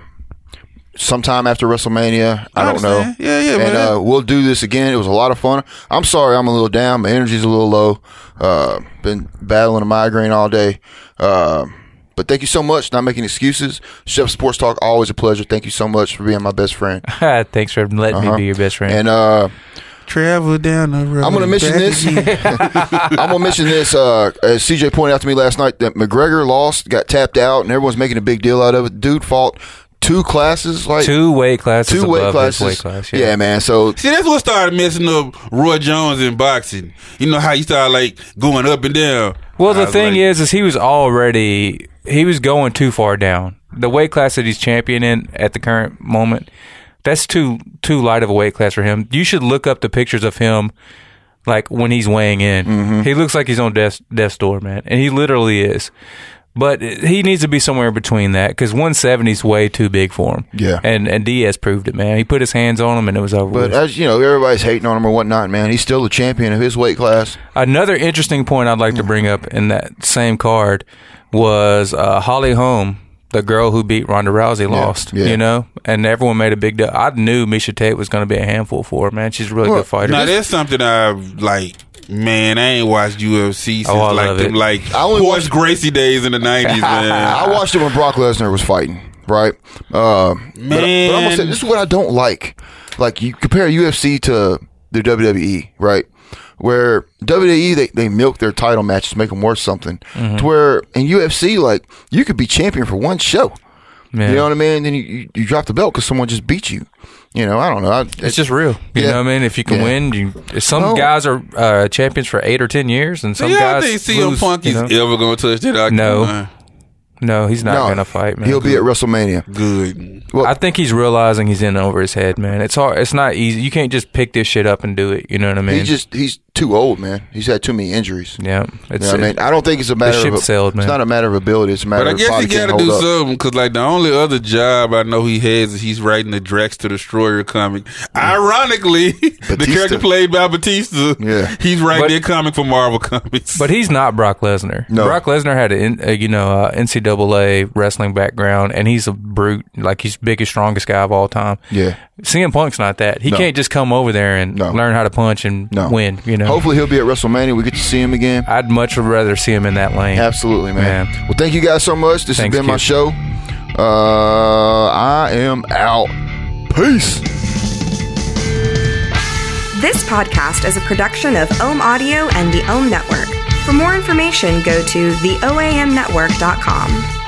Speaker 3: sometime after WrestleMania. I,
Speaker 2: I
Speaker 3: don't know.
Speaker 2: understand. Yeah, yeah,
Speaker 3: and,
Speaker 2: man.
Speaker 3: Uh, we'll do this again. It was a lot of fun. I'm sorry I'm a little down. My energy's a little low. Uh, been battling a migraine all day. Uh, but thank you so much. Not making excuses. Chef Sports Talk, always a pleasure. Thank you so much for being my best friend.
Speaker 4: Thanks for letting me be your best friend.
Speaker 3: And uh,
Speaker 2: Travel down the road.
Speaker 3: I'm going to mention
Speaker 2: back
Speaker 3: this.
Speaker 2: again.
Speaker 3: I'm going to mention this. Uh, as CJ pointed out to me last night, that McGregor lost, got tapped out, and everyone's making a big deal out of it. Dude fought two classes, like
Speaker 4: two weight classes.
Speaker 3: two weight
Speaker 4: above
Speaker 3: Oh, classes.
Speaker 4: His weight class. Yeah.
Speaker 3: man. So
Speaker 2: See, that's what started messing up Roy Jones in boxing. You know how you start like going up and down.
Speaker 4: Well, the
Speaker 2: I was
Speaker 4: thing
Speaker 2: like,
Speaker 4: is, is he was already he was going too far down. The weight class that he's championing at the current moment, that's too too light of a weight class for him. You should look up the pictures of him, like when he's weighing in.
Speaker 3: Mm-hmm.
Speaker 4: He looks like he's on death death's door, man, and he literally is. But he needs to be somewhere in between that because 170 is way too big for him.
Speaker 3: Yeah.
Speaker 4: and and Diaz proved it, man. He put his hands on him and it was over.
Speaker 3: But
Speaker 4: with.
Speaker 3: as you know, everybody's hating on him or whatnot, man. He's still the champion of his weight class.
Speaker 4: Another interesting point I'd like to bring up in that same card was uh, Holly Holm, the girl who beat Ronda Rousey, lost.
Speaker 3: yeah.
Speaker 4: You know, and everyone made a big deal. I knew Misha Tate was going to be a handful for her. Man, she's a really
Speaker 3: Well,
Speaker 4: good fighter.
Speaker 2: Now that's something I've like. Man, I ain't watched UFC since
Speaker 4: Oh, I
Speaker 2: like
Speaker 4: love
Speaker 2: them
Speaker 4: it.
Speaker 2: like
Speaker 3: I only
Speaker 2: Horace
Speaker 3: watched-
Speaker 2: Gracie days in the nineties,
Speaker 3: I
Speaker 2: man.
Speaker 3: watched it when Brock Lesnar was fighting, right? Uh, man, but, but I'm gonna say
Speaker 2: Man.
Speaker 3: this is what I don't like. Like you compare UFC to the WWE, E, right? where WWE they, they milk their title matches, make them worth something.
Speaker 4: Mm-hmm.
Speaker 3: To where in UFC, like you could be champion for one show.
Speaker 4: Yeah.
Speaker 3: You know what I mean? Then you, you, you drop the belt because someone just beat you. You know, I don't know. I,
Speaker 4: It's just real. You
Speaker 3: Yeah.
Speaker 4: know what I mean? If you can
Speaker 3: Yeah.
Speaker 4: win, you, some
Speaker 3: Oh.
Speaker 4: guys are uh, champions for eight or ten years, and some
Speaker 2: yeah, I
Speaker 4: guys
Speaker 2: think CM
Speaker 4: lose,
Speaker 2: Punk
Speaker 4: you
Speaker 2: is
Speaker 4: know?
Speaker 2: ever going to touch that. Octagon
Speaker 4: No.
Speaker 2: line.
Speaker 4: No, he's not
Speaker 3: no,
Speaker 4: gonna fight, man.
Speaker 3: He'll be at WrestleMania.
Speaker 2: Good.
Speaker 3: Well,
Speaker 4: I think he's realizing he's in over his head, man. It's hard. It's not easy. You can't just pick this shit up and do it. You know what I mean?
Speaker 3: He just he's too old, man. He's had too many injuries.
Speaker 4: yeah.
Speaker 3: You
Speaker 4: It's
Speaker 3: know what I mean, I don't think it's a matter
Speaker 4: ship
Speaker 3: of
Speaker 4: sailed, man.
Speaker 3: it's not a matter of ability. It's a matter
Speaker 2: But I
Speaker 3: of
Speaker 2: guess
Speaker 3: body
Speaker 2: he got to
Speaker 3: can't
Speaker 2: do
Speaker 3: hold up.
Speaker 2: something because, like, the only other job I know he has is he's writing the Drax to Destroyer comic. Ironically, the
Speaker 3: Batista.
Speaker 2: character played by Batista,
Speaker 3: Yeah.
Speaker 2: he's writing
Speaker 4: But-
Speaker 2: their comic for Marvel Comics.
Speaker 4: But he's not Brock Lesnar.
Speaker 3: No.
Speaker 4: Brock Lesnar had an uh, you know uh, NCAA wrestling background, and he's a brute. Like he's biggest, strongest guy of all time.
Speaker 3: Yeah.
Speaker 4: CM Punk's not that. He
Speaker 3: No.
Speaker 4: can't just come over there and
Speaker 3: No.
Speaker 4: learn how to punch and
Speaker 3: No.
Speaker 4: win. You know.
Speaker 3: Hopefully, he'll be at WrestleMania. We get to see him again.
Speaker 4: I'd much rather see him in that lane.
Speaker 3: Absolutely, man.
Speaker 4: Man.
Speaker 3: Well, thank you guys so much. This
Speaker 4: Thanks,
Speaker 3: has been my
Speaker 4: kid.
Speaker 3: show. Uh, I am out. Peace.
Speaker 6: This podcast is a production of Ohm Audio and the Ohm Network. For more information, go to theoamnetwork.com.